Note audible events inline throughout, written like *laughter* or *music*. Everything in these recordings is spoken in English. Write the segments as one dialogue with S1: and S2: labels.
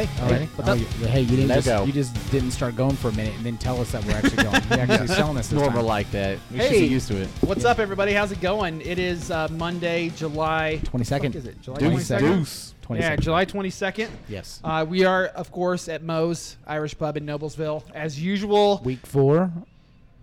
S1: Oh, you, hey, you didn't
S2: Lego.
S1: just, you just didn't start going for a minute and then tell us that we're actually going. You're
S3: *laughs*
S1: actually selling us this
S2: normal
S1: time.
S2: like that. We should
S4: Hey.
S2: get used to it.
S4: What's up, everybody? How's it going? It is uh, Monday, July.
S1: Twenty second.
S4: Fuck is it? July
S1: Twenty
S4: 22nd?
S1: second.
S2: Deuce.
S1: Twenty
S4: Yeah,
S1: second.
S4: July 22nd.
S1: Yes.
S4: Uh, we are, of course, at Moe's Irish Pub in Noblesville. As usual,
S1: Week four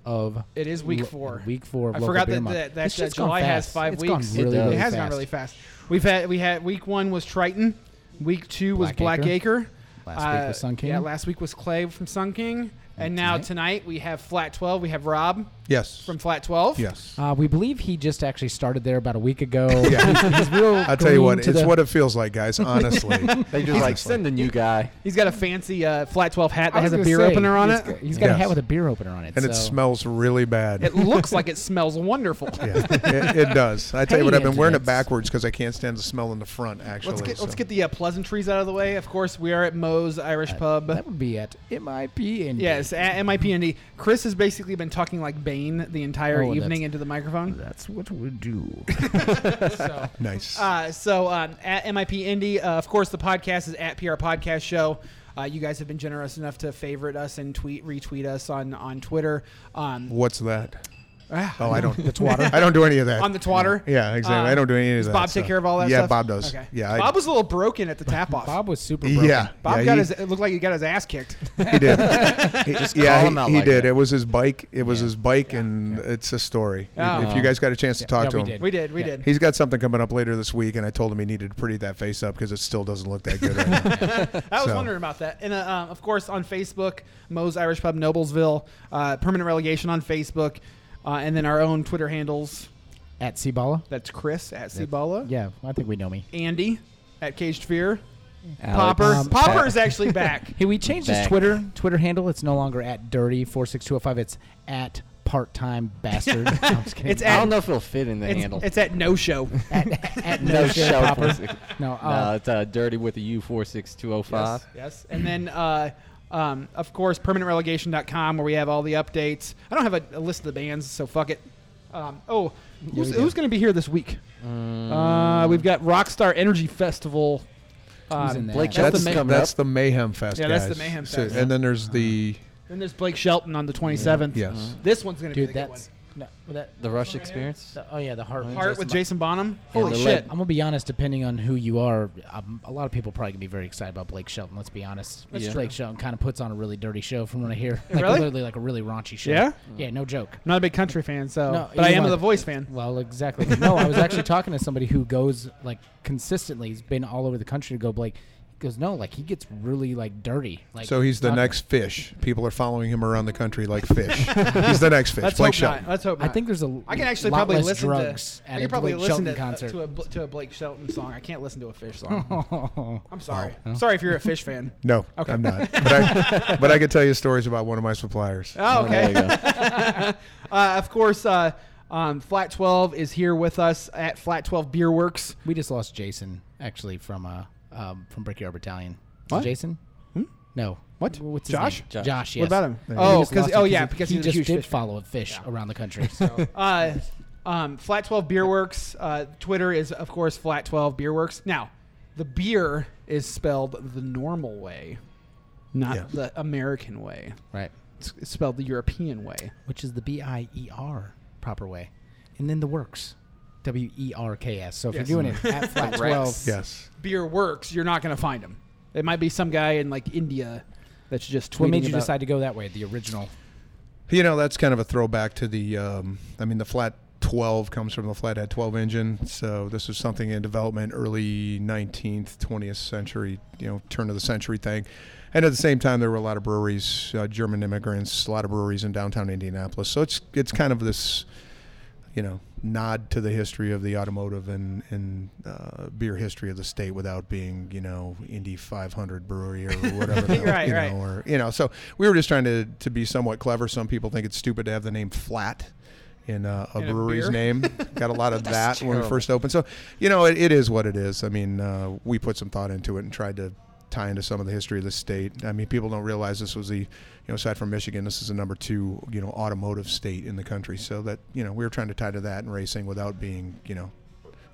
S1: of.
S4: it is week
S1: lo-
S4: four.
S1: Week four. Of
S4: I
S1: local
S4: forgot
S1: beer
S4: that,
S1: month.
S4: that, that,
S1: This
S4: that
S1: shit's gone
S4: July has
S1: fast.
S4: five
S1: It's
S4: weeks.
S1: Gone really,
S2: does.
S1: really
S4: it has
S1: fast.
S4: gone really fast. We've had we had week one was Triton, week two was
S1: Black
S4: Black Acre. Uh,
S1: Last week was Sun King.
S4: Yeah, last week was Clay from Sun King, and, now
S1: tonight?
S4: tonight we have Flat Twelve. We have Rob
S3: Yes.
S4: from Flat Twelve.
S1: *laughs*
S3: yes.
S1: Uh, we believe he just actually started there about a week ago.
S3: *laughs* Yeah.
S1: He's real
S3: *laughs* I'll tell you
S1: green
S3: what,
S1: to
S3: it's
S1: the-
S3: what it feels like, guys. Honestly,
S2: They just like
S3: Honestly.
S2: send the new guy.
S4: He's got a fancy uh, Flat Twelve hat that
S1: I was
S4: has a
S1: gonna
S4: beer
S1: say,
S4: opener on
S1: he's
S4: it.
S1: got- he's got a hat
S3: Yes.
S1: with a beer opener on it.
S3: and
S1: so.
S3: it smells really bad.
S4: It looks *laughs* like it smells wonderful.
S3: yeah, it, it does. I tell
S1: Hey,
S3: you what, I've been wearing it
S1: internets.
S3: backwards because I can't stand the smell in the front. Actually,
S4: Let's get let's
S3: so.
S4: get the uh, pleasantries out of the way. Of course, we are at Moe's Irish Pub.
S1: That would be at MIP and
S4: Yes, at MIPND. Chris has basically been talking like Bane the entire
S1: Oh, that's-
S4: evening into the microphone.
S1: That's what
S4: *laughs*
S1: we do.
S4: So,
S3: nice.
S4: uh, so um, at MIPND, uh, of course, the podcast is at PR Podcast Show. Uh, you guys have been generous enough to favorite us and tweet retweet us on on Twitter. Um,
S3: What's that? Oh, I don't.
S1: It's water.
S3: I don't do any of that.
S4: on the Twitter.
S3: yeah, exactly.
S4: Um,
S3: I don't do any of
S4: Does
S3: that.
S4: Bob take
S3: so.
S4: care of all that
S3: Yeah,
S4: stuff?
S3: Bob does.
S4: Okay.
S3: Yeah,
S4: Bob was a little broken at the tap off. Bob,
S1: Bob was super broken.
S3: Yeah,
S4: got
S3: yeah, he-
S4: his. It looked like he got his ass
S3: *laughs*
S4: kicked.
S3: He did. He-
S2: call
S3: yeah,
S2: him out
S3: he, he
S2: like
S3: did.
S2: that.
S3: It was his bike. It was his bike, and it's a story.
S4: Yeah.
S3: If you guys got a chance to
S1: Yeah,
S3: talk
S1: yeah,
S3: to
S1: we
S3: him,
S1: did.
S4: we did. We
S1: Yeah.
S4: did.
S3: he's got something coming up later this week, and I told him he needed to pretty that face up because it still doesn't look that good. Right now.
S4: I was
S3: So-
S4: wondering about that. And uh, um, of course, on Facebook, Moe's Irish Pub Noblesville, uh, permanent relegation on Facebook, uh, and then our own Twitter handles.
S1: At Cibala.
S4: That's Chris at Cibala,
S1: Yeah, I think we know me.
S4: Andy at Caged Fear,
S2: Alex.
S4: Popper.
S1: Um,
S4: Popper is actually back.
S1: Hey, we changed his
S2: Back.
S1: Twitter Twitter handle. It's no longer at dirty four six two zero five. It's at part time *laughs* bastard. No, I'm just kidding.
S4: It's
S2: I
S4: at-
S2: don't know if it'll fit in *laughs* the handle.
S4: It's, it's at No Show.
S1: at, at
S2: no show.
S1: Popper. No,
S2: No,
S1: uh,
S2: it's uh, dirty with a U four six two zero five.
S4: yes, yes. And then. Uh, um, of course, permanentrelegation.com, where we have all the updates. I don't have a, a list of the bands, so fuck it. Um, oh, who's,
S1: we do.
S4: who's going to be here this week?
S2: Mm.
S4: Uh, we've got Rockstar Energy Festival.
S1: Who's in
S4: Um,
S1: that?
S2: Blake
S4: That's the
S2: Shelton
S3: That's,
S4: ma-
S2: coming
S3: that's
S2: up. Uh-huh.
S3: the Mayhem Fest.
S4: Yeah, that's
S3: guys.
S4: the Mayhem
S3: So-
S4: Fest.
S3: and then there's the
S4: Then there's Blake Shelton on the 27th.
S3: yes.
S4: This one's going to be
S1: Dude,
S4: the
S1: that's
S4: good
S1: no, well, that,
S2: The Rush Experience.
S1: the- oh yeah, the heart.
S4: one. Heart with Jason Bonham.
S2: Yeah,
S4: Holy
S2: the
S4: shit.
S1: I'm gonna be honest. Depending on who you are, um, a lot of people probably gonna be very excited about Blake Shelton. Let's be honest.
S2: That's
S1: Blake Shelton kind of puts on a really dirty show, from what I hear. Like
S4: Really?
S1: literally, like a really raunchy show.
S4: Yeah?
S1: Yeah, no joke.
S4: I'm not a big country fan, so
S1: No,
S4: but I
S1: you
S4: am
S1: are.
S4: a The Voice fan.
S1: Well, exactly. No, I
S4: *laughs*
S1: was actually talking to somebody who goes like consistently. He's been all over the country to go. Blake he goes, no, like he gets really like dirty. Like
S3: So he's the
S1: not-
S3: next fish. People are following him around the country
S4: *laughs*
S3: like fish. he's the next fish.
S4: Let's
S3: Blake
S4: hope
S3: Shelton.
S4: not. Let's hope
S1: I
S4: not.
S1: think there's a.
S4: I can actually
S1: lot
S4: probably
S1: less
S4: listen
S1: drugs
S4: to.
S1: at
S4: I can
S1: a
S4: probably
S1: Blake
S4: listen to,
S1: Shelton concert.
S4: to a Bl- to a Blake Shelton song. I can't listen to a Fish
S1: *laughs*
S4: song. I'm sorry. Sorry if you're a Fish fan.
S3: No, I'm not. But I, but I could tell you stories about one of my suppliers.
S4: *laughs* Oh, okay.
S2: There you go.
S4: *laughs* Uh, of course, uh, um, Flat 12 is here with us at Flat 12 Beer *laughs* Works.
S1: we just lost Jason actually from uh um, from Brickyard Battalion.
S4: What? Hmm?
S1: Jason? No.
S4: What?
S1: What's his
S4: Josh?
S1: name?
S2: Josh.
S1: Josh. Yes.
S4: What about him?
S1: We
S4: Oh,
S1: just
S4: 'cause-
S1: lost him
S4: oh, yeah,
S1: he-
S4: because
S1: he
S4: he's a
S1: just
S4: huge
S1: did
S4: fish fan.
S1: follow a fish around
S4: *laughs*
S1: the country. So
S4: Uh, um, Flat 12 Beer Works. Uh, Twitter is, of course, Flat 12 Beer Works. Now, the beer is spelled the normal way, not
S3: Yeah.
S4: the American way.
S1: right,
S4: It's it's spelled the European way.
S1: which is the B I E R proper way, and then the works, W E R K S. So if
S4: Yes.
S1: you're doing it
S4: *laughs*
S1: at flat twelve,
S3: Yes.
S4: Beer Works, you're not going to find them. It might be some guy in like India that's just tweeting.
S1: what made you
S4: about-
S1: decide to go that way? The original.
S3: You know, that's kind of a throwback to the, um, I mean, the flat 12 comes from the flathead 12 engine. So this was something in development early 19th, 20th century, you know, turn of the century thing. And at the same time, there were a lot of breweries, uh, German immigrants, a lot of breweries in downtown Indianapolis. So it's it's kind of this, you know, nod to the history of the automotive and and uh, beer history of the state without being, you know, Indy 500 brewery or
S4: *laughs*
S3: whatever. the-
S4: Right,
S3: you
S4: right.
S3: Know, or you know so we were just trying to to be somewhat clever some people think it's stupid to have the name flat in uh, a
S4: In a
S3: brewery's
S4: beer?
S3: name
S4: *laughs*
S3: got a lot of that when we
S2: terrible.
S3: first opened so you know it, it is what it is i mean uh, we put some thought into it and tried to tie into some of the history of the state i mean people don't realize this was the you know aside from michigan this is the number two you know automotive state in the country so that you know we were trying to tie to that and racing without being you know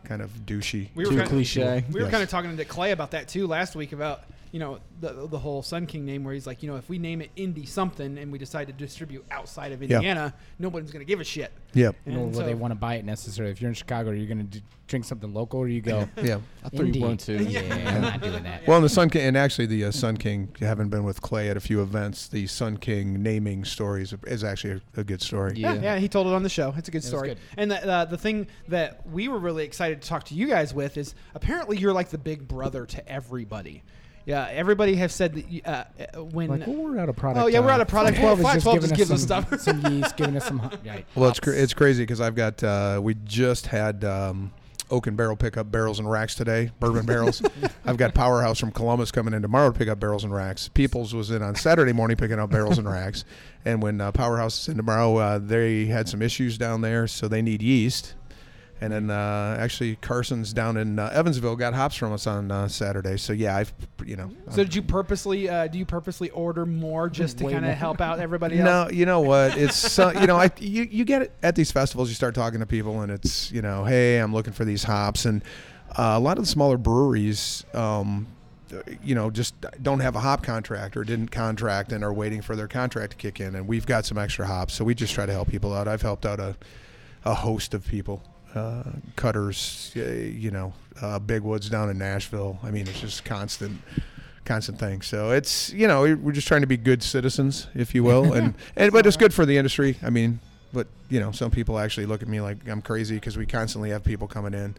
S3: kind of douchey
S4: We were
S2: Too
S4: kinda-
S2: cliche.
S4: We were
S3: Yes.
S4: kind of talking to Clay about that too last week about you know, the, the whole Sun King name where he's like, you know, if we name it Indy something and we decide to distribute outside of
S3: Yeah.
S4: Indiana, nobody's going to give a shit.
S3: Yep.
S4: And
S1: nor will
S4: so-
S1: they want to buy it necessarily. If you're in Chicago, you're going to d- drink something local, or you go. *laughs*
S3: Yeah.
S2: I thought you
S1: Indeed.
S2: wanted to.
S1: Yeah, I'm not doing that.
S3: Well, and the Sun King, and actually the uh, Sun King, having been with Clay at a few events, the Sun King naming story is, is actually a, a good story.
S4: *laughs*
S2: Yeah.
S4: Yeah, yeah, he told it on the show. It's a good
S1: was
S4: story.
S1: good.
S4: And the, uh, the thing that we were really excited to talk to you guys with is apparently you're like the big brother to everybody. Yeah, everybody has said that you, uh, uh, when.
S1: Like, well, we're out of product.
S4: Oh, yeah, we're out of
S1: *laughs*
S4: product.
S1: Fox 12 is
S4: Fox
S1: just
S4: 12
S1: giving
S4: just
S1: us
S4: gives us
S1: some, some yeast, giving us some. hu- Right.
S3: Well, it's cra- it's crazy because I've got uh, we just had um, oak and barrel pickup barrels and racks today,
S4: *laughs*
S3: bourbon barrels. I've got Powerhouse from Columbus coming in tomorrow to pick up barrels and racks. Peoples was in on Saturday morning picking up barrels and racks, and when uh, Powerhouse is in tomorrow, uh, they had some issues down there, so they need yeast. And then uh, actually Carson's down in uh, Evansville got hops from us on uh, Saturday. So yeah, I've you know.
S4: so did you purposely uh, do you purposely order more just to
S1: Way
S4: kind of
S1: more.
S4: help out everybody else?
S3: No, you know
S4: *laughs*
S3: what? It's so, you know, I you, you get it at these festivals. You start talking to people, and it's you know, hey, I'm looking for these hops, and uh, a lot of the smaller breweries, um, you know, just don't have a hop contract or didn't contract and are waiting for their contract to kick in. And we've got some extra hops, so we just try to help people out. I've helped out a a host of people. Uh, cutters, uh, you know, uh, Big Woods down in Nashville. I mean, it's just constant constant thing. So it's you know we're just trying to be good citizens, if
S4: *laughs*
S3: you will, and and but it's good for the industry. I mean, but you know some people actually look at me like I'm crazy because we constantly have people
S4: *laughs*
S3: coming in,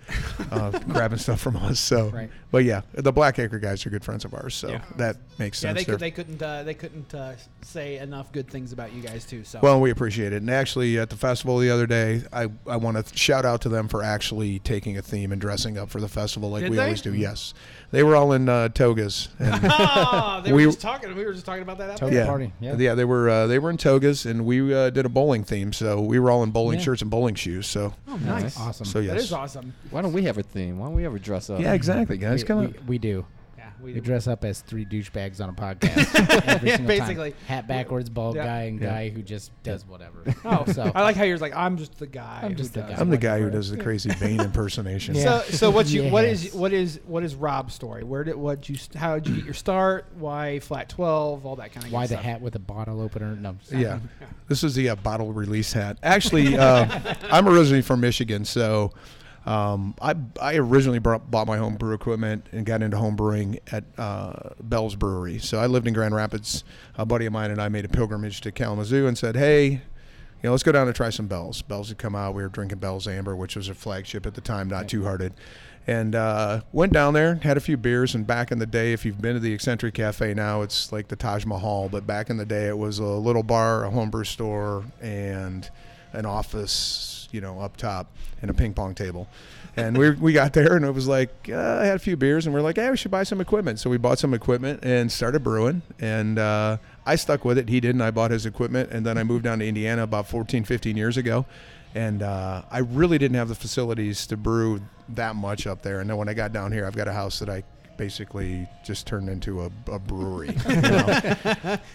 S3: uh, grabbing stuff from us. So,
S1: Right.
S3: but yeah, the Black Acre guys are good friends of ours, so
S4: Yeah.
S3: that makes
S4: Yeah,
S3: sense.
S4: they,
S3: They're-
S4: could, they couldn't uh, they couldn't uh, say enough good things about you guys too. So *laughs*
S3: Well, we appreciate it. And actually, at the festival the other day, I, I want to shout out to them for actually taking a theme and dressing up for the festival like
S4: Did
S3: we
S4: they?
S3: always do. Yes. They were all in uh, togas. And,
S4: Ah, they
S3: we-
S4: were just talking. We were just talking about that. after.
S1: Toga
S3: yeah.
S1: Oh, party. Yeah.
S3: they were uh, they were in togas, and we uh, did a bowling theme. So we were all in bowling
S1: Yeah.
S3: shirts and bowling shoes. So,
S4: Oh, nice.
S2: Nice.
S1: Awesome.
S3: so yes.
S4: That is awesome.
S2: Why don't we have a theme? Why don't we ever dress up?
S3: Yeah, exactly, guys.
S1: we,
S3: Come
S1: we,
S3: on.
S1: we do.
S4: Yeah,
S1: We dress up as three douchebags on
S4: *laughs*
S1: a podcast. every
S4: Yeah,
S1: single time.
S4: basically.
S1: Hat backwards, bald
S4: Yeah.
S1: guy, and
S3: Yeah.
S1: guy who just does whatever.
S4: *laughs* Oh,
S3: *laughs*
S1: so
S4: I like how you're like, I'm just the guy.
S1: I'm
S4: who
S1: just the
S4: does
S1: guy.
S4: it."
S3: I'm the guy who
S1: whatever.
S3: does the crazy Bane impersonation.
S1: *laughs* Yeah.
S4: So, so what's you? What is
S1: Yes.
S4: what is what is Rob's story? Where did what you? How did you get your start? Why flat twelve? All that kind of
S1: why
S4: good
S1: the
S4: stuff.
S1: hat with a bottle opener? No. I'm just-
S3: Yeah. This is the uh, bottle release hat. Actually, uh, I'm originally from Michigan, so um, I, I originally brought, bought my home brew equipment and got into home brewing at uh, Bell's Brewery. So I lived in Grand Rapids. A buddy of mine and I made a pilgrimage to Kalamazoo and said, hey, you know, let's go down and try some Bells. Bells had come out. We were drinking Bells Amber, which was a flagship at the time, not too hearted. And uh, went down there, had a few beers. And back in the day, if you've been to the Eccentric Cafe now, it's like the Taj Mahal. But back in the day, it was a little bar, a homebrew store, and an office, you know, up top, and a ping pong table. And we, we got there, and it was like, uh, I had a few beers, and we are like, hey, we should buy some equipment. So we bought some equipment and started brewing. And uh, I stuck with it. He didn't. I bought his equipment, and then I moved down to Indiana about 14, 15 years ago. And uh, I really didn't have the facilities to brew that much up there. And then when I got down here, I've got a house that I basically just turned into a, a brewery. you
S4: *laughs*
S3: know?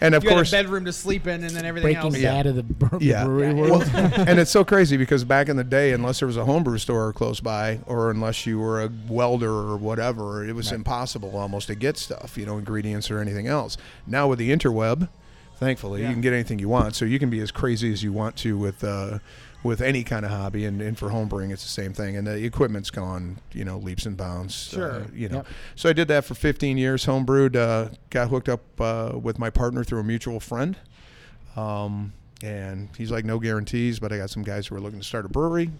S3: And of
S4: you
S3: course,
S4: had a bedroom to sleep in, and then everything
S1: Breaking
S4: else.
S3: Yeah.
S1: Bad of *laughs* the br-
S3: yeah.
S1: brewery world.
S3: Well, and it's so crazy because back in the day, unless there was a homebrew store close by, or unless you were a welder or whatever, it was impossible almost to get stuff, you know, ingredients or anything else. Now with the interweb, thankfully,
S4: Yeah.
S3: you can get anything you want. So you can be as crazy as you want to with. Uh, with any kind of hobby, and, and for homebrewing, it's the same thing. And the equipment's gone, you know, leaps and bounds.
S4: Sure.
S3: Uh, you know,
S1: Yep.
S3: so I did that for 15 years. Homebrewed, uh, got hooked up uh, with my partner through a mutual friend. Um, and he's like, no guarantees, but I got some guys who are looking to start a brewery.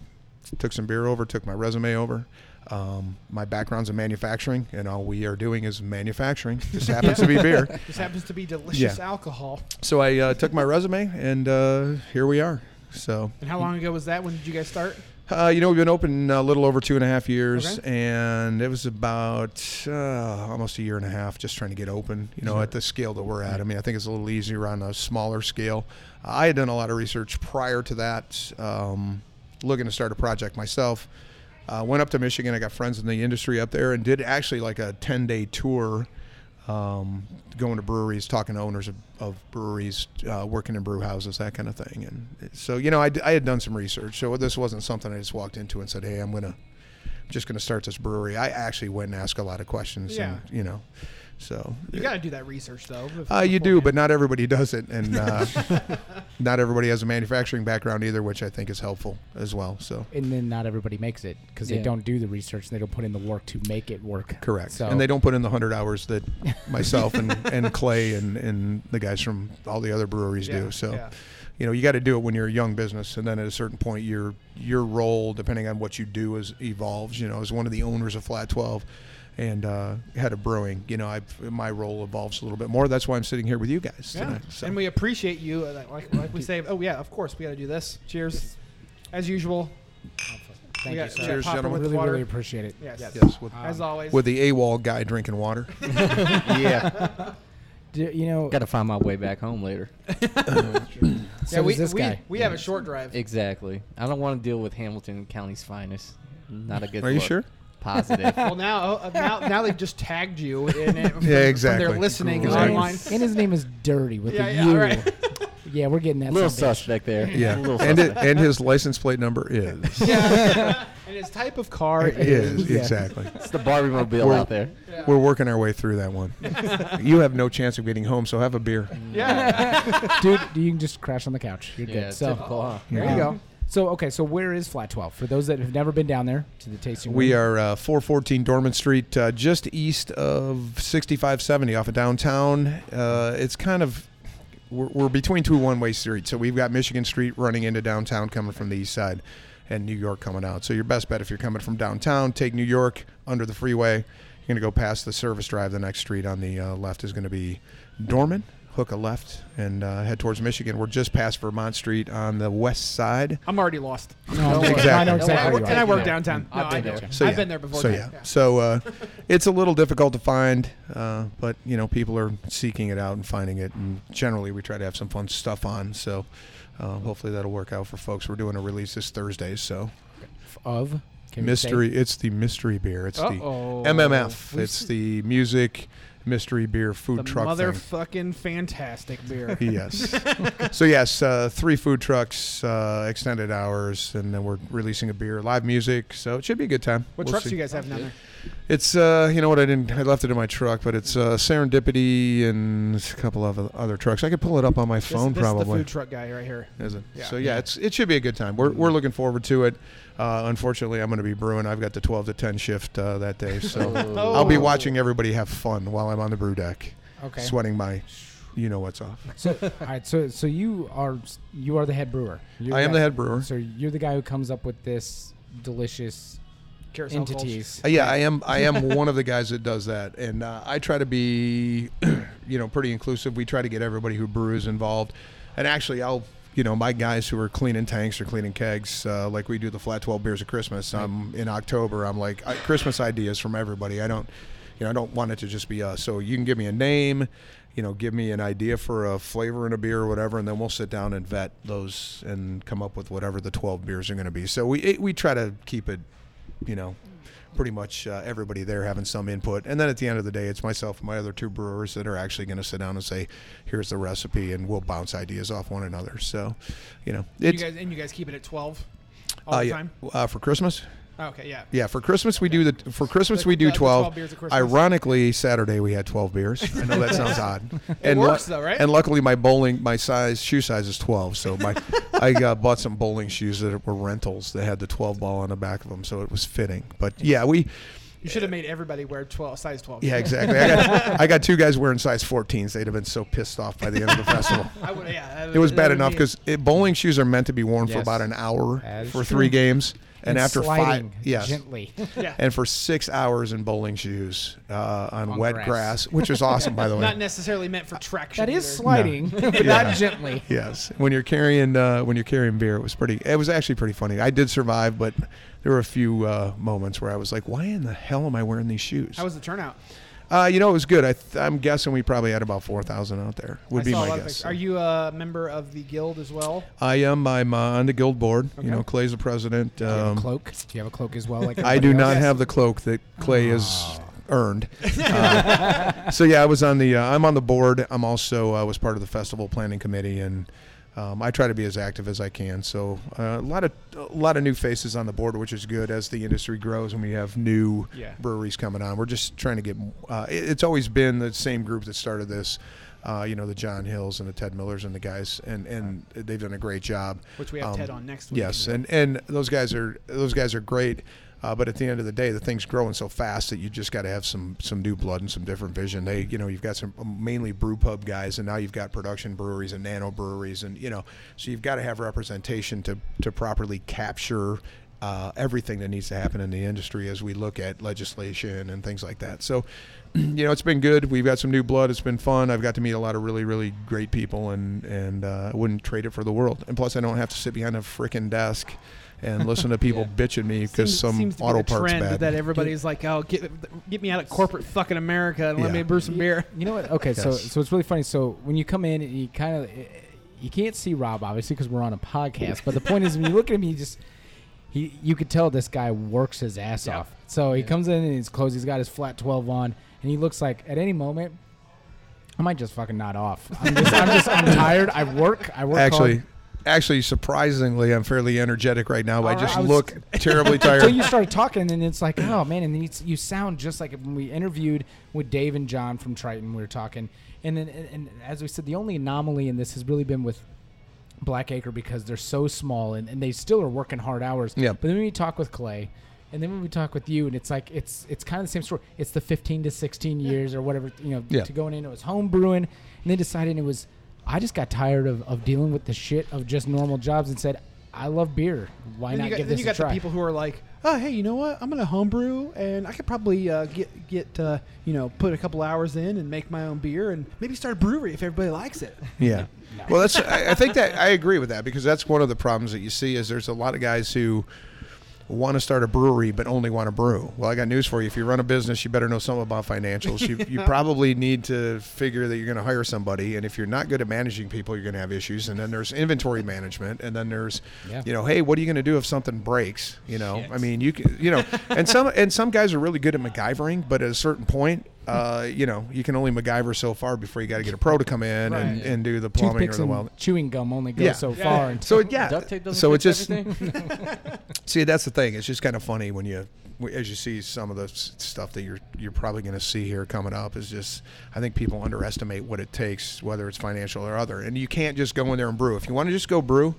S3: Took some beer over, took my resume over. Um, my background's in manufacturing, and all we are doing is manufacturing. Just happens to be
S4: *laughs*
S3: beer.
S4: This happens to be delicious
S3: Yeah.
S4: alcohol.
S3: So I uh, took my resume, and uh, here we are. So
S4: And how long ago was that? When did you guys start?
S3: uh, you know, we've been open a little over two and a half years,
S4: Okay.
S3: and it was about uh, almost a year and a half just trying to get open, you know, at the scale that we're at. I mean, I think it's a little easier on a smaller scale. I had done a lot of research prior to that, um, looking to start a project myself. Uh, went up to Michigan, I got friends in the industry up there, and did actually like a 10 day tour. Um, going to breweries, talking to owners of, of breweries, uh, working in brew houses, that kind of thing. And so, you know, I, d- I had done some research. So this wasn't something I just walked into and said, hey, I'm going to just going to start this brewery. I actually went and asked a lot of questions. And,
S4: Yeah.
S3: you know, So
S4: You got to do that research though. bef-
S3: uh, you do,
S4: beforehand.
S3: but not everybody does it, and
S4: *laughs*
S3: uh, not everybody has a manufacturing background either, which I think is helpful as well. So
S1: and then not everybody makes it because they
S2: Yeah.
S1: don't do the research and they don't put in the work to make it work.
S3: correct,
S1: So
S3: and they don't put in the hundred hours that myself and, and Clay and, and the guys from all the other breweries
S4: Yeah,
S3: do. So
S4: yeah.
S3: you know you got to do it when you're a young business, and then at a certain point, your your role, depending on what you do, is evolves. You know, as one of the owners of Flat Twelve. And uh, head of brewing, you know, I, my role evolves a little bit more. That's why I'm sitting here with you guys
S4: Yeah.
S3: tonight. So.
S4: And we appreciate you. uh, Like, like, like we say, oh yeah, of course we got to do this. Cheers, as usual.
S1: Thank
S4: we
S1: you.
S4: got,
S1: sir.
S4: we got
S3: Cheers,
S4: popper with
S3: gentlemen.
S1: really,
S4: water.
S1: really appreciate it.
S4: yes.
S3: yes, with,
S4: As
S1: Um,
S4: always.
S3: with the AWOL guy drinking
S4: *laughs*
S3: water.
S2: *laughs* yeah.
S1: Do, you know,
S2: Got to find my way back home later.
S1: so
S4: yeah, we,
S1: does this
S4: we,
S1: guy.
S4: we have a short drive.
S2: Exactly. I don't want to deal with Hamilton County's finest. Not a good.
S3: Are you
S2: look.
S3: sure?
S2: Positive.
S4: *laughs* well, now, uh, now, now they've just tagged you in
S3: *laughs*
S4: it. from- From
S3: exactly.
S4: their listening
S3: Great.
S4: online.
S1: And his name is Dirty with
S4: Yeah,
S1: a
S4: yeah,
S1: U.
S4: right.
S1: *laughs* yeah, we're getting that.
S2: little
S1: son of a bitch.
S2: suspect there.
S3: Yeah,
S2: A little
S3: and it,
S2: suspect.
S3: and his license plate number is
S4: yeah. *laughs* and his type of car is.
S3: is
S1: Yeah.
S3: exactly.
S2: it's the Barbie mobile
S3: We're-
S2: out there.
S4: Yeah.
S3: We're working our way through that one. you have no chance of getting home, so have a beer.
S4: Yeah.
S1: Dude, you can just crash on the couch. You're
S2: Yeah.
S1: good. So
S2: typical, huh?
S4: There you
S1: um,
S4: go.
S1: So okay, so where is Flat Twelve for those that have never been down there to the tasting?
S3: We
S1: room?
S3: are uh, 414 Dorman Street, uh, just east of 6570 off of downtown. Uh, it's kind of, we're, we're between two one way streets. So we've got Michigan Street running into downtown coming from the east side and New York coming out. So your best bet if you're coming from downtown, take New York under the freeway. You're going to go past the service drive. The next street on the uh, left is going to be Dorman. Hook a left and uh, head towards Michigan. We're just past Vermont Street on the west side.
S4: I'm already lost.
S1: No, I know
S3: Exactly.
S1: exactly
S2: Don't
S1: where
S2: worry
S1: you
S2: about
S1: are.
S4: and I
S2: I've
S4: work
S2: been there.
S4: downtown.
S2: I've
S4: No,
S2: been
S4: I
S2: there.
S4: know.
S3: So,
S4: I've
S3: yeah.
S4: been there before.
S3: So
S4: Dan.
S3: yeah. So uh, it's a little difficult to find, uh, but you know people are seeking it out and finding it. And generally, we try to have some fun stuff on. So uh, hopefully that'll work out for folks. We're doing a release this Thursday. So
S1: of Can we say?
S3: mystery. It's the mystery beer. It's
S4: Uh-oh.
S3: the MMF.
S4: We've
S3: it's the music mystery beer food
S4: the
S3: truck thing.
S4: motherfucking fantastic beer. *laughs*
S3: yes. so yes, uh, three food trucks, uh, extended hours, and then we're releasing a beer, live music. So it should be a good time.
S4: What
S3: We'll
S4: trucks
S3: see.
S4: do you guys have down there?
S3: It's uh, you know what I didn't I left it in my truck, but it's uh, Serendipity and a couple of other trucks. I could pull it up on my
S4: This-
S3: phone
S4: this, is the
S3: probably.
S4: food truck guy right here.
S3: Is it?
S4: Yeah.
S3: So yeah, it's it should be a good time. We're we're looking forward to it. Uh, unfortunately, I'm going to be brewing. I've got the 12 to 10 shift uh, that day, so
S2: Oh.
S3: I'll
S4: *laughs*
S3: be
S4: Oh.
S3: watching everybody have fun while I'm on the brew deck,
S1: Okay.
S3: sweating my you know what's off.
S1: So all right. So so you are you are the head brewer. You're
S3: I am the
S1: guy-
S3: head brewer.
S1: So you're the guy who comes up with this delicious
S4: Carousel Colts.
S1: entities.
S3: Uh, yeah, I am. I am one of the guys that does that, and uh, I try to be, *clears throat* you know, pretty inclusive. We try to get everybody who brews involved, and actually, I'll, you know, my guys who are cleaning tanks or cleaning kegs, uh, like we do the flat twelve beers at Christmas. Um, in October, I'm like I, Christmas ideas from everybody. I don't, you know, I don't want it to just be us. So you can give me a name. You know, give me an idea for a flavor in a beer or whatever, and then we'll sit down and vet those and come up with whatever the twelve beers are going to be. So we it, we try to keep it you know, pretty much uh, everybody there having some input. And then at the end of the day, it's myself and my other two brewers that are actually going to sit down and say, "Here's the recipe," and we'll bounce ideas off one another. So, you know,
S4: You
S3: it's
S4: guys and you guys keep it at twelve all
S3: uh,
S4: the
S3: yeah,
S4: time. Oh,
S3: uh, for Christmas.
S4: Okay, yeah.
S3: Yeah, for Christmas we do the for Christmas
S4: The-
S3: we
S4: the-
S3: do
S4: the
S3: 12.
S4: beers at Christmas.
S3: Ironically, Saturday we had 12 beers. I know that sounds
S4: *laughs*
S3: odd.
S4: works, though, right?
S3: And luckily my bowling my size shoe size is 12, so my I
S4: *laughs*
S3: uh, bought some bowling shoes that were rentals that had the 12 ball on the back of them, so it was fitting. But yeah, we
S4: You should have made everybody wear twelve size twelve.
S3: yeah, exactly. I got, I got two guys wearing size 14s. They'd have been so pissed off by the end of the festival.
S4: I would. Yeah, that
S3: It was
S4: that
S3: bad
S4: would
S3: enough
S4: be-
S3: because bowling shoes are meant to be worn for
S2: Yes.
S3: about an hour
S1: That is
S3: for
S1: true.
S3: three games, and, after
S1: sliding
S3: five, yes, *laughs*
S1: gently.
S4: yeah.
S3: and for six hours in bowling shoes uh, on,
S1: On
S3: wet
S1: grass.
S3: grass. which is
S4: *laughs*
S3: awesome, by the way.
S4: not necessarily meant for traction.
S1: that is
S4: either.
S1: sliding, but *laughs*
S3: Yeah.
S1: not gently.
S3: Yes, when you're carrying uh, when you're carrying beer, it was pretty. It was actually pretty funny. I did survive, but there were a few uh, moments where I was like, "Why in the hell am I wearing these shoes?"
S4: How was the turnout?
S3: Uh, you know, it was good. I th- I'm guessing we probably had about four thousand out there.
S4: I
S3: Would be
S4: saw a
S3: my
S4: lot of
S3: guess.
S4: pics. Are you a member of the guild as well?
S3: I am. I'm uh, on the guild board.
S4: Okay.
S3: You know, Clay's the president.
S1: Do you have a
S3: Um,
S1: cloak? Do you have a cloak as well? Like
S3: I
S1: everybody
S3: do
S1: else?
S3: not
S4: Yes. Ah.
S3: have the cloak that Clay has
S4: *laughs*
S3: earned. Uh, so yeah, I was on the. Uh, I'm on the board. I'm also uh, was part of the festival planning committee and. Um, I try to be as active as I can. So uh, a lot of a lot of new faces on the board, which is good as the industry grows and we have new
S4: Yeah.
S3: breweries coming on. We're just trying to get. Uh, it- it's always been the same group that started this. Uh, you know the John Hills and the Ted Millers and the guys, and and they've done a great job.
S4: Which we have Ted on next week.
S3: Um, Yes, and and those guys are those guys are great. Uh, but at the end of the day, the thing's growing so fast that you just got to have some some new blood and some different vision. They, you know, you've got some um, mainly brew pub guys, and now you've got production breweries and nano breweries, and you know, so you've got to have representation to to properly capture uh, everything that needs to happen in the industry as we look at legislation and things like that. So, *clears throat* you know, it's been good. We've got some new blood. It's been fun. I've got to meet a lot of really, really great people, and and uh, I wouldn't trade it for the world. And plus, I don't have to sit behind a freaking desk and
S4: *laughs*
S3: listen to people bitch at me because
S4: Seems-
S3: some
S4: seems to be
S3: auto
S4: the
S3: parts
S4: trend
S3: bad.
S4: that everybody's like, "Oh, get get me out of corporate fucking America and let
S3: Yeah.
S4: me brew some beer."
S1: You know what? Okay, so
S3: Yes.
S1: so it's really funny. So when you come in, and you kind of you can't see Rob obviously because we're on a podcast. But the point is, when you look at him, you just he you could tell this guy works his ass
S4: Yeah.
S1: off. So he
S2: Yeah.
S1: comes in and he's clothes. He's got his flat twelve on, and he looks like at any moment. I might just fucking nod off. I'm just, I'm just, I'm tired. I work. I work
S3: actually,
S1: hard.
S3: actually, surprisingly, I'm fairly energetic right now.
S1: All
S3: I
S4: Oh,
S1: right,
S3: just
S1: I was-
S3: look
S4: *laughs*
S3: terribly
S1: So
S3: tired.
S1: you started talking, and it's like, oh man, and then you, you sound just like when we interviewed with Dave and John from Triton. We were talking, and then and, and as we said, the only anomaly in this has really been with Blackacre because they're so small and, and they still are working hard hours.
S3: Yeah.
S1: But then when we talk with Clay, and then when we talk with you, and it's like it's it's kind of the same story. It's the 15 to 16 years or whatever you know
S3: Yeah.
S1: to going in. It was home brewing, and they decided it was. I just got tired of, of dealing with the shit of just normal jobs and said, I love beer. Why
S4: then
S1: not
S4: you got,
S1: give
S4: then
S1: this
S4: you
S1: a
S4: got
S1: try?
S4: the people who are like, "Oh, hey, you know what? I'm gonna homebrew, and I could probably uh, get get uh, you know put a couple hours in and make my own beer, and maybe start a brewery if everybody likes it."
S3: Yeah. Well, that's. I, I think that I agree with that because that's one of the problems that you see is there's a lot of guys who want to start a brewery but only want to brew. Well, I got news for you. If you run a business, you better know something about financials. You, you probably need to figure that you're going to hire somebody, and if you're not good at managing people, you're going to have issues. And then there's inventory management, and then there's,
S1: Yeah.
S3: you know, hey, what are you going to do if something breaks? You know, I mean, you can, you know, and some and some guys are really good at MacGyvering, but at a certain point. Uh, you know, you can only MacGyver so far before you got to get a pro to come in
S4: Right.
S3: and, and do the plumbing or
S1: toothpicks
S3: the
S1: and
S3: welding.
S1: chewing gum only go
S3: Yeah.
S1: so
S4: Yeah.
S1: far. And
S3: So it- yeah,
S2: Duct tape doesn't
S3: so
S2: fix
S3: it's just
S2: everything.
S3: see that's the thing. It's just kind of funny when you as you see some of the s- stuff that you're you're probably going to see here coming up is just I think people underestimate what it takes, whether it's financial or other. And you can't just go in there and brew. If you want to just go brew,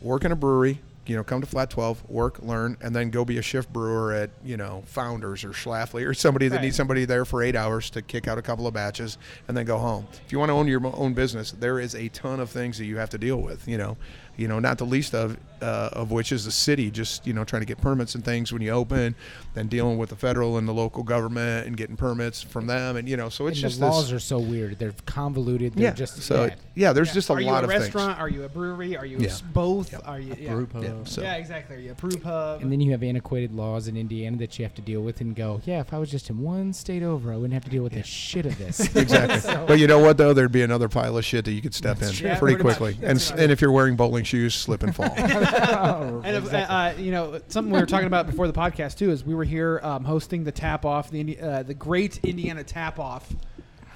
S3: work in a brewery. You know, come to Flat 12, work, learn, and then go be a shift brewer at, you know, Founders or Schlafly or somebody that
S4: Right.
S3: needs somebody there for eight hours to kick out a couple of batches and then go home. If you want to own your own business, there is a ton of things that you have to deal with, you know, you know, not the least of uh, of which is the city just you know trying to get permits and things when you open, then dealing with the federal and the local government and getting permits from them, and you know, so
S1: and
S3: it's
S1: the
S3: just
S1: laws
S3: this,
S1: are so weird. They're convoluted. They're
S3: yeah.
S1: just
S3: so
S1: bad.
S3: yeah, *laughs* there's just a
S4: are you
S3: lot of
S4: a restaurant?
S3: things.
S4: Are you a brewery? Are you
S3: Yeah.
S4: s- both? Are you yeah.
S2: Brew pub.
S3: Yeah,
S1: Uh,
S3: so
S4: Yeah, exactly. Are you a brew pub?
S1: And then you have antiquated laws in Indiana that you have to deal with and go, yeah, if I was just in one state over, I wouldn't have to deal with the shit of this. *laughs*
S3: *laughs* *laughs* exactly.
S4: *laughs*
S3: But you know what though, there'd be another pile of shit that you could step in
S4: true. Yeah,
S3: pretty
S4: pretty much.
S3: quickly,
S4: That's
S3: and
S4: what
S3: s-
S4: I mean.
S3: and if you're wearing bowling shoes, slip
S4: *laughs*
S3: and fall.
S4: And if, uh, uh, you know something we were talking about before the podcast too is we were here um, hosting the tap off the Indi- uh, the Great Indiana Tap Off,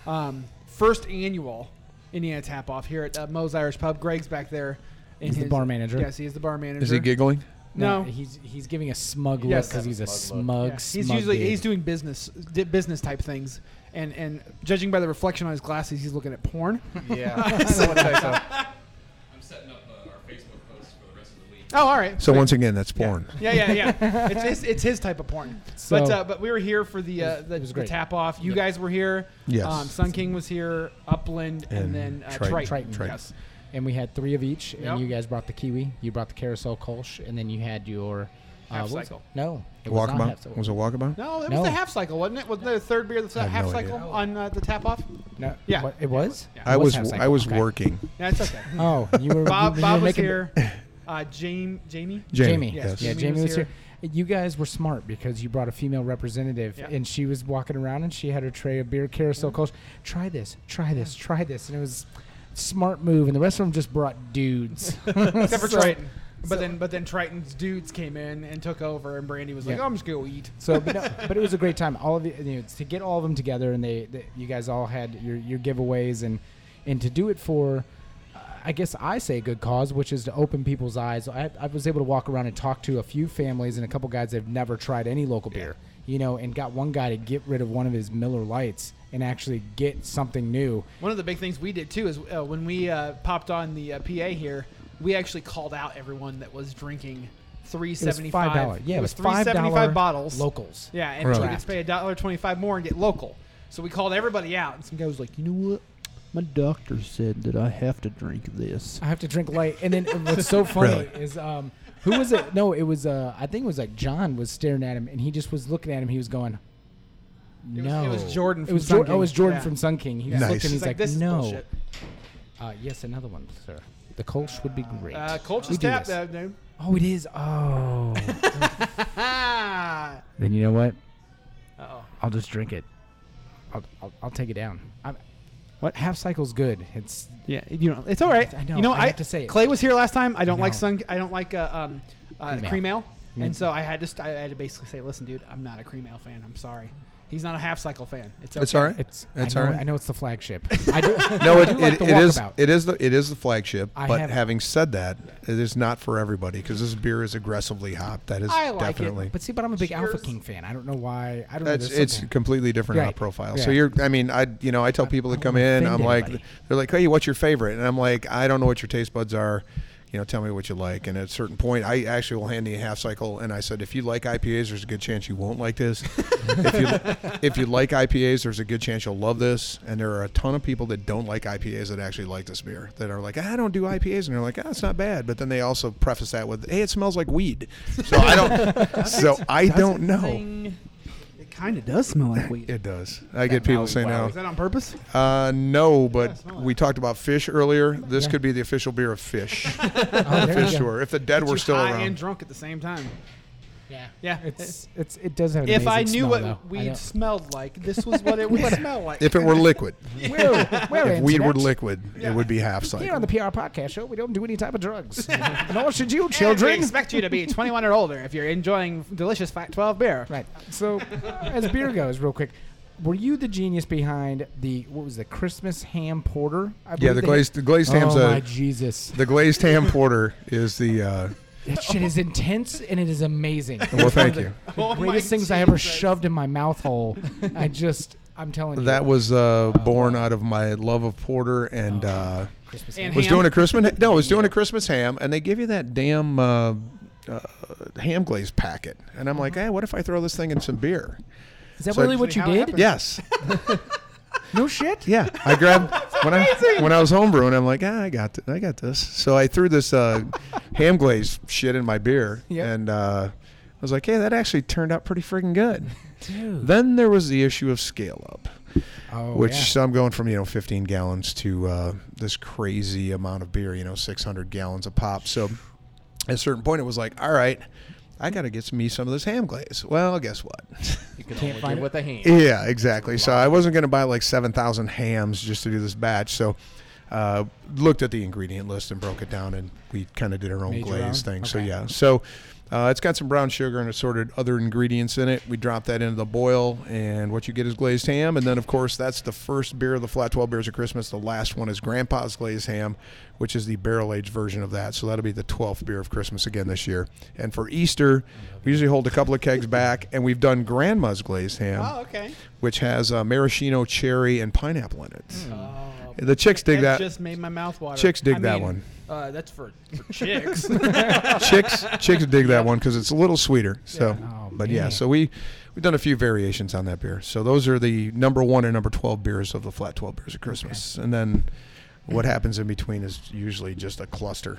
S4: um, first annual Indiana Tap Off here at uh, Moe's Irish Pub. Greg's back there. in
S1: He's the bar manager.
S4: Yes, he is the bar manager.
S3: is he giggling?
S4: No.
S1: he's he's giving a smug look
S4: Yes.
S1: because he's a
S2: Smug look.
S1: smug.
S4: Yeah, He's
S1: smug
S4: usually
S1: dude.
S4: he's doing business di- business type things, and and judging by the reflection on his glasses, he's looking at
S3: *laughs*
S4: porn.
S2: yeah. *laughs* I would say so.
S5: I'm setting up uh, our Facebook post for the rest of the week.
S4: Oh, all right.
S3: So once again, that's porn.
S4: Yeah, yeah, yeah. it's, his, it's his type of porn.
S1: So-
S4: but uh, but we were here for the uh, the,
S1: it was
S4: the
S1: great.
S4: tap off. You guys were here.
S3: Yes.
S4: Um, Sun King was here. Upland and,
S3: And
S4: then uh, Triton.
S3: Triton.
S1: Triton.
S3: Triton.
S4: Yes.
S1: and we had three of each.
S4: Yep.
S1: And you guys brought the kiwi, you brought the carousel kolsch, and then you had your uh,
S4: Half
S1: what was
S4: cycle.
S1: it? No, it was not half
S3: Walkabout
S1: cycle.
S3: was it walkabout?
S4: No, that
S1: No.
S4: was the half cycle, wasn't it? Wasn't there a third beer that's
S3: I have
S4: half
S3: no
S4: cycle
S3: idea.
S4: on uh, the tap off?
S1: No,
S4: Yeah.
S1: what- it was.
S4: Yeah.
S3: I
S1: It
S3: was
S1: half
S3: I
S1: cycle,
S3: was
S1: okay.
S3: working.
S4: That's
S1: *laughs*
S4: okay.
S1: Oh, you were you,
S4: Bob
S1: were
S4: Bob was
S1: making- *laughs*
S4: here. Uh, Jamie Jamie.
S1: Jamie.
S4: Yes.
S1: Yeah,
S3: yes.
S4: Jamie
S1: Jamie
S4: was
S1: was
S4: here.
S1: here. You guys were smart because you brought a female representative,
S4: Yeah. Mm-hmm.
S1: and she was walking around and she had her tray of beer, carousel coach. Try this, try this, try this, and it was smart move. And the rest of them just
S4: *laughs*
S1: brought dudes.
S4: Except for
S1: So-
S4: Triton. But then but then Triton's dudes came in and took over, and Brandy was like,
S1: Yeah.
S4: "I'm just gonna go eat."
S1: So, but, no, but it was a great time. All of you, you know, to get all of them together, and they, they you guys all had your, your giveaways, and and to do it for, uh, I guess I say good cause, which is to open people's eyes. I, I was able to walk around and talk to a few families and a couple guys that have never tried any local beer, you know, and got one guy to get rid of one of his Miller Lights and actually get something new.
S4: One of the big things we did too is uh, when we uh, popped on the uh, PA here, we actually called out everyone that was drinking three
S1: It was
S4: seventy
S1: five dollars.
S4: five.
S1: Yeah,
S4: it was three
S1: five
S4: seventy
S1: dollar
S4: five bottles.
S1: locals.
S4: Yeah, and
S3: Right.
S4: you could pay a dollar twenty five more and get local. So we called everybody out, and some guy was like, "You know what? My doctor said that I have to drink this."
S1: I have to drink light. And then what's
S3: *laughs*
S1: so funny
S3: Really?
S1: is um, who was it? No, it was uh, I think it was like John was staring at him, and he just was looking at him. He was going,
S4: It was-
S1: "No."
S4: it was Jordan
S1: it
S4: from
S1: was
S4: Sun
S1: Jor- oh, it
S4: King.
S1: was Jordan
S4: Yeah.
S1: from Sun King. He was
S3: Nice.
S1: looking.
S3: He's
S1: He's like,
S4: "This is
S1: "No."
S4: bullshit."
S1: Uh, yes, another one, sir. The Kolsch would be great.
S4: Uh, Colch's
S1: We do
S4: tap
S1: this.
S4: that dude.
S1: Oh, it is.
S3: *laughs*
S1: Oh.
S4: Ah.
S1: then you know what?
S4: Uh-oh.
S1: I'll just drink it. I'll, I'll, I'll take it down. I'm, what half cycle's good. It's
S4: Yeah, you know, it's all right.
S1: I know,
S4: You know,
S1: I
S4: I,
S1: have to say it.
S4: Clay was here last time. I don't
S1: I
S4: like
S1: know.
S4: sun. I don't like uh, um, uh,
S1: Cream ale.
S4: cream ale,
S1: Mm.
S4: and so I had to. St- I had to basically say, "Listen, dude, I'm not a cream ale fan. I'm sorry." He's not a half cycle fan. It's okay.
S3: It's all right.
S1: it's.
S3: It's
S1: I know,
S3: all right.
S1: I know it's the
S3: *laughs*
S1: flagship. I do. *laughs*
S3: No,
S1: I
S3: it,
S1: do like
S3: it,
S1: the
S3: it is
S1: walkabout.
S3: it is the it is the flagship.
S1: I
S3: but
S1: have it.
S3: having said that, it is not for everybody because this beer is aggressively hopped. That is
S4: I like it,
S3: definitely
S1: But see, but I'm a big Alpha
S4: Cheers.
S1: King fan. I don't know why. I don't know.
S3: that's
S1: there's
S3: it's
S1: something.
S3: completely different hop
S1: Right.
S3: profile. So
S1: Yeah.
S3: you're I mean I you know I tell people that
S1: I
S3: come
S1: won't
S3: in
S1: offend
S3: I'm like
S1: anybody.
S3: they're like hey what's your favorite and I'm like I don't know what your taste buds are. You know, tell me what you like. And at a certain point, I actually will hand you a half cycle. And I said, if you like IPAs, there's a good chance you won't like this. if,
S1: *laughs*
S3: you, if you like IPAs, there's a good chance you'll love this. And there are a ton of people that don't like IPAs that actually like this beer that are like, I don't do IPAs. And they're like, ah, it's not bad. But then they also preface that with, hey, it smells like weed. So I
S1: *laughs*
S3: don't, so I don't know.
S4: It kind of does smell like weed.
S3: It does. I get people
S2: Maui
S3: saying
S2: Wow.
S3: now,
S4: Is that on purpose?
S3: uh, no,
S4: Yeah,
S3: but
S4: smell it.
S3: we talked about fish earlier. This
S1: Yeah.
S3: could be the official beer of fish.
S1: Oh, there you
S3: fish
S1: go.
S3: tour. If the dead
S4: Get
S3: were
S4: you
S3: still
S4: high and
S3: around.
S4: drunk at the same time.
S1: Yeah.
S4: Yeah.
S1: It's it's it does have. An
S4: if I
S1: amazing
S4: knew
S1: smell,
S4: what
S1: though. I
S4: weed
S1: don't-
S4: smelled like, this was what
S3: *laughs*
S4: it would smell like.
S3: If it were liquid,
S1: *laughs* We're, we're
S3: if weed were
S1: internet.
S3: liquid, it would be half
S1: Here on
S3: cycle.
S1: the PR podcast show, we don't do any type of
S3: *laughs*
S1: drugs. *laughs* Nor should you,
S4: And we
S1: children.
S4: expect you to be 21 or older if you're enjoying delicious Fact 12 beer.
S1: Right. So, as beer goes, real quick, were you the genius behind the what was the Christmas ham porter? I
S3: Yeah,
S1: believe
S3: the
S1: they-
S3: glazed the glazed ham's uh,
S1: Oh my
S3: a,
S1: Jesus!
S3: the glazed ham porter is the uh,
S1: That shit is intense and it is
S3: *laughs*
S1: amazing.
S3: well. Thank you.
S4: *laughs* Oh my
S1: Greatest things I ever
S4: Jesus.
S1: shoved in my mouth hole. I just, I'm telling you.
S3: That was uh, born out of my love of porter and. Uh,
S1: Christmas
S4: And
S1: ham.
S3: was
S4: ham.
S3: doing a Christmas no, was doing a Christmas ham, and they give you that damn uh, uh, ham glaze packet, and I'm like, hey, what if I throw this thing in some beer?
S1: Is that
S3: so-
S1: really what you
S4: How it
S1: did?
S4: happened.
S3: Yes,
S1: No shit.
S3: yeah. I
S1: *laughs*
S3: grabbed when I when I was homebrewing, I'm like, ah, I got th- I got this. So I threw this uh, ham glaze shit in my beer,
S1: Yep.
S3: and uh, I was like, hey, that actually turned out pretty friggin' good.
S1: Dude.
S3: Then there was the issue of scale up.
S1: Oh,
S3: which
S1: yeah.
S3: so I'm going from you know 15 gallons to uh, this crazy amount of beer, you know 600 gallons a pop. So at a certain point, it was like, all right, I got to get me some of this ham glaze. Well, guess what?
S2: You can
S1: Can't
S2: only
S1: find
S2: do
S1: it.
S2: with a hand.
S3: yeah, exactly. So I wasn't going to buy like 7,000 hams just to do this batch. So uh, looked at the ingredient list and broke it down, and we kind of did our own
S1: Made your
S3: glaze
S1: own?
S3: thing. So
S1: Okay.
S3: yeah, so. Uh, it's got some brown sugar and assorted other ingredients in it. We drop that into the boil, and what you get is glazed ham. And then, of course, that's the first beer of the Flat 12 Beers of Christmas. The last one is Grandpa's Glazed Ham, which is the barrel aged version of that. So that'll be the 12th beer of Christmas again this year. And for Easter, we usually hold a couple of kegs back, and we've done Grandma's Glazed Ham
S4: Oh, okay.
S3: which has uh, maraschino, cherry, and pineapple in it.
S1: Mm.
S4: Oh,
S3: Uh, The chicks dig that.
S4: just made my mouth water.
S3: Chicks dig
S4: I
S3: that
S4: mean,
S3: one.
S4: Uh, that's for,
S1: *laughs*
S4: for chicks.
S3: chicks chicks dig that one because it's a little sweeter. So,
S1: Yeah. Oh,
S3: but yeah,
S1: man.
S3: so we we've done a few variations on that beer. So those are the number one and number twelve beers of the flat twelve beers of Christmas, and then. What happens in between is usually just a cluster,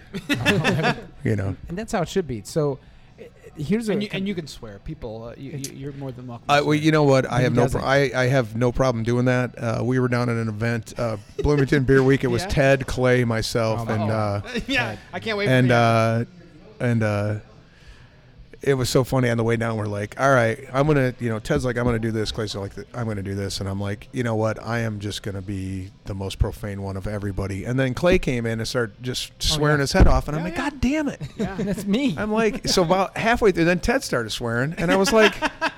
S3: you know.
S1: *laughs* and that's how it should be. So, uh, here's
S4: *laughs*
S1: a
S4: and, you, and you can swear. People, uh, you, you, you're more than welcome. to
S3: I, Uh, well,
S4: swear.
S3: you know what? I
S1: He
S3: have no pro-
S1: doesn't.
S3: I, I have no problem doing that. Uh, we were down at an event, uh, Bloomington Beer Week. It was
S4: Yeah.
S3: Ted, Clay, myself,
S1: Oh,
S3: and
S1: wow.
S3: uh,
S4: *laughs* yeah, I can't wait.
S3: and
S4: for
S3: uh, and uh, it was so funny on the way down. We're like, all right, I'm gonna, you know, Ted's like, I'm gonna do this. Clay's like, I'm gonna do this, and I'm like, you know what? I am just gonna be the most profane one of everybody. And then Clay came in and started just swearing
S1: yeah.
S3: his head off, and I'm
S4: Oh, Yeah,
S3: like,
S4: yeah.
S3: God damn it! *laughs*
S4: the- yeah.
S1: *laughs* that's me.
S3: I'm like, so about halfway through, then Ted started swearing, and I was like,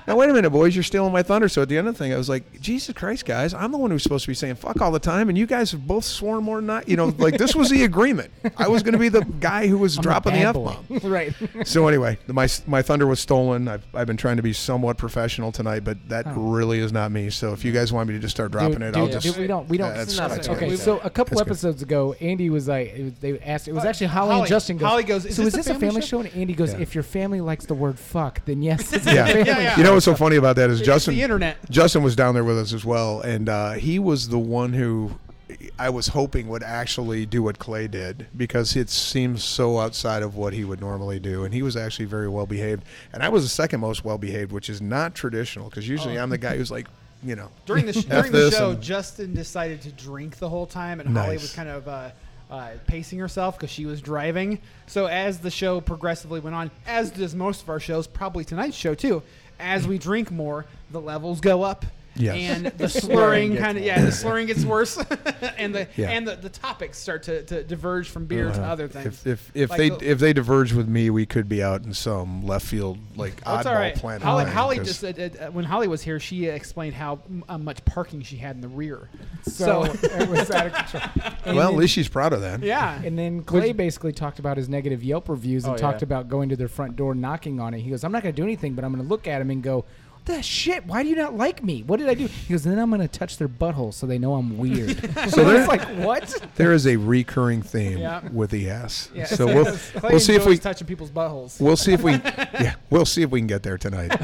S3: Now wait a minute, boys, you're stealing my thunder. So at the end of the thing, I was like, Jesus Christ, guys, I'm the one who's supposed to be saying fuck all the time, and you guys have both sworn more than not. You know, like this was the agreement. I was going to be the guy who was
S1: I'm
S3: dropping the
S1: bad
S3: f
S1: boy.
S3: bomb.
S1: *laughs* right.
S3: So anyway, the, my my thunder was stolen. I've, I've been trying to be somewhat professional tonight, but that
S1: Oh.
S3: really is not me. So if you guys want me to just start dropping
S1: Dude,
S3: it,
S1: dude,
S3: I'll
S1: dude,
S3: just
S1: we don't. We don't.
S3: Yeah, that's-
S2: No, that's
S1: okay,
S2: okay.
S1: so a couple
S3: That's good.
S1: episodes ago, Andy was like, it was- they asked. It was
S4: Uh,
S1: actually Holly, and
S4: Holly-
S1: Justin. Goes,
S4: Holly goes, "Is
S1: so
S4: this
S1: is
S4: a
S1: this a
S4: family
S1: family
S4: show?"
S1: show? And Andy goes,
S3: Yeah.
S1: if your family likes the word fuck, then yes, it's a *laughs*
S3: yeah.
S1: family
S4: yeah.
S1: show."
S3: You know what's so funny about that is
S4: It's
S3: Justin.
S4: the internet.
S3: Justin was down there with us as well, and uh, he was the one who I was hoping would actually do what Clay did because it seems so outside of what he would normally do, and he was actually very well behaved, and I was the second most well behaved, which is not traditional because usually I'm the guy who's like, you know,
S4: During
S3: *laughs*
S4: the, sh-
S3: F
S4: during the
S3: this
S4: show,
S3: and-
S4: Justin decided to drink the whole time, and Holly
S3: Nice.
S4: was kind of uh, uh, pacing herself because she was driving. So as the show progressively went on, as does most of our shows, probably tonight's show too, as we drink more, the levels go up.
S3: Yes. *laughs*
S4: And the
S2: Slurring
S4: slurring
S2: gets
S4: kind of yeah, the slurring gets worse, *laughs* and the
S3: Yeah.
S4: and the, the topics start to, to diverge from beer to
S3: Uh,
S4: other things.
S3: If if, if
S4: Like
S3: they
S4: the-
S3: if they diverge with me, we could be out in some left field like
S4: That's Oh,
S3: oddball
S4: all right.
S3: planet.
S4: Holly,
S3: thing,
S4: Holly
S3: 'cause-
S4: just uh, uh, when Holly was here, she explained how uh, much parking she had in the rear.
S1: So
S4: So,
S1: it was out of control. And
S3: well, at
S1: then-
S3: least she's proud of that.
S4: *laughs* yeah,
S1: And then Clay basically talked about his negative Yelp reviews and
S2: Oh,
S1: talked
S2: yeah.
S1: about going to their front door, knocking on it. He goes, "I'm not going to do anything, but I'm going to look at him and go." The shit! Why do you not like me? What did I do? He goes. Then I'm gonna touch their butthole so they know I'm weird. *laughs* so
S3: there-
S1: it's like what?
S3: There is a recurring theme
S4: Yeah.
S3: with the ass.
S4: Yeah. *laughs*
S3: So we'll
S4: Clay
S3: we'll see if
S4: enjoys
S3: we
S4: touching people's buttholes.
S3: we'll see if we yeah we'll see if we can get there tonight.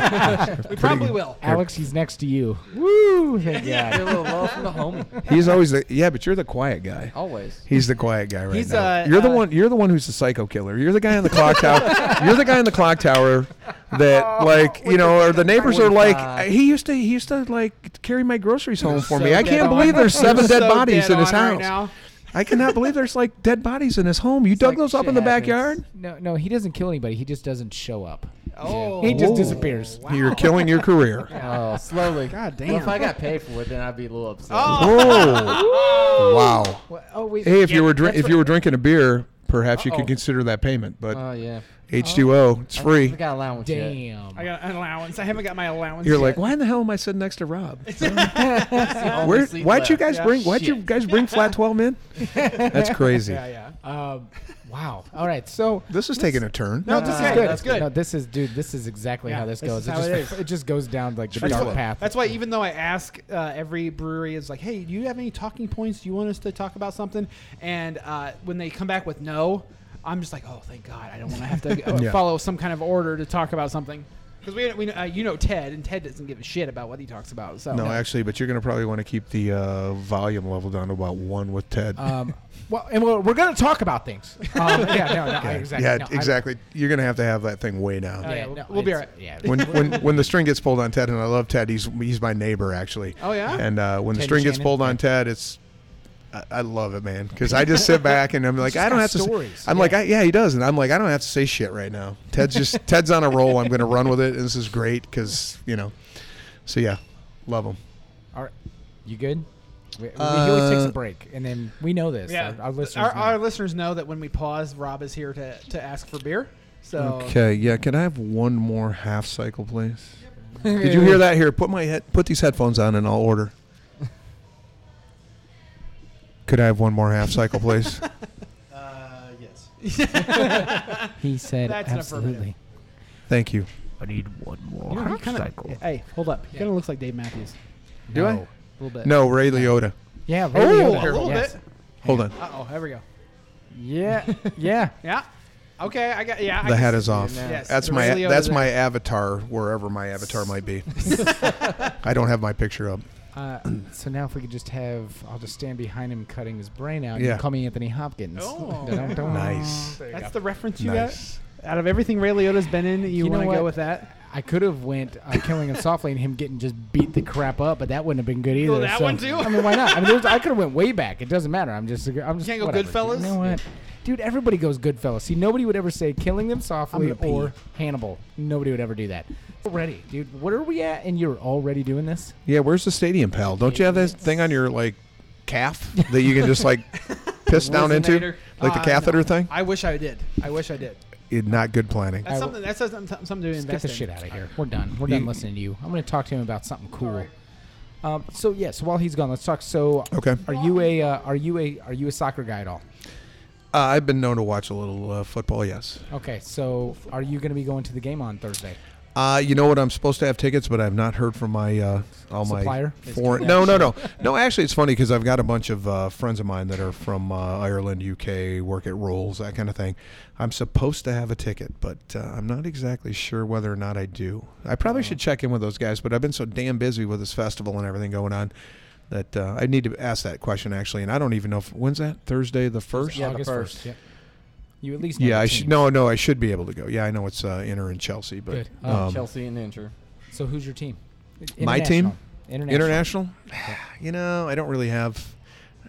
S4: we probably will.
S1: Alex, he's next to you. Woo! Thank
S2: *laughs* Yeah,
S1: God.
S2: a little love from the homie.
S3: He's always the yeah, but you're the quiet guy.
S2: Always.
S3: He's the quiet guy right
S4: He's,
S3: now.
S4: uh,
S3: you're the
S4: uh,
S3: one. You're the one who's the psycho killer. You're the guy in the clock tower. You're the guy in the clock tower
S4: Oh,
S3: that, like, you know, or the neighbors are like,
S2: God.
S3: he used to, he used to like carry my groceries home for
S4: So
S3: me. I
S4: dead
S3: can't
S4: on.
S3: believe there's
S4: You're
S3: seven dead
S4: so
S3: bodies
S4: dead
S3: in his
S4: on right
S3: house.
S4: now.
S3: I cannot believe there's like dead bodies in his home. You dug
S2: like
S3: those up
S2: shit
S3: in the
S2: happens.
S3: backyard.
S1: No, no, he doesn't kill anybody. He just doesn't show up.
S4: Oh,
S1: He just disappears.
S4: Wow.
S3: You're killing your career.
S4: *laughs*
S2: Oh, slowly.
S4: God damn.
S2: Well, if I got paid for it, then I'd be a little upset.
S3: Oh, wow.
S1: Well, oh wait.
S3: Hey, if you were drink
S2: that's
S3: if you were drinking a beer, perhaps you
S2: Uh-oh.
S3: could consider that payment. But
S2: Oh, yeah.
S3: H2O, it's free.
S2: I got allowance yet.
S1: damn.
S4: *gasps* I got an allowance. I haven't got my allowance.
S3: You're
S4: yet.
S3: like, why in the hell am I sitting next to Rob?
S2: It's the
S3: Where,
S2: only seat
S3: why'd you
S2: left.
S3: guys bring? Why'd you
S2: Shit.
S3: guys bring flat twelve in? That's crazy.
S4: Yeah, yeah.
S1: Um, wow. *laughs* All right. So
S3: This is taking a turn.
S1: no,
S4: No,
S1: this
S4: no,
S1: is
S4: no,
S1: good.
S4: that's good.
S1: No, this is dude. This is exactly
S4: Yeah,
S1: how this
S4: this
S1: goes.
S4: is how
S1: it,
S4: it
S1: just, *laughs* it just goes down like the
S3: That's
S1: dark
S3: what-
S1: path.
S4: That's why even though I ask uh, every brewery is like, hey, do you have any talking points? Do you want us to talk about something? And uh, when they come back with no, I'm just like, oh, thank God, I don't want to have to uh,
S3: Yeah.
S4: follow some kind of order to talk about something. Because we, we uh, you know Ted, and Ted doesn't give a shit about what he talks about. So
S3: No, actually, but you're gonna probably want to keep the uh, volume level down to about one with Ted.
S1: Um, well, and we're, we're gonna talk about things.
S3: *laughs*
S1: Um, yeah. No. No. I-
S3: yeah,
S1: Exactly.
S3: yeah,
S1: no, I-
S3: exactly. You're gonna have to have that thing way down.
S4: Oh, yeah,
S1: yeah, no,
S4: we'll be
S1: it's-
S4: all right.
S1: Yeah.
S4: *laughs*
S3: When, when when the string gets pulled on Ted, and I love Ted. He's he's my neighbor actually.
S4: Oh, yeah?
S3: And uh, when the
S1: Ted
S3: string gets
S1: Shannon?
S3: pulled on Ted, it's I, I love it,
S1: *laughs*
S3: man. Because I just sit back and I'm like,
S1: just
S3: I don't
S1: got
S3: have to.
S1: stories.
S3: Say, I'm like, I, yeah, he does, and I'm like, I don't have to say shit right now.
S1: *laughs*
S3: Ted's just Ted's on a roll. I'm gonna run with it, and this is great because you know. So yeah, love him.
S1: *laughs* All right. You good? We, we- he always takes a
S3: Uh,
S1: break, and then we know this.
S4: Yeah,
S1: Our, our listeners.
S4: our,
S1: know.
S4: our listeners know that when we pause, Rob is here to, to ask for beer. So
S3: Okay, yeah. Can I have one more half cycle, please?
S1: *laughs*
S3: Did you hear that? Here, put my head, put these headphones on, and
S1: *laughs*
S3: I'll order. Could I have one more half cycle, please?
S6: Uh, yes.
S1: He said
S4: That's an affirmative.
S1: absolutely.
S3: Thank you.
S4: you know, he kinda, hey, hold up, he kind of looks like Dave Matthews
S3: Do I?
S4: a little bit.
S3: No, Ray Liotta.
S1: Yeah.
S4: oh,
S1: really,
S4: a little
S1: yes.
S4: bit.
S3: Hold on.
S4: Uh oh, here we go.
S1: Yeah.
S3: *laughs*
S1: Yeah.
S4: Yeah. Okay, I got yeah. I
S3: The
S4: can
S3: hat
S4: see
S3: is
S4: it
S3: off.
S4: now. Yes,
S3: That's
S4: the
S3: my
S4: Ray Liotta
S3: that's
S4: there.
S3: my avatar wherever my avatar
S4: *laughs*
S3: might be. I don't have my picture up.
S1: Uh, so now if we could just have, I'll just stand behind him cutting his brain out.
S3: Yeah.
S1: You call me Anthony Hopkins.
S4: Oh.
S1: Dun, dun, dun.
S3: Nice.
S1: There you
S4: That's
S1: go.
S4: the reference you
S3: Nice.
S4: got. Out of everything Ray Liotta's been in, you,
S1: You know
S4: want to
S1: what?
S4: go with that?
S1: I could have went uh, killing him softly and him getting just beat the crap up, but that wouldn't have been good either.
S4: that
S1: so-
S4: one too?
S1: I mean, why not? I mean, there's, I could have went way back. It doesn't matter. I'm just, I'm just.
S4: can't go
S1: whatever.
S4: Goodfellas?
S1: You know what? Dude, everybody goes Goodfellas. See, nobody would ever say killing them softly
S4: I'm gonna
S1: or
S4: pee.
S1: Hannibal. Nobody would ever do that. Already, dude. What are we at? And you're already doing this?
S3: Yeah, where's the stadium, pal? Don't you have that thing on your like calf
S4: *laughs*
S3: that you can just like piss down into,
S4: Resonator.
S3: like the
S4: Uh,
S3: catheter
S4: no.
S3: thing?
S4: I wish I did. I wish I did.
S3: it, not good planning.
S4: That's something. That's something, something to
S1: Let's
S4: invest
S1: get the
S4: in.
S1: shit out of here. We're done. We're done listening to you. I'm going to talk to him about something cool.
S4: Alright.
S1: Um, so yes, while he's gone, let's talk. So
S3: Okay.
S1: are you a uh, are you a are you a soccer guy at all?
S3: Uh, I've been known to watch a little uh, football. Yes.
S1: Okay, so are you going to be going to the game on Thursday?
S3: Uh, you know what? I'm supposed to have tickets, but I've not heard from my uh, all
S1: Supplier?
S3: my foreign. No, no, no, no. Actually, it's funny because I've got a bunch of uh, friends of mine that are from uh, Ireland, UK, work at Rolls, that kind of thing. I'm supposed to have a ticket, but uh, I'm not exactly sure whether or not I do. I probably should check in with those guys, but I've been so damn busy with this festival and everything going on that uh, I need to ask that question actually. And I don't even know if when's that Thursday the first.
S2: Yeah, the
S1: August
S2: first.
S1: first. Yep. You at least know
S3: Yeah,
S1: the
S3: I
S1: team.
S3: should. No, no, I should be able to go. Yeah, I know it's uh, Inter and Chelsea, but
S1: Good.
S2: Uh,
S3: um,
S2: Chelsea and Inter.
S1: So who's your team?
S3: My team?
S1: International. International.
S3: international. *sighs* you know, I don't really have,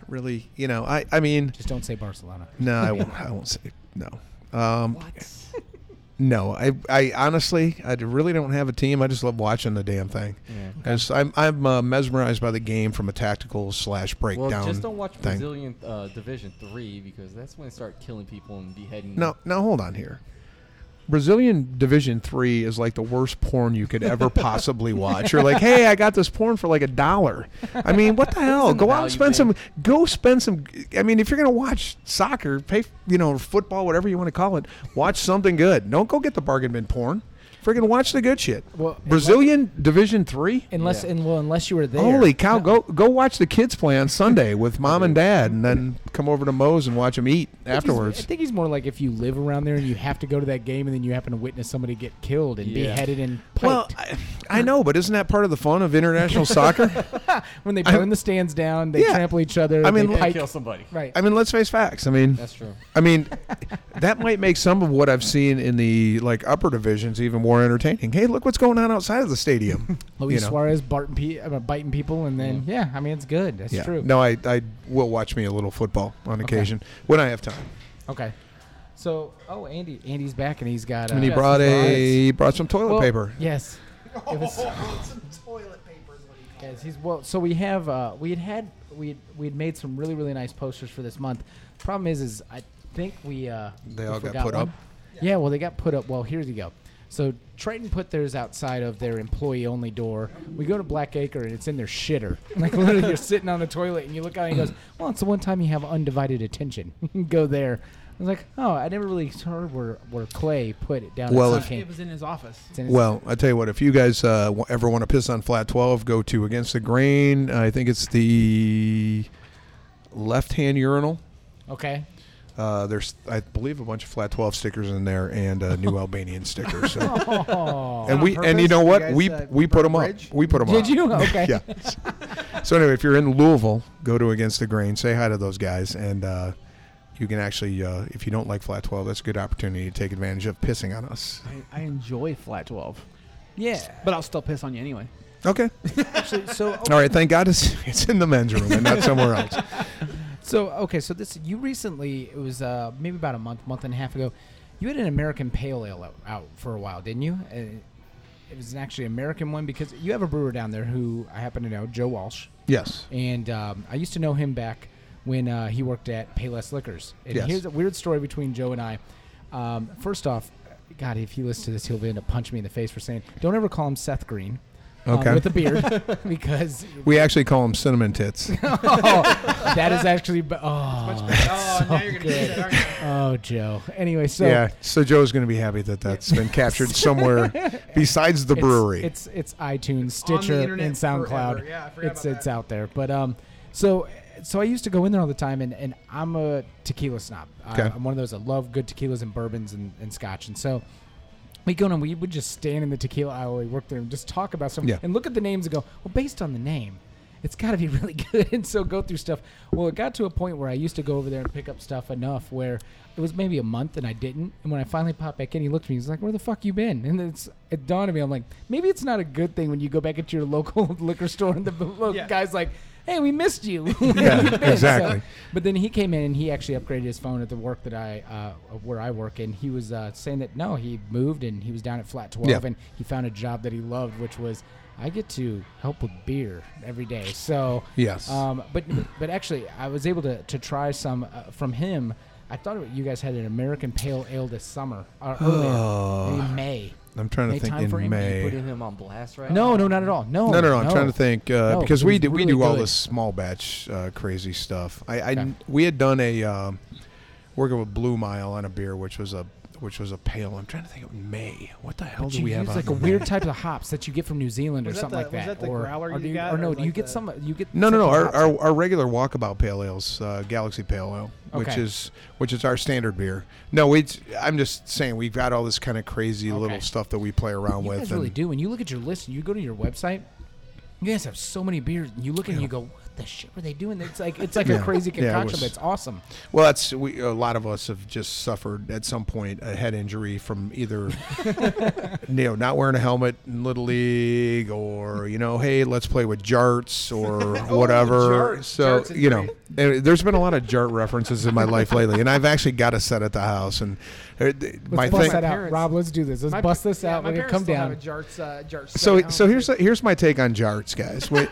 S3: really. You know, I. I mean,
S1: Just don't say Barcelona.
S3: no, I won't. I won't say no. Um, No, I. I honestly, I really don't have a team. I just love watching the damn thing.
S2: Yeah.
S3: I just- I'm, I'm uh, mesmerized by the game from a tactical slash breakdown.
S2: Well, just don't watch
S3: thing.
S2: Brazilian uh, Division Three because that's when they start killing people and beheading.
S3: No, no, hold on here. Brazilian Division Three is like the worst porn you could ever possibly watch. You're like, hey, I got this porn for like a dollar. I mean, what the hell?
S2: in the
S3: Go out and
S2: value
S3: spend some. Go spend some. I mean, if you're gonna watch soccer, pay you know football, whatever you want to call it. Watch something good. Don't go get the bargain bin porn. Freaking watch the good shit.
S1: Well,
S3: Brazilian Division Three.
S1: Unless
S2: Yeah.
S1: and well, unless you were there.
S3: Holy cow! Go go watch the kids play on Sunday with mom and dad, and then come over to Moe's and watch them eat
S1: I think he's-
S3: afterwards.
S1: I think he's more like if you live around there and you have to go to that game and then you happen to witness somebody get killed and
S2: Yeah.
S1: beheaded and
S3: Well,
S1: piked.
S3: I, I know, but isn't that part of the fun of *laughs* international soccer?
S1: when they
S3: I-
S1: burn the stands down, they
S3: Yeah.
S1: trample each other.
S3: I mean,
S1: they
S3: look-
S1: pike.
S2: kill somebody.
S1: right.
S3: I mean, let's face facts. I mean,
S2: That's true.
S3: I mean, that might make some of what I've seen in the like upper divisions even more entertaining. Hey, look what's going on outside of the *laughs* stadium.
S1: Luis
S3: you know.
S1: Suarez barting pe- uh, biting people, and then yeah. I mean it's good. That's
S3: yeah.
S1: true.
S3: No, I, I will watch me a little football on occasion when I have time.
S1: Okay. So oh, Andy, Andy's back and he's got. Uh,
S3: And he
S1: yes,
S3: brought
S1: he's
S3: a he brought some toilet
S1: Well,
S3: paper.
S1: Yes. It was-
S6: *laughs* Some toilet paper is what he called
S1: Guys, he's well. So we have uh, we had had we had, we had made some really really nice posters for this month. Problem is, is I think we uh,
S3: They
S1: we
S3: all got
S1: forgot
S3: put
S1: one.
S3: up?
S1: Yeah. well, they got put up. Well, here you go. So Triton put theirs outside of their employee only door. We go to Black Acre and it's in their shitter. *laughs* Like literally, you're sitting on the toilet and you look out and he goes, "Well, it's the one time you have undivided attention. *laughs* You can go there." I was like, "Oh, I never really heard where where Clay put it down."
S3: Well,
S1: at
S3: if-
S1: Sun King.
S4: It was in his office.
S1: It's in his-
S3: Well, I tell you what, if you guys uh, w- ever want to piss on flat 12, go to Against the Grain. I think it's the left hand urinal.
S1: okay.
S3: Uh, there's, I believe, a bunch of flat twelve stickers in there and
S4: *laughs*
S3: a new Albanian sticker. So,
S1: Oh,
S3: and
S4: on
S3: we and you
S4: purpose?
S3: know
S4: You
S3: what
S4: guys,
S3: we
S4: uh,
S3: we put
S4: burn
S3: them
S4: a
S3: up.
S4: bridge?
S3: We put them up.
S1: did you? Okay.
S3: Yeah. So anyway, if you're in Louisville, go to Against the Grain. Say hi to those guys, and uh, you can actually, uh, if you don't like flat twelve, that's a good opportunity to take advantage of pissing on us.
S4: I, I enjoy flat twelve,
S1: Yeah.
S4: but I'll still piss on you anyway.
S3: Okay.
S1: Actually, so
S3: All right. Thank God it's it's in the men's room and not somewhere else.
S1: So okay, so this you recently it was uh, maybe about a month, month and a half ago. You had an American Pale Ale out, out for a while, didn't you? Uh, It was an actually American one because you have a brewer down there who I happen to know, Joe Walsh,
S3: Yes.
S1: and um, I used to know him back when uh, he worked at Payless Liquors. And
S3: Yes.
S1: here's a weird story between Joe and I. Um, first off, God, if he listens to this, he'll end up punching me in the face for saying, "Don't ever call him Seth Green." um,
S3: Okay.
S1: with a
S3: *laughs*
S1: beard, *laughs* because
S3: We actually call them cinnamon
S1: *laughs*
S3: tits.
S1: oh, that is actually b- oh,
S4: oh, now you're gonna do that, aren't you?
S1: Oh, Joe. Anyway, so
S3: yeah. So Joe's going to be happy that that's been captured somewhere
S1: *laughs*
S3: besides the
S1: it's-
S3: brewery.
S1: It's it's, iTunes,
S4: on the
S1: Stitcher,
S4: internet
S1: and SoundCloud.
S4: forever. Yeah, I forgot
S1: it's
S4: about
S1: it's
S4: that.
S1: out there. But um, so so I used to go in there all the time, and, and I'm a tequila snob.
S3: Okay.
S1: I, I'm one of those. I love good tequilas and bourbons and, and scotch, and so. We go in and we would just stand in the tequila aisle. We worked there and just talk about something
S3: Yeah.
S1: and look at the names and go, well, based on the name, it's got to be *laughs* really good. And so go through stuff. Well, it got to a point where I used to go over there and pick up stuff enough where it was maybe a month and I didn't. And when I finally popped back in, he looked at me. He's like, where the fuck you been? And it's it dawned on me. I'm like, maybe it's not a good thing when you go back into your local *laughs* liquor store and the local
S4: Yeah.
S1: guy's like, hey, we missed you. *laughs*
S3: Yeah,
S1: So-
S3: exactly.
S1: but then he came in and he actually upgraded his phone at the work that I, uh, where I work, and he was uh, saying that no, he moved and he was down at Flat Twelve,
S3: Yeah.
S1: and he found a job that he loved, which was I get to help with beer every day. So
S3: Yes.
S1: um, but but actually, I was able to to try some uh, from him I thought it- you guys had an American Pale Ale this summer or
S3: Oh.
S1: earlier, maybe May.
S3: I'm trying to
S1: May
S3: think
S1: time frame,
S3: in
S1: you
S2: You
S3: May.
S2: putting him on blast right
S1: No,
S2: now?
S1: no, not at all. No,
S3: No, no, no. I'm trying to think uh,
S1: No,
S3: because
S1: it
S3: we
S1: was
S3: do, we
S1: really
S3: do all
S1: good.
S3: this small batch uh, crazy stuff. I, I
S1: Okay.
S3: we had done a um, working with Blue Mile on a beer, which was a which was a pale. I'm trying to think of May. What the hell
S1: But
S3: do
S1: you
S3: we
S1: use
S3: have? *laughs*
S1: like a
S3: on
S1: weird
S3: May?
S1: type of hops that you get from New Zealand or
S4: Was that
S1: something
S4: the-
S1: like
S4: was that
S1: that.
S4: the
S1: or,
S4: growler
S1: or
S4: you
S1: do
S4: got
S1: or
S4: or
S1: no, do you
S4: like
S1: get
S4: the-
S1: some? You get
S3: No, no, no.
S1: some
S3: Our,
S1: hops?
S3: our, our regular walkabout pale ales, uh, Galaxy Pale Ale, which
S1: Okay.
S3: is which is our standard beer. No, we. I'm just saying we've got all this kind of crazy
S1: Okay.
S3: little stuff that we play around
S1: you
S3: with.
S1: guys really
S3: and-
S1: do. When you look at your list and you go to your website, you guys have so many beers. And you look and you go, "What the shit were they doing?" It's like it's like a
S3: Yeah.
S1: crazy
S3: Yeah, it
S1: concoction,
S3: was-
S1: but it's awesome.
S3: Well, that's we. A lot of us have just suffered at some point a head injury from
S4: *laughs*
S3: either, you know, not wearing a helmet in little league, or you know, hey, let's play with jarts
S4: *laughs*
S3: or whatever.
S4: Oh, jarts.
S3: So
S4: Jarts is
S3: you know,
S4: great.
S3: there- there's been a lot of jart references in my life lately, and I've actually got a set at the house. And uh, th- my
S1: Let's bust
S3: thing,
S1: that out,
S4: parents-
S1: Rob. Let's do this. Let's
S4: My-
S1: bust this
S4: yeah,
S1: out.
S4: My
S1: We're gonna
S4: parents
S1: come
S4: still have
S1: down.
S4: a jarts, uh, jarts set at
S3: So,
S4: home.
S3: so here's here's my take on jarts, guys.
S4: *laughs*
S3: Wait,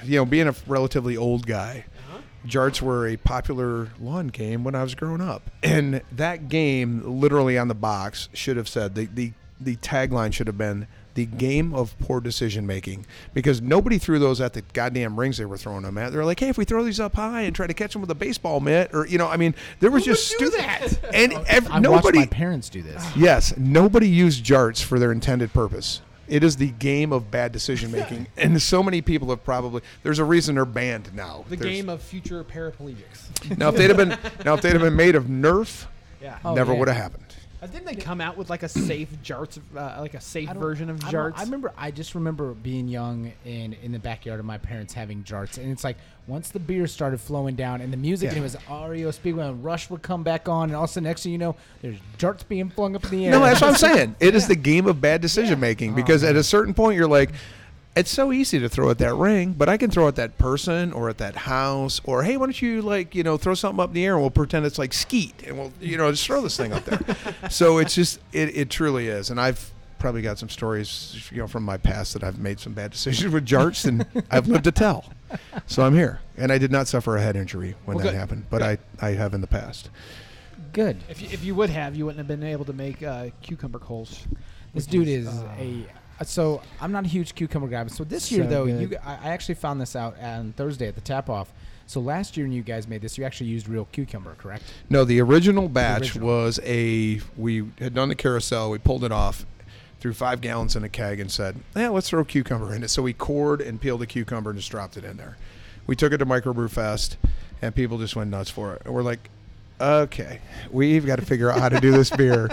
S3: *clears throat* you know, being a relatively old guy,
S4: Uh-huh.
S3: jarts were a popular lawn game when I was growing up, and that game literally on the box should have said the the, the tagline should have been the game of poor decision making because nobody threw those at the goddamn rings they were throwing them at. They're like, hey, if we throw these up high and try to catch them with a baseball mitt, or you know, I mean, there was just
S4: do
S3: stupid
S4: that? *laughs*
S3: and ev-
S1: I
S3: nobody
S1: watched my parents do this.
S3: Yes, nobody used jarts for their intended purpose. It is the game of bad decision
S4: *laughs*
S3: making, and so many people have probably. There's a reason they're banned now.
S4: the game of future paraplegics.
S3: now, if they'd have been now if they'd have been made of Nerf,
S4: Yeah.
S1: Oh,
S3: never
S1: yeah.
S3: would have happened.
S4: Uh, Didn't they come out with like a safe jarts, uh, like a safe
S1: I don't-
S4: version of
S1: I don't-
S4: jarts?
S1: I remember. I just remember being young and in the backyard of my parents having jarts, and it's like once the beer started flowing down and the music, and it was REO Speedway, and Rush would come back on, and all of a sudden, next thing you know, there's jarts being flung up in the air.
S3: No, that's
S4: *laughs*
S3: what I'm saying. It is the game of bad decision making because
S4: Oh,
S3: at a certain point you're like, it's so easy to throw at that ring, but I can throw at that person or at that house or hey, why don't you like you know throw something up in the air and we'll pretend it's like skeet and we'll you know just throw this thing
S4: *laughs*
S3: up there. so it's just it, it truly is, and I've probably got some stories you know from my past that I've made some bad decisions with jarts
S4: *laughs*
S3: and I've lived to tell. So I'm here, and I did not suffer a head injury when
S4: Well,
S3: that
S4: good.
S3: happened, but I I have in the past.
S1: Good.
S4: if, you, if you would have, you wouldn't have been able to make uh, cucumber coals.
S1: This
S4: which
S1: dude is
S4: uh,
S1: a. So I'm not a huge cucumber guy, but so this year
S4: So
S1: though,
S4: good.
S1: you I I actually found this out on Thursday at the tap off. So last year when you guys made this, you actually used real cucumber, correct?
S3: No, the original batch
S1: original.
S3: was a we had done the carousel, we pulled it off, threw five gallons in a keg, and said, "Yeah, let's throw cucumber in it." So we cored and peeled a cucumber and just dropped it in there. We took it to Microbrew Fest, and people just went nuts for it. And we're like, "Okay, we've got to figure out how to do
S1: *laughs*
S3: this beer,"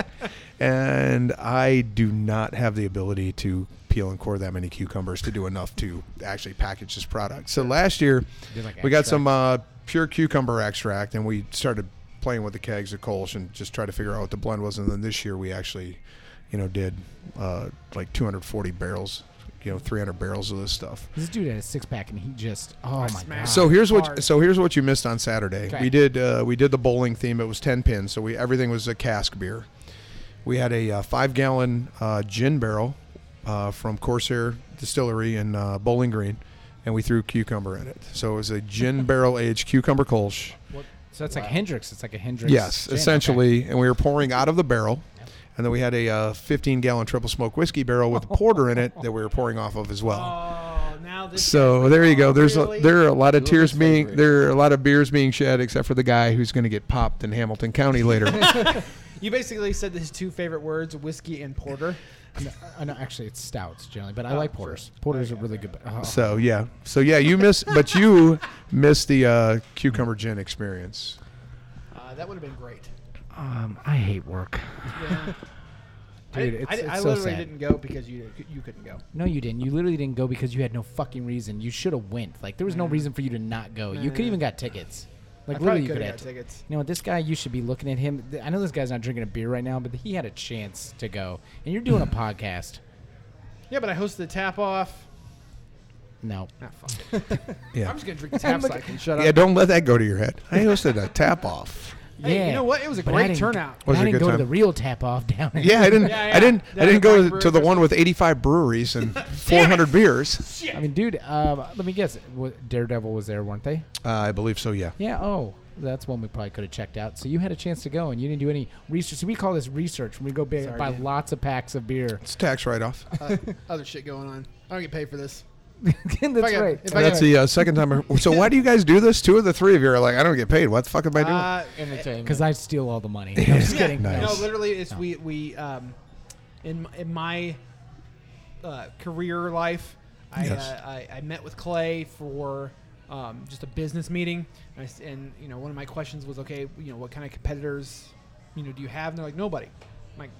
S3: and I do not have the ability to peel and core that many cucumbers to do enough to actually package this product. So last year,
S1: Did like
S3: we got
S1: extract.
S3: some uh, pure cucumber extract, and we started playing with the kegs of Kolsch and just try to figure out what the blend was. And then this year we actually, you know, did uh, like 240 barrels, you know, 300 barrels of this stuff.
S1: This dude had a six pack, and he just oh my god.
S4: smashed
S3: So here's what
S4: Hard.
S3: so here's what you missed on Saturday.
S1: Okay.
S3: We did uh, we did the bowling theme. It was 10 pins, so we everything was a cask beer. We had a uh, five gallon uh, gin barrel uh, from Corsair Distillery in uh, Bowling Green, and we threw cucumber in it. So it was a gin barrel aged cucumber Kolsch.
S1: So it's like Hendrix. It's like a Hendrix.
S3: Yes,
S1: gin, okay.
S3: essentially. And we were pouring out of the barrel. And then we had a uh, 15 gallon triple smoke whiskey barrel with a
S4: *laughs*
S3: porter in it that we were pouring off of as well.
S4: Oh, now this. "Oh,
S3: So there you go. There's a, there are a lot of
S2: Who
S3: tears
S2: is
S3: being
S2: favorite?
S3: there are a lot of beers being shed, except for the guy who's going to get popped in Hamilton
S4: *laughs*
S3: County later. *laughs*
S4: You basically said his two favorite words: whiskey and porter.
S1: No, uh, no, actually, it's stouts generally,
S4: Oh,
S1: but I like porters. Porters are really good. But, oh.
S3: so yeah, so yeah, you miss, but you miss the uh, cucumber gin experience.
S4: Uh, that would have been great.
S1: um, I hate work. *laughs*
S4: Yeah.
S1: Dude,
S4: I,
S1: it's-
S4: I,
S1: it's
S4: I
S1: so
S4: literally
S1: sad.
S4: didn't go because you you couldn't go.
S1: No, you didn't. You literally didn't go because you had no fucking reason. You should have went. Like there was no reason for you to not go. You could even got tickets. Like
S4: I
S1: literally,
S4: probably
S1: you
S4: could
S1: could
S4: have got
S1: have.
S4: tickets.
S1: You know what? This guy, you should be looking at him. Th- I know this guy's not drinking a beer right now, but he had a chance to go. And you're
S4: *laughs*
S1: doing a podcast.
S4: Yeah, but I hosted the tap off.
S1: No.
S4: Ah, fuck. *laughs*
S3: Yeah,
S4: I'm just gonna drink the tap
S1: Look-
S4: cycle. and Shut
S3: yeah.
S4: up.
S3: Don't let that go to your head. I hosted a tap off.
S4: Hey, you know what? It was a
S1: but I
S4: great
S1: didn't-
S4: turnout.
S1: but
S3: Was
S1: I
S3: it a
S1: didn't go
S3: good
S1: to
S3: time?
S1: the real tap off down. in-
S3: Yeah, I didn't.
S4: *laughs* Yeah,
S3: I
S4: yeah.
S3: didn't.
S4: That
S3: I didn't
S4: and
S3: go
S4: Black
S3: to,
S4: Brewery
S3: to the
S4: Christmas.
S3: one with 85
S4: *laughs*
S3: breweries and 400 beers.
S1: I mean, dude. Um, let me guess. Wa- Daredevil was there, weren't they?
S3: Uh, I believe so. Yeah.
S1: Yeah. Oh. that's one we probably could have checked out. So you had a chance to go, and you didn't do any research. So we call this research when we go ba-
S4: Sorry,
S1: buy
S4: Dan.
S1: lots of packs
S4: *laughs*
S1: of beer.
S3: It's a tax
S1: *laughs*
S3: write off.
S6: Uh, other shit going on. I don't get paid for this.
S1: that's
S6: I got-
S1: right.
S3: *laughs*
S6: if I
S3: That's the uh, second time.
S1: *laughs*
S3: I, so why do you guys do this? Two of the three of you are like, I don't get paid. What the fuck am I doing?
S1: Ah,
S4: Uh,
S2: Entertainment.
S1: Because I steal all the money. No, I'm just
S3: *laughs* Yeah.
S1: kidding.
S3: Nice.
S1: No.
S4: No, literally, it's
S1: No.
S4: we we um, in in my uh, career life, I,
S3: Yes.
S4: uh, I I met with Clay for um, just a business meeting, and, I s and you know one of my questions was, okay, you know, what kind of competitors, you know, do you have? And they're like, nobody. I'm like,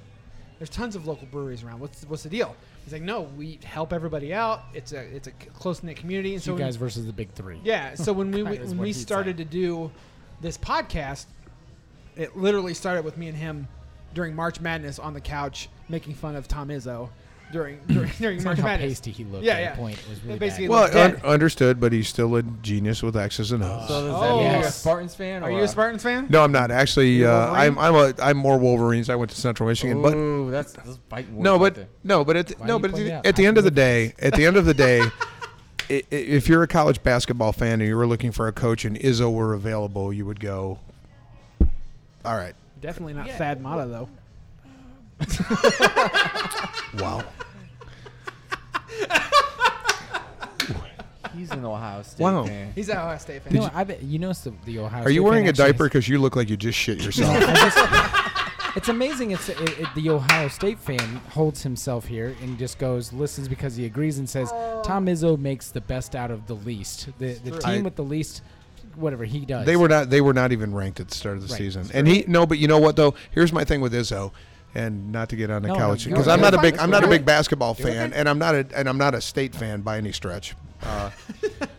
S4: there's tons of local breweries around. What's what's the deal? He's like, no, we help everybody out. It's a it's a close knit community, and so
S1: you
S4: when-
S1: guys versus the big three.
S4: yeah. So when *laughs* we
S1: That
S4: when
S1: is what
S4: we
S1: he'd
S4: started to do this podcast, it literally started with me and him during March Madness on the couch making fun of Tom Izzo *coughs* during during, during
S1: It's
S4: March
S1: like how
S4: Madness.
S1: pasty he looked
S4: Yeah,
S1: at
S4: yeah.
S1: a point. It was really
S4: And basically
S1: bad.
S3: well,
S4: looked dead.
S3: un- understood, but he's still a genius with X's and
S2: So
S3: O's.
S2: does
S4: Oh.
S2: that mean you're a
S1: Yes.
S2: Spartans fan?
S4: Are
S2: or
S4: you a Spartans fan?
S3: no, I'm not actually.
S4: You
S3: Uh,
S4: Wolverine?
S3: I'm I'm a, I'm more Wolverines. I went to Central Michigan, but
S2: Ooh, that's, that's biting words
S3: no,
S2: right
S3: but
S2: there.
S3: no, but at
S1: Why do
S3: no,
S1: you
S3: but at
S1: point
S3: the,
S1: it out?
S3: at the
S1: I
S3: end of the
S1: love *laughs*
S3: day, at the end of the day, i- i- if you're a college basketball fan and you were looking for a coach and Izzo were available, you would go. All right.
S4: Definitely not Thad Mata though.
S3: Wow.
S2: he's an Ohio State
S3: Wow.
S2: fan.
S4: He's an Ohio State fan.
S1: You know, I bet you noticed the, the Ohio.
S3: Are
S1: State
S3: you wearing
S1: fan
S3: a
S1: actually has-
S3: diaper? Because you look like you just shit yourself.
S1: *laughs* I just- it's amazing. It's it, it, the Ohio State fan holds himself here and just goes listens because he agrees and says Tom Izzo makes the best out of the least. The the team
S3: I-
S1: with the least, whatever he does.
S3: They were not. They were not even ranked at the start of the
S1: Right.
S3: season. And he no, but you know what though? Here's my thing with Izzo, and not to get on the
S1: No,
S3: college
S1: no,
S3: because
S1: go-
S3: I'm
S1: go
S3: not a
S1: fine,
S3: big
S1: let's
S3: I'm
S1: go.
S3: not a
S1: Do
S3: big
S1: it.
S3: basketball fan, and I'm not a and I'm not a state fan by any stretch.
S1: *laughs*
S3: Uh,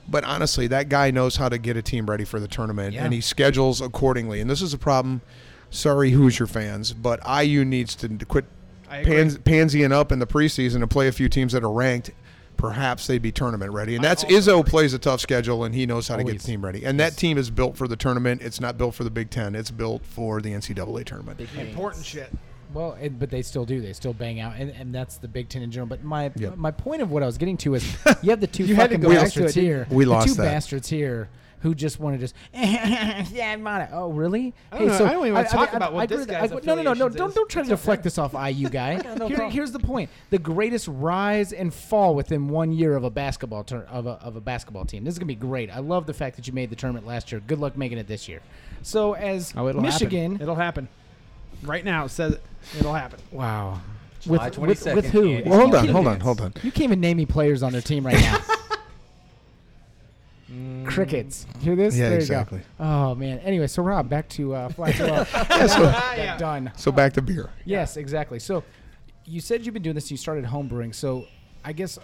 S3: but honestly, that guy knows how to get a team ready for the tournament, and
S1: Yeah.
S3: he schedules accordingly. And this is a problem. Sorry, Hoosier fans, but IU needs to quit
S4: I agree.
S3: pans, pansying up in the preseason to play a few teams that are ranked. Perhaps they'd be tournament ready, and that's Izzo plays a tough schedule, and he knows how to get
S1: Always.
S3: the team ready. And that team is built for the tournament. It's not built for the Big Ten. It's built for the NCAA tournament.
S2: Big games.
S4: Important shit.
S1: Well, and, but they still do. They still bang out, and, and that's the Big Ten in general. But my
S3: Yeah.
S1: my point of what I was getting
S4: *laughs*
S1: to is, you have the two
S4: You had to
S1: fucking
S4: go back to
S1: bastards
S4: it, didn't
S1: here.
S3: you? We
S1: the
S3: lost
S1: two
S3: that.
S1: bastards here who just want to just *laughs* yeah, Mata. Oh, really?
S4: I don't know. I don't even wanna talk about what
S1: agree
S4: this
S1: with-
S4: guy's
S1: No, no, no, no.
S4: affiliations
S1: Don't
S4: is.
S1: don't try to deflect this off IU
S4: *laughs*
S1: guy. Here- here's the point: the greatest rise and fall within one year of a basketball tur- of a of a basketball team. This is gonna be great. I love the fact that you made the tournament last year. Good luck making it this year. So as
S4: Oh, it'll
S1: Michigan,
S4: Happen. It'll happen. Right now, it says it. it'll happen.
S1: Wow.
S2: July
S1: With, with,
S2: 22nd,
S1: with who?
S2: Andy.
S3: Well, hold
S1: You
S3: on,
S1: can't
S3: hold
S1: even-
S3: on, hold on.
S1: You can't even name me players on their team right
S2: *laughs*
S1: now. Mm. Crickets. Hear this?
S3: Yeah,
S1: there
S3: exactly.
S1: you go. Oh man. Anyway, so Rob, back to uh,
S3: *laughs*
S1: Fly to Rob.
S4: Ah, yeah.
S1: Done.
S3: So back to beer.
S1: Yes, exactly. So you said you've been doing this. You started home brewing. So I guess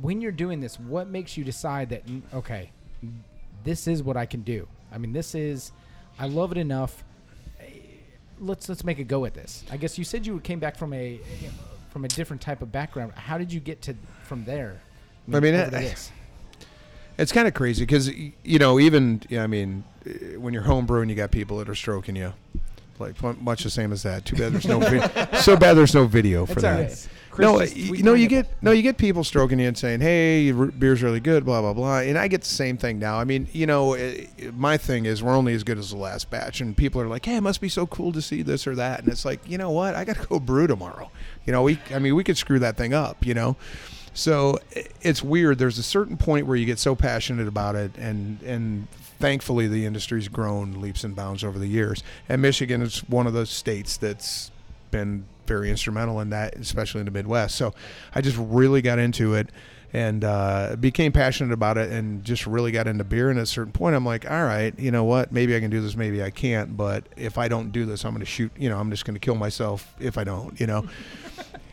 S1: when you're doing this, what makes you decide that mm, okay, this is what I can do? I mean, this is I love it enough. Eh, Let's let's make a go at this. I guess you said you came back from a from a different type of background. How did you get to from there?
S3: I mean,
S1: over to
S3: *laughs* I-
S1: this?
S3: It's kind of crazy because you know even yeah, I mean eh, when you're homebrewing, you got people that are stroking you, like mu- much the same as that. Too bad there's no vi- *laughs* so bad there's no video for
S4: It's all
S3: that.
S4: right. Chris
S3: No,
S4: just-
S3: y-
S4: we
S3: you know
S4: can
S3: you
S4: handle
S3: get no you get people stroking you and saying, "Hey, your beer's really good," blah blah blah. And I get the same thing now. I mean, you know, eh, my thing is we're only as good as the last batch, and people are like, "Hey, it must be so cool to see this or that," and it's like, you know what? I got to go *laughs* brew tomorrow. You know, we I mean we could screw that thing up. You know, so i- it's weird. There's a certain point where you get so passionate about it, and and thankfully the industry's grown leaps and bounds over the years. And Michigan is one of those states that's been very instrumental in that, especially in the Midwest. So I just really got into it and uh, became passionate about it and just really got into beer. And at a certain point, I'm like, all right, you know what? Maybe I can do this, maybe I can't. But if I don't do this, I'm going to shoot, you know, I'm just going to kill myself if I don't,
S4: *laughs*
S3: you know?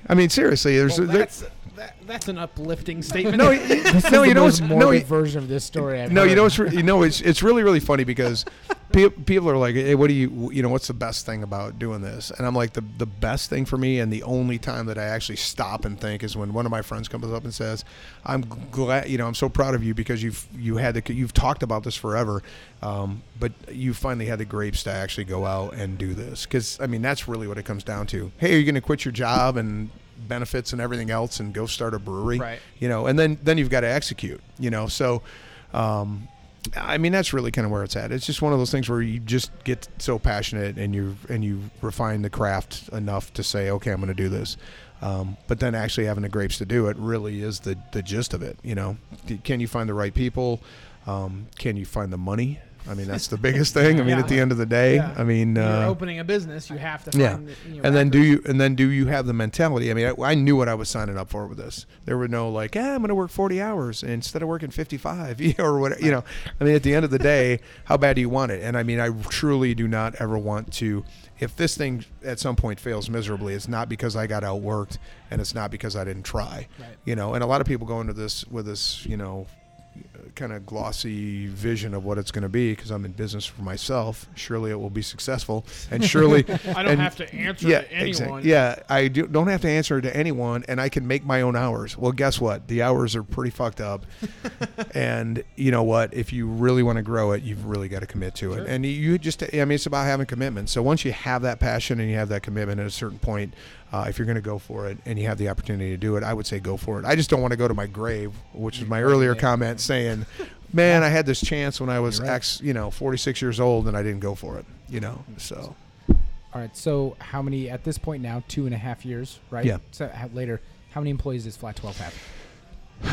S3: I mean, seriously, there's.
S4: Well,
S3: there-
S4: that's that, that's an
S3: *laughs*
S4: uplifting statement. *laughs*
S3: no, you-
S1: This
S3: no,
S1: is the
S3: you know,
S1: most
S3: what's- no,
S1: morbid
S3: you-
S1: version of this story. I've
S3: no, you
S1: heard.
S3: know it's re- you know it's it's really really
S1: *laughs*
S3: funny because pe- people are like, hey, what do you you know what's the best thing about doing this? And I'm like, the the best thing for me and the only time that I actually stop and think is when one of my friends comes up and says, I'm g- glad you know I'm so proud of you because you've you had the you've talked about this forever, um, but you finally had the grapes to actually go out and do this because I mean that's really what it comes down to. Hey, are you going to quit your job and benefits and everything else and go start a brewery?
S4: Right.
S3: you know and then then you've got to execute you know so um, I mean, that's really kind of where it's at. It's just one of those things where you just get so passionate and you and you refine the craft enough to say, okay, I'm going to do this. Um, but then actually having the grapes to do it really is the the gist of it. You know, D- can you find the right people? Um, can you find the money? I mean, that's the biggest thing. I mean,
S4: *laughs* Yeah.
S3: at the end of the day,
S4: Yeah.
S3: I mean,
S4: You're
S3: uh,
S4: opening a business. You have to. Find,
S3: yeah.
S4: You know,
S3: and then do
S4: backers.
S3: you and then do you have the mentality? I mean, I, I knew what I was signing up for with this. There were no like, ah, I'm going to work 40 hours instead of working 55 or what. *laughs* You know, I mean, at the end of the day, how bad do you want it? And I mean, I truly do not ever want to. If this thing at some point fails miserably, it's not because I got outworked, and it's not because I didn't try.
S4: Right.
S3: You know, and a lot of people go into this with this, you know, kind of glossy vision of what it's going to be because I'm in business for myself. Surely it will be successful, and surely
S4: *laughs* I don't
S3: and-
S4: have to answer
S3: yeah,
S4: to anyone.
S3: exact- Yeah, I do, don't have to answer to anyone, and I can make my own hours. Well, guess what? The hours are pretty
S4: *laughs*
S3: fucked up, and you know what? If you really want to grow it, you've really got to commit to it. And you just—I mean, it's about having commitment. So once you have that passion and you have that commitment, at a certain point, uh, if you're going to go for it and you have the opportunity to do it, I would say go for it. I just don't want to go to my grave, which is my earlier
S4: *laughs*
S3: comment saying. Man, I had this chance when I was
S1: You're right.
S3: X, you know, 46 years old, and I didn't go for it. You know,
S4: Mm.
S3: so
S1: All right. So how many at this point now? Two and a half years, right?
S3: Yeah.
S1: So how, later, how many employees does Flat Twelve have?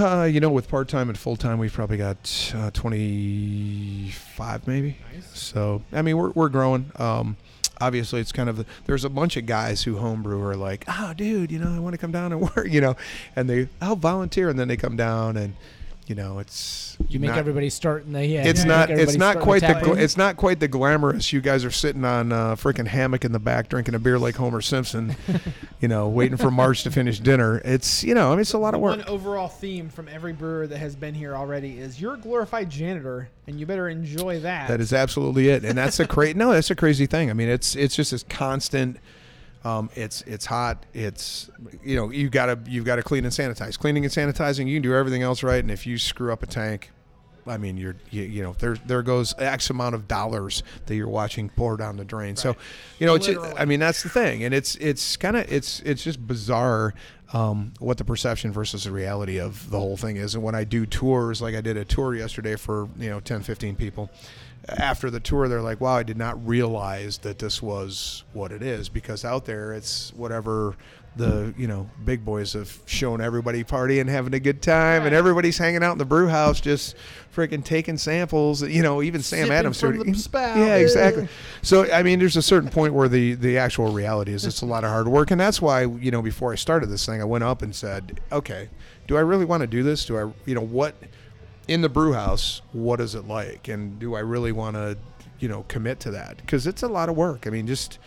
S3: Uh, you know, with part time and full time, we've probably got uh, 25 maybe. So, I mean, we're, we're growing. Um, obviously, it's kind of there's a bunch of guys who homebrew are like, oh, dude, you know, I want to come down and *laughs* work, you know, and they, I'll volunteer. And then they come down and, you know, it's
S1: You make
S3: not-
S1: everybody start in the yeah.
S3: it's
S1: you
S3: not.
S1: make
S3: It's
S1: everybody
S3: not
S1: start
S3: quite the.
S1: attacking.
S3: Gl- it's not quite the glamorous. You guys are sitting on a freaking hammock in the back, drinking a beer like
S1: *laughs*
S3: Homer Simpson, you know, waiting for March to finish dinner. It's you know, I mean, it's a lot of work.
S4: One overall theme from every brewer that has been here already is you're a glorified janitor, and you better enjoy that.
S3: That is absolutely it, and that's a crazy. *laughs* No, that's a crazy thing. I mean, it's it's just this constant. Um, it's it's hot. It's you know you gotta you've gotta clean and sanitize. Cleaning and sanitizing, you can do everything else right, and if you screw up a tank, I mean you're you, you know there there goes X amount of dollars that you're watching pour down the drain. So, you know, it's
S4: Literally.
S3: I mean that's the thing, and it's it's kind of it's it's just bizarre um, what the perception versus the reality of the whole thing is. And when I do tours, like I did a tour yesterday for you know 10, 15 people, after the tour they're like, "Wow, I did not realize that this was what it is," because out there it's whatever the you know big boys have shown everybody party and having a good time and everybody's hanging out in the brew house just freaking taking samples you know even sam
S6: Sipping
S3: adams
S6: from
S3: started- *laughs*
S6: the spout.
S3: yeah exactly so I mean, there's a certain point where the the actual reality is it's a lot of hard work, and that's why you know before I started this thing, I went up and said, okay, do I really want to do this? Do I you know what in the brew house? What is it like? And do I really want to you know commit to that? Because it's a lot of work. I mean, just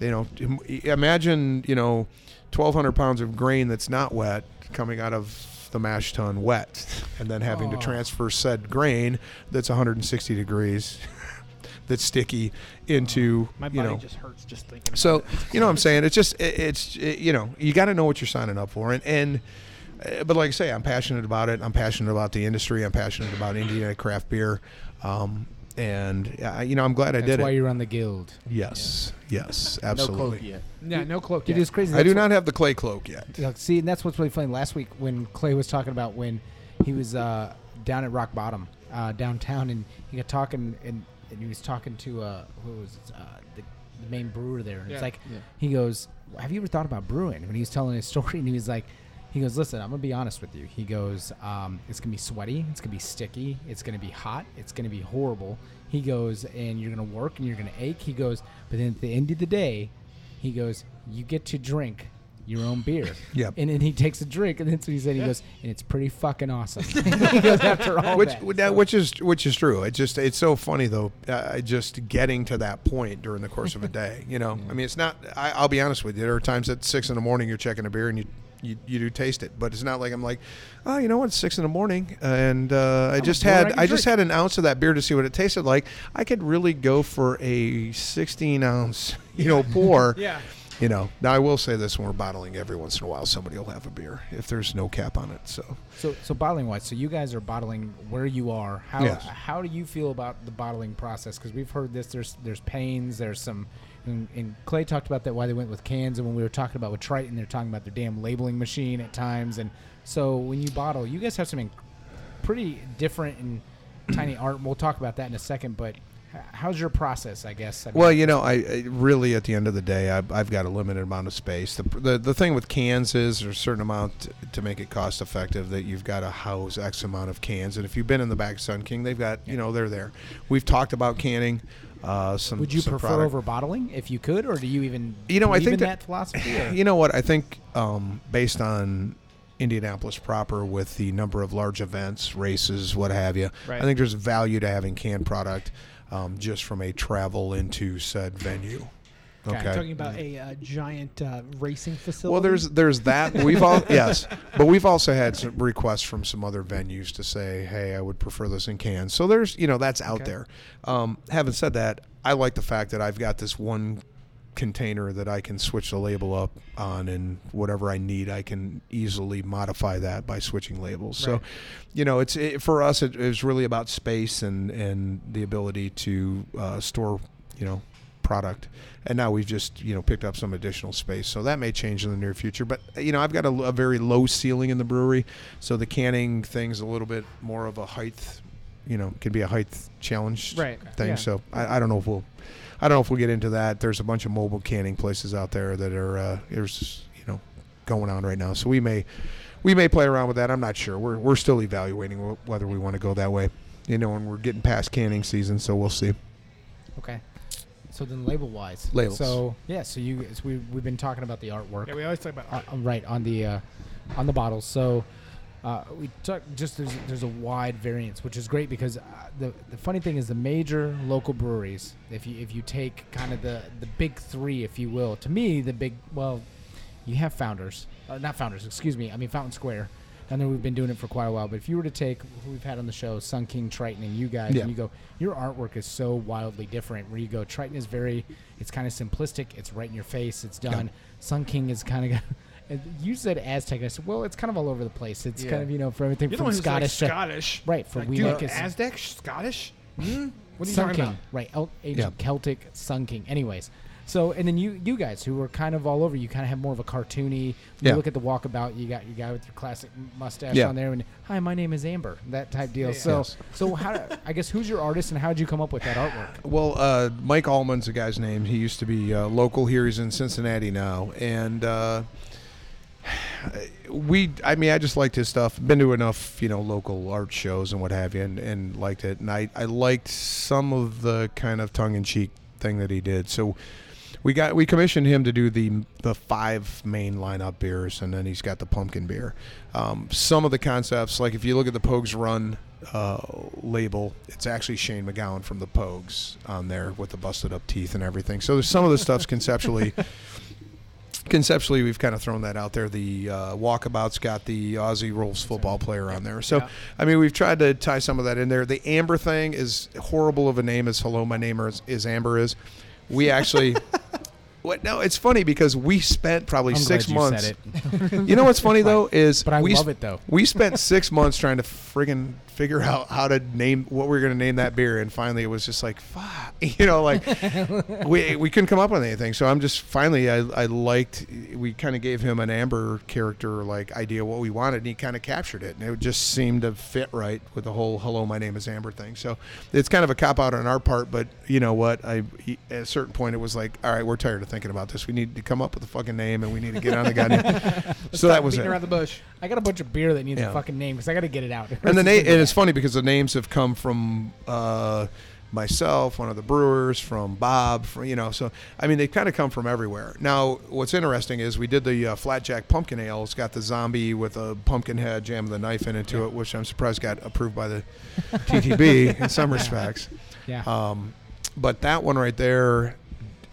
S3: you know, im- imagine you know, 1,200 pounds of grain that's not wet coming out of the mash tun wet, and then having to
S1: Oh.
S3: transfer said grain that's 160 degrees *laughs* that's sticky into
S4: My
S3: you
S4: body
S3: know.
S4: just hurts just thinking. about
S3: so
S4: it.
S3: you know what I'm saying it's just it, it's it, you know you got to know what you're signing up for and and uh, but like I say I'm passionate about it I'm passionate about the industry I'm passionate about Indiana craft beer um, and uh, you know I'm glad I
S1: That's
S3: did
S1: why
S3: it
S1: you run the guild.
S3: yes yes
S2: No cloak
S3: absolutely
S2: yet.
S4: Yeah, no cloak.
S1: Dude,
S4: yet.
S1: it's crazy.
S3: I do
S1: That's
S3: not have the clay cloak yet
S1: Look, see, and that's what's really funny. Last week, when Clay was talking about when he was uh, down at Rock Bottom uh, downtown, and he got talking, and, and he was talking to uh, who was it? uh, the, the main brewer there, and
S4: Yeah.
S1: it's like
S2: Yeah.
S1: he goes, "Have you ever thought about brewing?" When he was telling his *laughs* story, and he was like. He goes, listen. I'm gonna be honest with you. He goes, um, it's gonna be sweaty. It's gonna be sticky. It's gonna be hot. It's gonna be horrible. He goes, and you're gonna work and you're gonna ache. He goes, but then at the end of the day, he goes, you get to drink your own beer.
S3: *laughs* Yep.
S1: And then he takes a drink, and that's what he said. He goes, and it's pretty fucking
S3: *laughs*
S1: awesome. he goes after all
S3: which
S1: that.
S3: that, which is which is true. It just it's so funny though. Uh, just getting to that point during the course of a day. You know, I mean, it's not. I, I'll be honest with you. There are times at six in the morning you're checking a beer and you. You, you do taste it, but it's not like I'm like, oh, you know what? It's six in the morning, and uh, I just
S1: brewer, I
S3: had
S1: can
S3: I, just had an ounce of that beer to see what it tasted like. I could really go for a 16 ounce, *laughs* you know, pour.
S4: Yeah.
S3: You know. Now I will say this: when we're bottling, every once in a while somebody will have a beer if there's no cap on it. So
S1: So, so bottling wise, so you guys are bottling where you are. How
S3: Yes.
S1: how do you feel about the bottling process? Because we've heard this. There's there's pains. There's some. And, and Clay talked about that why they went with cans, and when we were talking about with Triton, they're talking about their damn labeling machine at times. And so when you bottle, you guys have something pretty different and tiny *clears throat* art. We'll talk about that in a second. But h- how's your process? I guess. I mean,
S3: Well, you know, I, I really at the end of the day, I, I've got a limited amount of space. The, the the thing with cans is there's a certain amount t- to make it cost effective that you've got to house X amount of cans. And if you've been in the back of Sun King, they've got you know they're there. We've talked about canning. Uh, some
S1: would you
S3: some
S1: prefer
S3: product.
S1: over bottling if you could, or do you even
S3: You know, I
S1: believe
S3: think
S1: in
S3: that-
S1: that, philosophy?
S3: *laughs*
S1: or-
S3: You know what? I think um, based on Indianapolis proper, with the number of large events, races, what have you,
S4: Right.
S3: I think there's value to having canned product um, just from a travel into said venue.
S1: Okay.
S4: Talking about a uh, giant uh, racing facility.
S3: Well, there's there's that we've all yes, but we've also had some requests from some other venues to say, hey, I would prefer this in cans. So there's you know that's out there. Um, having said that, I like the fact that I've got this one container that I can switch the label up on, and whatever I need, I can easily modify that by switching labels. So, you know, it's it, for us, it, it's really about space and and the ability to uh, store you know product and now we've just you know picked up some additional space so that may change in the near future but you know i've got a, a very low ceiling in the brewery so the canning thing's a little bit more of a height you know can be a height challenge
S4: Right.
S3: thing
S4: Yeah.
S3: so I, I don't know if we'll i don't know if we'll get into that there's a bunch of mobile canning places out there that are uh there's you know going on right now so we may we may play around with that i'm not sure we're, we're still evaluating wh- whether we want to go that way you know and we're getting past canning season so we'll see
S1: Okay. So then, label wise,
S3: Labels.
S1: So yeah, so you so we we've been talking about the artwork,
S4: yeah, we always talk about
S1: uh, uh, right on the uh, on the bottles. So uh, we took just there's there's a wide variance, which is great because uh, the the funny thing is the major local breweries, if you if you take kind of the the big three, if you will, to me the big well, you have founders, or not founders, excuse me, I mean Fountain Square. I know we've been doing it for quite a while, but if you were to take who we've had on the show, Sun King, Triton, and you guys,
S3: Yeah.
S1: and you go, your artwork is so wildly different. Where you go, Triton is very, it's kind of simplistic. It's right in your face. It's done. Sun King is kind of got. and *laughs* You said Aztec. I said, well, it's kind of all over the place. It's
S2: Yeah.
S1: kind of you know for everything
S4: You're the
S1: from
S4: one who's
S1: Scottish
S4: like
S1: to
S4: Scottish.
S1: right for
S4: Like,
S1: we
S4: dude,
S1: like is
S4: Aztec? Scottish? Hmm? What are you
S1: Sun
S4: talking
S1: King,
S4: about?
S1: right? El-
S3: Yeah.
S1: ancient Celtic Sun King. Anyways, so and then you you guys who were kind of all over, you kind of have more of a cartoony. You
S3: Yeah.
S1: look at the walkabout. You got your guy with your classic mustache
S3: Yeah.
S1: on there, and hi, my name is Amber. That type deal. So
S3: Yes.
S1: so how *laughs* I guess who's your artist and how did you come up with that artwork?
S3: Well, uh, Mike Allman's a guy's name. He used to be uh, local here. He's in Cincinnati now, and uh, we. I mean, I just liked his stuff. Been to enough, you know, local art shows and what have you, and, and liked it. And I, I liked some of the kind of tongue in cheek thing that he did. So we got we commissioned him to do the the five main lineup beers, and then he's got the pumpkin beer. Um, some of the concepts, like if you look at the Pogues Run uh, label, it's actually Shane McGowan from the Pogues on there with the busted up teeth and everything. So there's some of the stuff's conceptually. Conceptually, we've kind of thrown that out there. The uh, walkabout's got the Aussie Rolls football player on there, so
S4: Yeah.
S3: I mean we've tried to tie some of that in there. The Amber thing is horrible of a name as "Hello, my name is, is Amber." Is we
S1: *laughs*
S3: actually What? No, it's funny because we spent probably
S1: I'm
S3: six
S1: glad you
S3: months.
S1: said
S3: *laughs* You know what's funny though
S1: *laughs*
S3: is
S1: But I
S3: we
S1: love it, though.
S3: We spent six months trying to friggin' figure out how to name what we were gonna name that beer, and finally it was just like, fuck, *laughs* you know, like we we couldn't come up with anything. So I'm just finally I I liked we kind of gave him an amber character like idea what we wanted, and he kind of captured it, and it just seemed to fit right with the whole "Hello, my name is Amber" thing. So it's kind of a cop out on our part, but you know what? I he, at a certain point it was like, all right, we're tired of thinking about this. We need to come up with a fucking name, and we need to get on
S4: *laughs*
S3: the goddamn. so that was
S4: Beating
S3: it.
S4: around the bush.
S1: I got a bunch of beer that needs a
S3: Yeah.
S1: fucking name because I got to get it
S3: *laughs*
S1: out.
S3: and the name and it's funny because the names have come from uh, myself, one of the brewers, from Bob, from, you know. So I mean, they kind of come from everywhere. Now, what's interesting is we did the uh, Flatjack Pumpkin Ale. It's got the zombie with a pumpkin head jamming the knife in into it, which I'm surprised got approved by the TTB in some respects.
S1: yeah.
S3: Um, but that one right there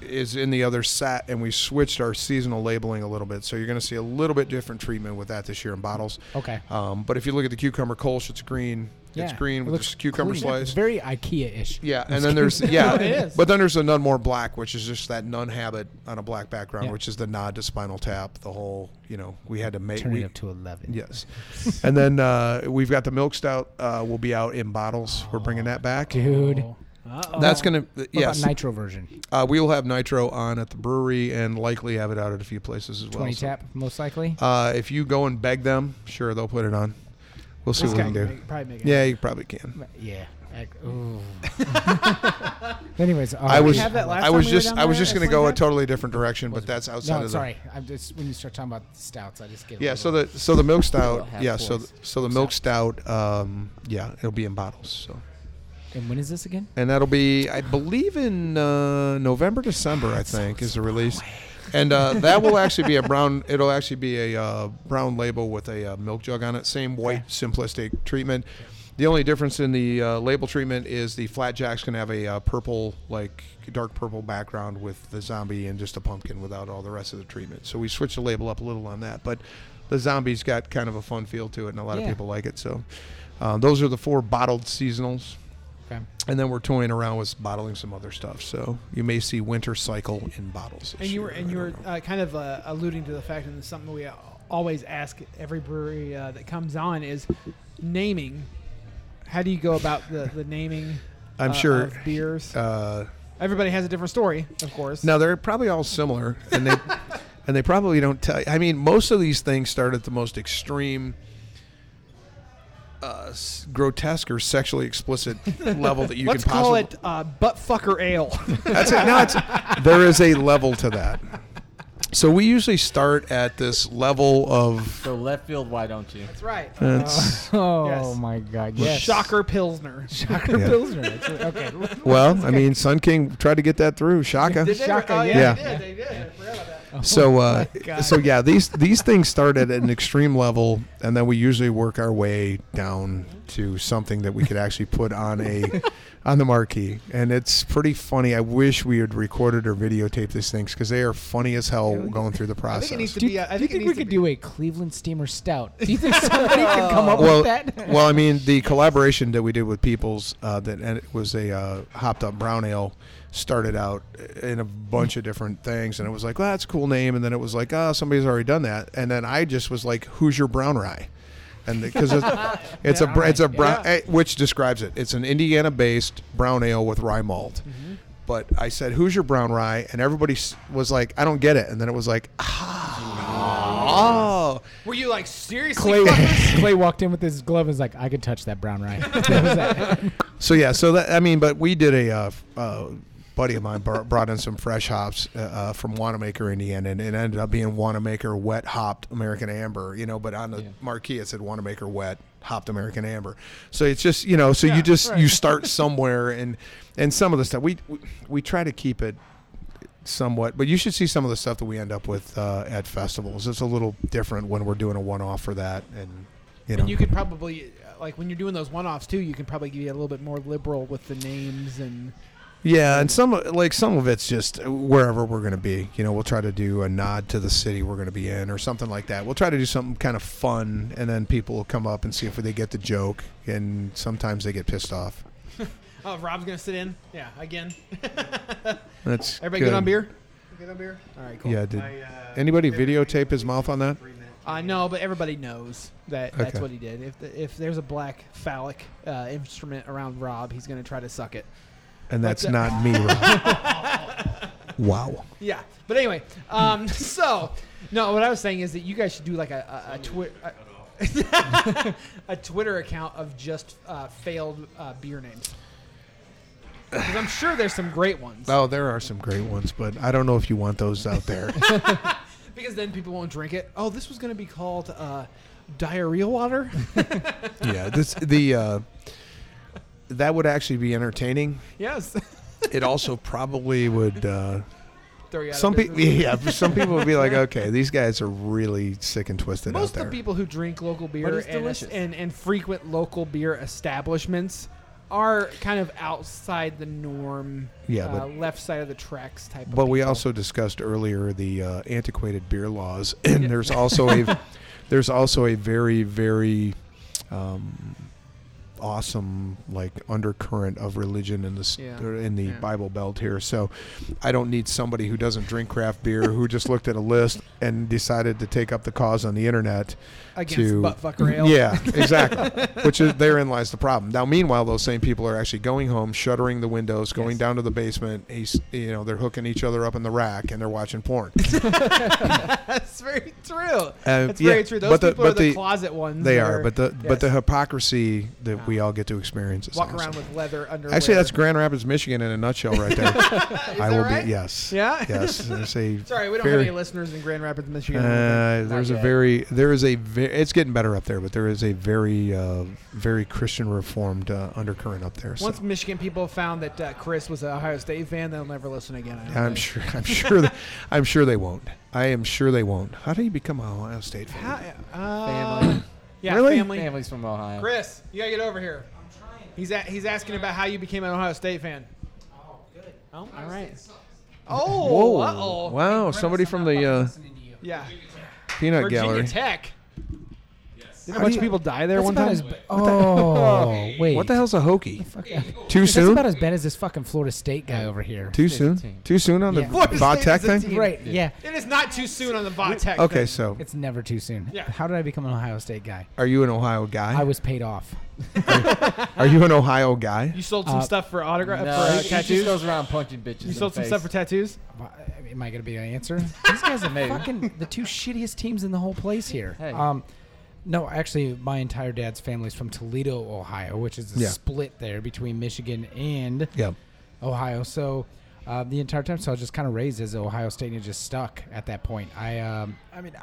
S3: is in the other set, and we switched our seasonal labeling a little bit. So you're going to see a little bit different treatment with that this year in bottles.
S1: okay.
S3: Um, but if you look at the cucumber Kolsch, it's green. It's
S1: Yeah.
S3: green
S1: It
S3: with
S1: looks
S3: just cucumber
S1: clean.
S3: slice.
S1: Very IKEA-ish.
S3: yeah, and then there's
S1: *laughs*
S3: yeah,
S1: It is.
S3: but then there's the nun more black, which is just that nun habit on a black background,
S1: Yeah.
S3: which is the nod to Spinal Tap. The whole you know we had to make
S1: Turn
S3: we,
S1: it up to eleven. *laughs*
S3: *laughs* yes, and then uh, we've got the milk stout. Uh, will be out in bottles. We're bringing that back.
S1: dude.
S4: Oh. Uh-oh.
S3: That's gonna
S1: What
S3: yes.
S1: about nitro version?
S3: uh, we will have nitro on at the brewery and likely have it out at a few places as well.
S1: Twenty
S3: so-
S1: tap, most likely.
S3: Uh, if you go and beg them, sure they'll put it on. We'll see
S4: This
S3: what we
S4: guy
S3: can
S4: can
S3: do.
S4: make, probably make it.
S3: Yeah, you probably can. *laughs*
S1: Yeah. I, ooh. *laughs* Anyways, uh,
S3: I was
S4: have that last
S3: I
S4: time
S3: was
S4: we were
S3: just
S4: down
S3: I was
S4: there
S3: just
S4: at
S3: going to go a
S4: Slingshot?
S3: totally different direction, but that's outside
S1: No,
S3: of the
S1: sorry. I'm just when you start talking about stouts, I just get. a
S3: Yeah, so
S1: little-
S3: the so
S4: *laughs*
S3: the milk stout,
S2: half
S3: yeah, so
S2: points.
S3: so the milk stout, um, yeah, it'll be in bottles. So
S1: and when is this again?
S3: and that'll be I believe in uh, November December I think is the release, and uh, that will actually be a brown. It'll actually be a uh, brown label with a uh, milk jug on it. Same white simplistic treatment. The only difference in the uh, label treatment is the flat jacks can have a uh, purple, like dark purple background with the zombie and just a pumpkin without all the rest of the treatment. So we switched the label up a little on that, but the zombie's got kind of a fun feel to it, and a lot
S1: Yeah.
S3: of people like it. So uh, those are the four bottled seasonals
S1: Okay.
S3: and then we're toying around with bottling some other stuff. So you may see winter cycle in bottles. this
S4: And you
S3: year.
S4: were
S3: I
S4: and you were
S3: don't know.
S4: uh, kind of uh, alluding to the fact, and it's something we uh, always ask every brewery uh, that comes on is naming. How do you go about the, the naming?
S3: *laughs* I'm
S4: uh,
S3: sure.
S4: of beers.
S3: uh,
S4: Everybody has a different story, of course.
S3: now they're probably all similar, and
S4: *laughs*
S3: they and they probably don't tell. I mean, most of these things start at the most extreme. Uh, s- grotesque or sexually
S4: *laughs*
S3: explicit level that you
S4: let's
S3: can
S4: call
S3: possibly.
S4: it uh, butt fucker ale. *laughs*
S3: That's it. No, it's, there is a level to that. So we usually start at this level of.
S2: So left field, why don't you?
S4: That's right.
S3: It's,
S1: Oh
S4: Yes.
S1: my God! Yes.
S4: Shocker *laughs* Pilsner.
S1: Shocker
S3: Yeah.
S1: Pilsner. *laughs* That's what- Okay.
S3: well, I mean, Sun King tried to get that through. Shaka.
S4: Did they?
S1: Shocker,
S4: oh,
S3: yeah.
S4: yeah, they did. They did. I forgot about that.
S6: Oh
S3: So, uh,
S4: God.
S3: so yeah, these these things start at an extreme level, and then we usually work our way down to something that we could actually put
S6: *laughs*
S3: on a on the marquee, and it's pretty funny. I wish we had recorded or videotaped these things because they are funny as hell going through the
S6: I
S3: process.
S6: think it needs to
S1: Do
S6: be.
S1: you,
S6: uh, I
S1: do you
S6: think,
S1: think
S6: it
S1: we
S6: needs to
S1: could
S6: be-
S1: do a Cleveland Steamer Stout? Do you *laughs* think somebody could come up
S3: well,
S1: with that?
S3: *laughs* well, I mean, the collaboration that we did with Peoples uh, that and it was a uh, hopped up brown ale started out in a bunch of different things, and it was like, well, that's a cool name, and then it was like, oh, somebody's already done that, and then I just was like, who's your brown rye? And because it's, it's a br- it's a brown eh, which describes it. It's an Indiana-based brown ale with rye malt.
S1: Mm-hmm.
S3: But I said, "Who's your brown rye?" And everybody s- was like, "I don't get it." And then it was like, "Ah, oh,
S4: Were you like seriously?
S3: *laughs*
S1: Clay, *laughs* Clay walked in with his glove and was like, I could touch that brown rye. That was that.
S3: So yeah, so that I mean, but we did a uh, f- uh, buddy of mine br- brought in some fresh hops uh, uh, from Wanamaker, Indiana, and it ended up being Wanamaker wet hopped American Amber. You know, but on the marquee it said Wanamaker wet hopped American Amber. So it's just you know, so you just you start somewhere, and and some of the stuff we we, we try to keep it somewhat, but you should see some of the stuff that we end up with uh, at festivals. It's a little different when we're doing a one off for that, and you
S4: *laughs*
S3: know,
S4: And you could probably uh, like when you're doing those one-offs too. You can probably be a little bit more liberal with the names and
S3: Yeah, and some like some of it's just wherever we're going to be. You know, we'll try to do a nod to the city we're going to be in or something like that. We'll try to do something kind of fun, and then people will come up and see if they get the joke, and sometimes they get pissed off.
S4: oh, Rob's gonna sit in. Yeah, again.
S3: That's
S4: Everybody good, on beer?
S6: Good on beer?
S4: All right, cool.
S3: Yeah. Did anybody videotape his mouth on that?
S4: Uh, no, but everybody knows that that's
S3: Okay.
S4: what he did. If the, if there's a black phallic uh, instrument around Rob, he's gonna try to suck it.
S3: And that's
S4: What's
S3: not me. Rob. wow.
S4: Yeah, but anyway, um, *laughs* so no, what I was saying is that you guys should do like a a, a, twi- a, *laughs* a Twitter account of just uh, failed uh, beer names. 'Cause I'm sure there's some great ones
S3: Oh, there are some great ones, but I don't know if you want those out there.
S4: because then people won't drink it. Oh, this was gonna be called uh, diarrhea water. *laughs*
S3: yeah, this the uh, that would actually be entertaining.
S4: yes, *laughs*
S3: It also probably would. Uh,
S4: Throw you out of
S3: some people,
S4: business.
S3: *laughs* yeah, some people would be like, okay, these guys are really sick and twisted
S4: Most
S3: out
S4: of
S3: there.
S4: the people who drink local beer
S2: it's
S4: and,
S2: delicious.
S4: and and frequent local beer establishments are kind of outside the norm.
S3: Yeah,
S4: uh,
S3: but-
S4: left side of the tracks type. of
S3: but we
S4: people.
S3: also discussed earlier the uh, antiquated beer laws, *laughs* and
S4: Yeah.
S3: there's also a there's also a very very um, awesome like undercurrent of religion in this
S4: Yeah.
S3: or in the
S6: Yeah.
S3: Bible Belt here. So I don't need somebody who doesn't drink craft beer who just looked at a list and decided to take up the cause on the internet
S4: against
S3: to
S4: buttfucker ale.
S3: yeah, exactly. Which is therein lies the problem. Now, meanwhile, those same people are actually going home, shuttering the windows, going
S4: Yes.
S3: down to the basement. ace- You know, they're hooking each other up in the rack and they're
S4: *laughs*
S3: watching porn.
S4: *laughs* that's very true.
S3: Uh,
S4: That's
S3: yeah,
S4: very true. Those
S3: but the-
S4: people are
S3: but
S4: the,
S3: the-
S4: closet ones.
S3: They
S4: that
S3: are, but the but the
S4: yes.
S3: hypocrisy that we all get to experience is
S4: walk
S3: awesome.
S4: around with leather underwear.
S3: Actually, that's Grand Rapids, Michigan, in a nutshell, right
S4: *laughs*
S3: there. I will
S4: right?
S3: be
S4: *laughs*
S3: yes,
S4: Yeah?
S3: yes. There's a
S4: *laughs* Sorry, we don't
S3: very,
S4: have any listeners in Grand Rapids, Michigan.
S3: Uh, there's a
S1: yet.
S3: very there is a ve- it's getting better up there, but there is a very uh, very Christian reformed uh, undercurrent up there. So.
S4: Once Michigan people found that uh, Chris was an Ohio State fan, they'll never listen again. I don't
S3: I'm
S4: think.
S3: sure. I'm sure. That, I'm sure they won't. I am sure they won't. How do you become an Ohio State fan?
S4: How, uh,
S2: Family.
S4: Yeah,
S3: Really?
S4: family.
S2: Family's from Ohio.
S4: Chris, you gotta get over here. He's a, he's asking about how you became an Ohio State fan. Oh, all right. Oh, uh oh.
S3: Wow! Somebody from the uh,
S4: Yeah.
S3: peanut
S4: Virginia
S3: gallery.
S4: Tech. Didn't
S3: How
S4: a bunch
S3: do
S4: of
S3: you-
S4: people die there
S1: That's
S4: one
S1: about
S4: time?
S1: as b- oh *laughs* wait,
S3: What the hell's a Hokie?
S1: Fuck.
S3: Too
S1: That's
S3: soon?
S1: about as bad as this fucking Florida State guy over here.
S3: Too
S2: It's a
S3: soon?
S2: team.
S3: Too soon on the
S1: Yeah.
S4: Florida
S3: Bot
S4: State
S3: Tech
S4: is a
S3: thing?
S4: team.
S1: Right? Yeah.
S4: It is not too soon on the Bot Tech.
S3: Okay,
S4: thing.
S3: so
S1: It's never too soon.
S4: Yeah.
S1: How did I become an Ohio State guy?
S3: are you an Ohio guy?
S1: I was paid off.
S3: Are you an Ohio guy?
S4: You sold some
S1: Uh,
S4: stuff for autograph
S2: No,
S4: for uh,
S2: he- he just
S4: tattoos.
S2: goes around punching bitches.
S4: You sold some stuff for tattoos.
S1: Why- Am I going to be an answer? These guys are
S2: *laughs* Maybe.
S1: fucking the two shittiest teams in the whole place here.
S2: Hey.
S1: Um, no, actually, my entire dad's family's from Toledo, Ohio, which is a
S3: Yeah.
S1: split there between Michigan and
S3: Yeah.
S1: Ohio. So uh, the entire time, so I was just kind of raised as Ohio State and it just stuck at that point. I, um, I mean,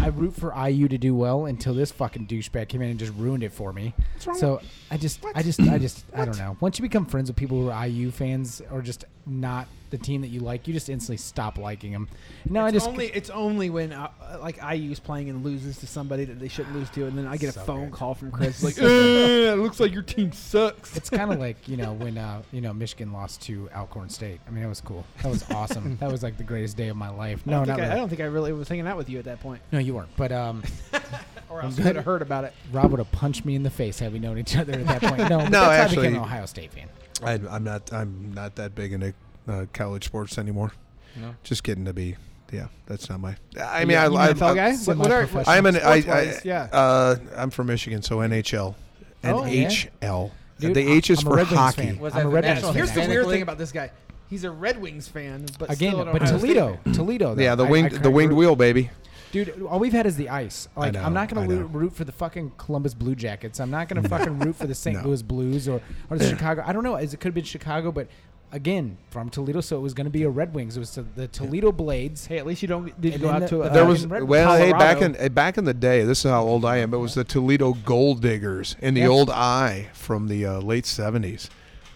S1: I, I root for IU to do well until this fucking douchebag came in and just ruined it for me. So I just, I just, I just, I don't know. Once you become friends with people who are IU fans or just not the team that you like, you just instantly stop liking them. No, I
S4: It's
S1: just
S4: only it's only when uh, uh, like IU's playing and loses to somebody that they shouldn't lose to, and then I get a
S1: So
S4: phone
S1: good.
S4: call from Chris like,
S1: So
S4: "Eh, it looks like your team sucks.
S1: It's kind of like you know when uh, you know Michigan lost to Alcorn State. I mean, that was cool. That was awesome. that was like the greatest day of my life. No,
S4: I don't, think
S1: not
S4: I, I
S1: really.
S4: don't think I really was hanging out with you at that point,
S1: No, you weren't. But um,
S4: or else
S1: good.
S4: you would have heard about it.
S1: Rob would have punched me in the face had we known each other at that point.
S3: *laughs*
S1: No, but
S3: No,
S1: that's how I
S3: actually-
S1: became an Ohio State fan.
S3: I, I'm not. I'm not that big into uh, college sports anymore.
S2: No.
S3: Just getting to be. Yeah, that's not my. I
S4: You-
S3: mean, I,
S4: you
S3: I,
S4: NFL
S3: I,
S4: guy. What, what are,
S1: semi-professional.
S3: I'm an. I, I,
S4: Sports-wise, yeah.
S3: Uh, I'm from Michigan, so NHL.
S1: Oh, yeah.
S3: NHL.
S1: Dude,
S3: the H is
S1: I'm a
S3: for
S1: Red Wings
S3: hockey.
S1: fan.
S2: Was
S1: I'm
S2: that
S1: a
S2: the
S1: Red
S4: Yeah,
S1: Wings
S2: national
S4: so
S1: fan.
S4: here's the
S2: Hispanic
S4: weird
S2: League?
S4: thing about this guy. He's a Red Wings fan, but
S1: Again,
S4: still an
S1: but
S4: Ohio State
S2: *laughs*
S1: Toledo,
S4: fan.
S1: Toledo. Though.
S3: Yeah, the
S1: I- I
S3: winged
S1: kinda
S3: the winged
S1: root-
S3: wheel, baby.
S1: dude. All we've had is the ice. Like,
S3: know,
S1: I'm not gonna
S3: I know.
S1: root, root for the fucking Columbus Blue Jackets. I'm not gonna fucking root for the St.
S3: *laughs* No.
S1: Louis Blues or or
S3: *clears throat*
S1: the Chicago. I don't know. As it could have been Chicago, but again, from Toledo, so it was gonna be a Red Wings. It was to the Toledo
S4: *laughs*
S1: Blades.
S4: Hey, at least you don't did you
S1: And
S4: go
S1: then
S4: out to
S1: the-
S4: a,
S3: There
S1: Uh,
S3: was
S1: in Red-
S3: well, hey, back
S1: Colorado.
S3: in eh, back in the day, this is how old I am. It was the Toledo Gold Diggers in the
S1: Yeah.
S3: old I from the uh, late seventies.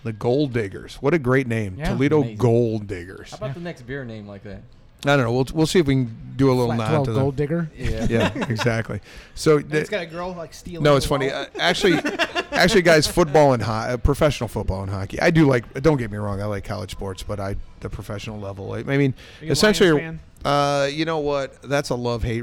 S3: The Gold Diggers, what a great name,
S1: Yeah.
S3: Toledo
S2: Amazing.
S3: Gold Diggers.
S2: How about the next beer name like that?
S3: I don't know. We'll we'll see if we can do a little
S1: Flat 12
S3: nod to them.
S1: gold digger.
S2: Yeah.
S4: *laughs*
S3: Yeah, exactly. So
S4: And it's
S3: the-
S4: got a girl like stealing.
S3: no, it's
S4: his
S3: funny.
S4: wallet. *laughs*
S3: Uh, actually, actually, guys, football and ho- uh, professional football and hockey. I do like. Don't get me wrong. I like college sports, but I the professional level. I, I mean,
S4: Are you a
S3: essentially,
S4: Lions
S3: uh, you know what? That's a love hate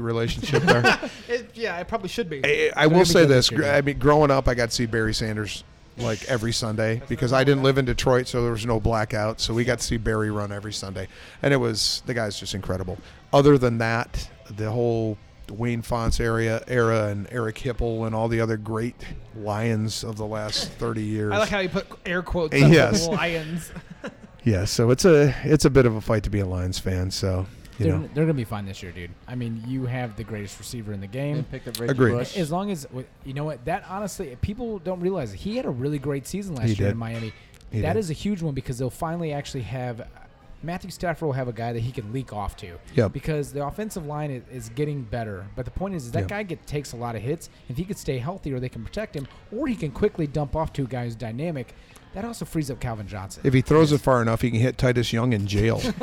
S4: *laughs*
S3: relationship there.
S4: It- yeah, it probably should be.
S3: I, I
S1: gonna
S3: will
S1: be
S3: say
S1: good
S3: this.
S1: this year,
S3: gr-
S1: yeah.
S3: I mean, growing up, I got to see Barry Sanders like every Sunday because I didn't live in Detroit, so there was no blackout. So we got to see Barry run every Sunday, and it was the guy's just incredible. Other than that, the whole Wayne Fonts area era and Eric Hipple and all the other great Lions of
S4: *laughs*
S3: the last thirty years.
S4: I like how you put air quotes.
S3: Uh,
S4: up with
S3: yes. *laughs*
S4: Lions.
S3: yeah, so it's a it's a bit of a fight to be a Lions fan. So you
S1: They're,
S3: know,
S1: they're gonna be fine this year, dude. I mean, you have the greatest receiver in the game.
S2: Then picked up Reggie
S3: Agreed.
S2: Bush.
S1: As long as w- you know what that honestly, people don't realize it. he had a really great season last
S3: He
S1: year
S3: did.
S1: in Miami. That
S3: He
S1: is
S3: did.
S1: a huge one because they'll finally actually have uh, Matthew Stafford will have a guy that he can leak off to.
S3: Yep.
S1: Because the offensive line is, is getting better, but the point is, is that
S3: Yep.
S1: guy get, takes a lot of hits. If he could stay healthy, or they can protect him, or he can quickly dump off to a guy who's dynamic, that also frees up Calvin Johnson.
S4: *laughs*
S3: if he throws it far enough, he can hit Titus Young in jail.
S1: *laughs*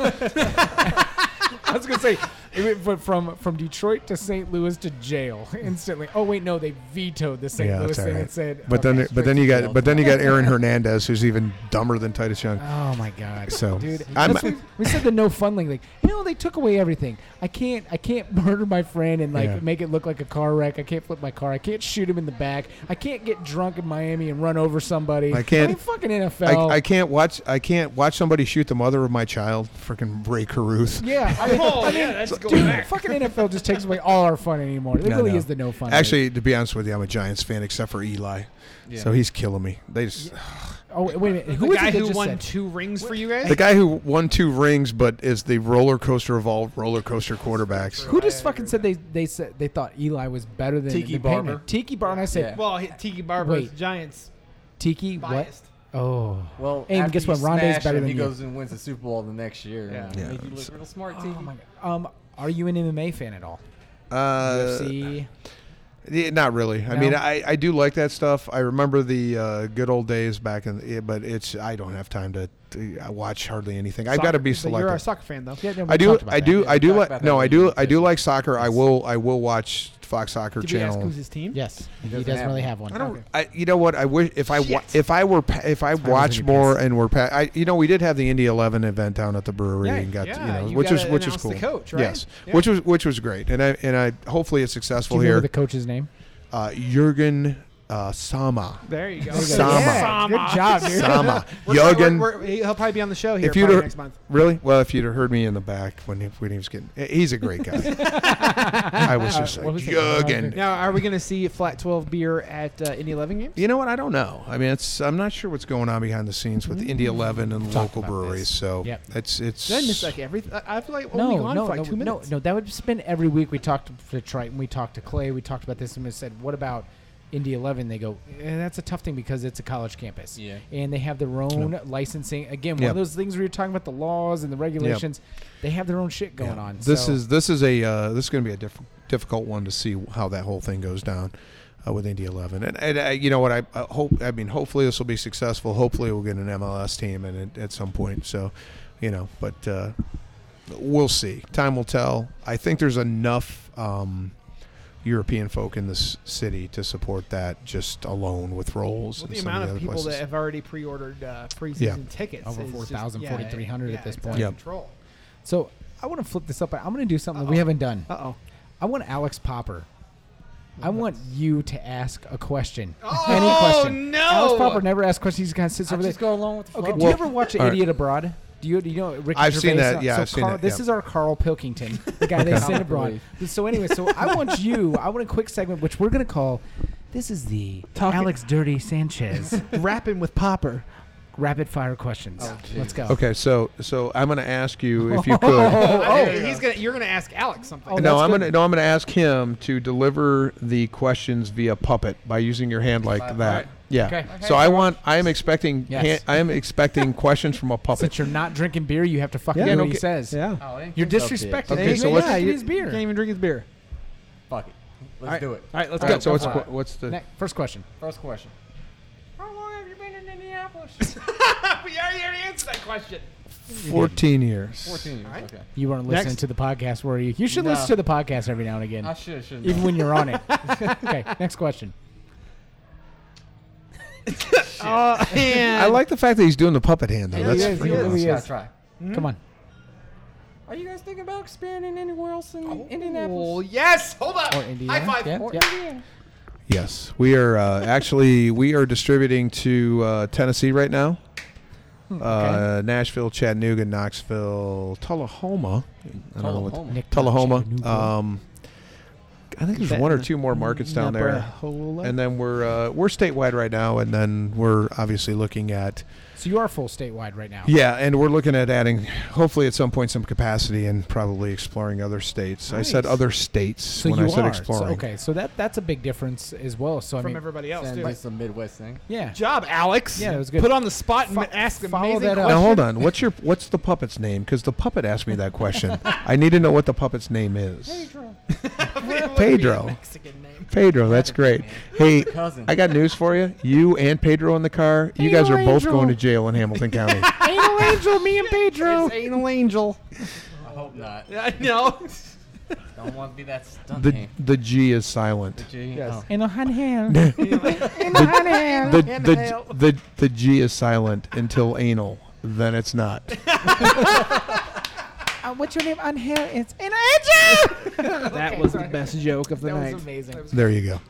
S1: I was gonna say It went fro- from from Detroit to St. Louis to jail *laughs* instantly. Oh wait, no, they vetoed the St.
S3: Yeah,
S1: Louis
S3: that's all
S1: thing and
S3: right.
S1: said.
S3: But then,
S1: okay.
S3: but then you
S2: straight to
S3: got, but then you
S2: Delta.
S3: got Aaron Hernandez, who's even dumber than
S1: *laughs*
S3: Titus Young.
S1: Oh my god!
S3: So,
S1: dude,
S3: I'm-
S1: that's what we said the no funneling thing. You know, they took away everything. I can't, I can't *laughs* murder my friend and like
S3: Yeah.
S1: make it look like a car wreck. I can't flip my car. I can't shoot him in the back. I can't get drunk in Miami and run over somebody.
S3: I can't-
S1: mean, fucking
S3: I,
S1: NFL.
S3: I can't watch. I can't watch somebody shoot the mother of my child. Freaking Ray Caruth.
S1: yeah, I mean,
S4: *laughs*
S6: Oh,
S1: I mean,
S6: yeah, that's going
S1: dude,
S6: back.
S1: fucking NFL just takes away all our fun anymore. It
S3: No,
S1: really
S3: no.
S1: is the no fun.
S3: Actually, to be honest with you, I'm a Giants fan except for Eli. So he's killing me. They just
S1: league. oh wait, wait a minute. Who
S4: the
S1: was
S4: guy
S1: it that
S4: who
S1: just
S4: won
S1: said-
S4: two rings for you guys?
S3: the guy who won two rings, but is the roller coaster of all roller coaster quarterbacks.
S1: Who just fucking said they they said they thought Eli was better than
S2: Tiki
S1: than
S2: Barber.
S1: Pittman? Tiki Barber. and I said
S2: Yeah.
S4: well, he- Tiki Barber is
S1: Wait.
S4: Giants
S1: Tiki
S4: biased.
S1: what? Oh.
S2: Well,
S1: Hey,
S2: after
S1: guess
S2: you
S1: what? Rondé's
S2: smash
S1: better
S2: him,
S1: than
S2: he
S1: you.
S2: goes and wins the Super Bowl the next year.
S4: Yeah.
S2: and
S3: Yeah.
S2: Make you look real smart,
S1: Oh
S2: Tiki.
S1: my God. Um, are you an MMA fan at all?
S3: Uh,
S1: UFC.
S3: yeah, not really. I
S1: No?
S3: mean, I, I do like that stuff. I remember the uh, good old days back in. The, but it's I don't have time to, to I watch hardly anything. I've got
S4: Soccer-
S3: to be
S4: so You're a
S3: selective.
S4: soccer fan, though.
S1: Yeah, no, we
S3: I do.
S1: talked about
S3: I
S1: that.
S3: do. I do
S2: Talk
S3: like.
S2: about
S3: No,
S2: that
S3: I
S2: when
S3: do.
S2: you
S3: I do
S2: finish.
S3: like soccer. I will. I will watch Fox Soccer
S4: Did we ask
S3: Channel.
S4: who's his team?
S1: Yes, he doesn't,
S2: doesn't have
S1: really
S2: one.
S1: have one.
S3: I don't.
S1: Okay.
S3: I, you know what? I wish if I wa-
S4: Shit.
S3: if I were pa- if I
S1: why I was
S3: watch
S1: in your
S3: more
S1: pants.
S3: and were pa- I you know we did have the Indy Eleven event down at the brewery
S4: Yeah,
S3: and got
S4: yeah,
S3: you know
S4: you
S3: which was
S4: gotta
S3: which was
S4: announce the
S3: cool.
S4: coach, right?
S3: Yes,
S4: Yeah.
S3: which was which was great, and I and I hopefully it's
S1: Do you
S3: successful
S1: remember
S3: here.
S1: the coach's name?
S3: uh, Jürgen uh, Sama.
S4: There you go.
S3: There you go. Sama.
S1: Yeah, good job, dude.
S3: Sama.
S4: We're trying-
S3: Jürgen.
S4: we're- we're- he'll probably be on the show here
S3: If you'd
S4: probably
S3: have-
S4: next month.
S3: Really? Well, if you'd have heard me in the back when he, when he was getting, he's a great guy. I was just
S1: Uh,
S3: like
S1: what was it?
S3: Jürgen.
S4: Now, are we going to see Flat 12 beer at uh, Indy 11 games?
S3: You know what? I don't know. I mean, it's I'm not sure what's going on behind the scenes with Indy Eleven and
S1: talked
S3: local
S1: about
S3: breweries.
S1: this.
S3: So
S1: Yep.
S3: it's it's.
S4: Did I miss like every? I I feel like only
S1: No,
S4: gone
S1: no,
S4: for like
S1: no,
S4: two
S1: no,
S4: minutes.
S1: no. That would spend every week. We talked to Triton. We talked to Clay. We talked about this and we said, "What about Indy 11?" They go, eh, "That's a tough thing because it's a college campus,
S2: Yeah.
S1: and they have their own licensing. Again, one
S3: Yep.
S1: of those things where you're talking about the laws and the regulations. They have their own shit going
S3: Yeah.
S1: on.
S3: This
S1: so-
S3: is this is a uh, this is going to be a diff- difficult one to see how that whole thing goes down uh, with Indy Eleven. And, and uh, you know what? I, I hope. I mean, hopefully this will be successful. Hopefully we'll get an MLS team in it at some point. So, you know, but uh, we'll see. Time will tell. I think there's enough. Um, European folk in this city to support that just alone with rolls
S4: Well,
S3: and
S4: the
S3: some of
S4: amount of
S3: the other
S4: people
S3: places.
S4: that have already pre-ordered uh, preseason tickets
S1: Over
S4: is just-
S1: 4,000, 4,300 at
S4: yeah,
S1: this
S4: it's
S1: point.
S4: out of
S3: Yep.
S4: Control.
S1: So I want to flip this up. I'm going to do something that we
S4: Uh-oh.
S1: haven't done.
S4: Uh oh.
S1: I want Alex Popper. I want you to ask a question.
S4: Oh,
S1: Any question.
S4: no!
S1: Alex Popper never asks questions. He kind of sits
S2: I'll
S1: over there.
S2: just go along with the
S1: Okay.
S2: flow.
S1: do you ever watch
S3: all right.
S1: Idiot Abroad? Do you, do you know Ricky
S3: I've seen
S1: Gervais?
S3: that, yeah,
S1: so
S3: I've seen
S1: Carl-
S3: that,
S1: This
S3: yeah.
S1: is our Carl Pilkington, the guy they sent abroad. So anyway, so I want you. I want a quick segment, which we're gonna call. This is the
S4: Talking-
S1: Alex Dirty
S3: *laughs*
S1: Sanchez
S4: Rapping with Popper.
S1: rapid fire questions.
S4: Oh,
S1: Let's go.
S3: Okay, so so I'm going to ask you
S1: *laughs*
S3: if you could.
S4: Oh, he's gonna. You're gonna ask Alex something.
S1: Oh,
S3: no,
S1: that's
S3: I'm
S1: good.
S3: gonna no, I'm gonna ask him to deliver the questions via puppet by using your hand like
S2: Alright.
S3: that. Yeah.
S1: Okay.
S3: So I want I am expecting
S1: Yes.
S3: hand- I am expecting questions from a puppet.
S1: Since you're not drinking beer, you have to fucking
S4: Yeah,
S1: do
S3: no
S1: what he
S3: ki-
S1: says.
S4: yeah.
S2: Oh, ain't
S1: You're
S2: this up there.
S1: disrespecting.
S3: Okay,
S1: him.
S3: so
S1: He
S3: let's-
S1: can't
S4: you
S1: drink his beer.
S4: Can't even drink his beer.
S2: Fuck it. Let's
S4: Alright.
S2: do it.
S4: All right, let's
S3: All
S4: go.
S3: right, so what's
S2: for
S3: qu-
S2: it.
S3: what's the
S1: Ne- first question.
S2: First question. How long have you been in Indianapolis?
S4: we already answered that question.
S3: 14 years?
S2: 14 years. Okay.
S1: You weren't listening
S4: Next.
S1: to the podcast, were you? You should
S2: No.
S1: listen to the podcast every now and again,
S2: I should, should
S1: even when you're on
S2: *laughs*
S1: it. okay, next question.
S4: Oh, man.
S3: I like the fact that he's doing the puppet hand though.
S4: Yeah,
S3: That's
S4: he is, he
S3: freaking
S4: is.
S3: awesome.
S1: Yes.
S2: Gotta try.
S1: Come on.
S2: Are you guys thinking about expanding anywhere else in
S4: Oh,
S2: Indianapolis?
S4: yes. Hold up.
S1: Or Indiana.
S4: High five.
S1: Yeah,
S2: Or
S1: yeah.
S2: Indiana?
S3: Yes, we are uh, actually we are distributing to uh, Tennessee right now.
S4: Hmm,
S3: Uh, Nashville, Chattanooga, Knoxville, Tullahoma. I don't know what
S2: Tullahoma.
S1: Nick
S3: Tullahoma.
S1: Chattanooga.
S3: Um, I think there's one or two more markets down there. And then we're uh, we're statewide right now, and then we're obviously looking at
S1: so you are full statewide right now.
S3: yeah, and we're looking at adding hopefully at some point some capacity and probably exploring other states. I said
S1: Nice.
S3: other states
S1: So
S3: when
S1: you
S3: I said
S1: are.
S3: exploring.
S1: So, okay, so that that's a big difference as well. So I
S4: from
S1: mean,
S4: everybody else,
S2: Sounds
S4: too.
S2: like some Midwest thing.
S1: yeah.
S4: Good job, Alex.
S1: Yeah, that was good.
S4: Put on the spot and
S1: Fo-
S4: ask
S1: follow
S4: amazing
S1: that up.
S3: Now
S4: questions. *laughs*
S3: hold on. What's your what's the puppet's name? Because the puppet asked me that question. I need to know what the puppet's name is. Pedro.
S4: Mexican name.
S3: Pedro, that's great. Hey,
S2: Cousin.
S3: I got news for you. You and Pedro in the car. You guys are both
S1: Pedro.
S3: going to jail
S1: *laughs*
S3: in Hamilton County.
S1: Angel, Angel, me and Pedro.
S4: It's Anal Angel.
S2: I hope not.
S4: I know.
S2: Don't want to be that stunt
S3: The
S2: man.
S3: the G is silent.
S2: Gee,
S4: Yes.
S2: oh.
S1: In the hand
S3: *laughs*
S1: hand. In the hand hand.
S3: The the, the the G is silent until anal. Then it's not.
S1: Uh, what's your name on here? It's an angel.
S4: that was the best joke of the
S1: That was
S4: night.
S1: amazing.
S3: There you go.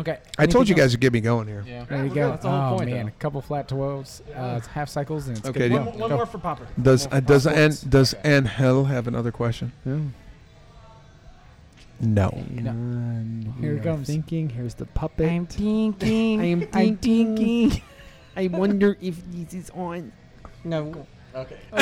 S1: Okay.
S3: I told
S1: anything
S3: you
S1: else?
S3: guys to get me going here.
S2: Yeah.
S1: There you go.
S2: That's the whole
S1: oh
S2: point,
S1: man,
S2: though.
S1: a couple flat twelves, uh, it's half cycles, and it's
S3: Okay,
S1: good.
S3: yeah.
S1: to
S4: One,
S1: go.
S4: more- one
S1: Go.
S4: more for Popper.
S3: Does
S4: One
S3: uh,
S4: more for
S3: does
S4: Popper.
S3: An, does Ann Hell have another question? No.
S1: No. Here
S4: we
S1: it
S4: are
S1: comes.
S4: Thinking. Here's the puppet.
S1: I'm thinking.
S4: I am
S1: *laughs* I'm
S4: thinking.
S1: *laughs* thinking.
S4: I wonder if this is on.
S2: No. Okay.
S3: I,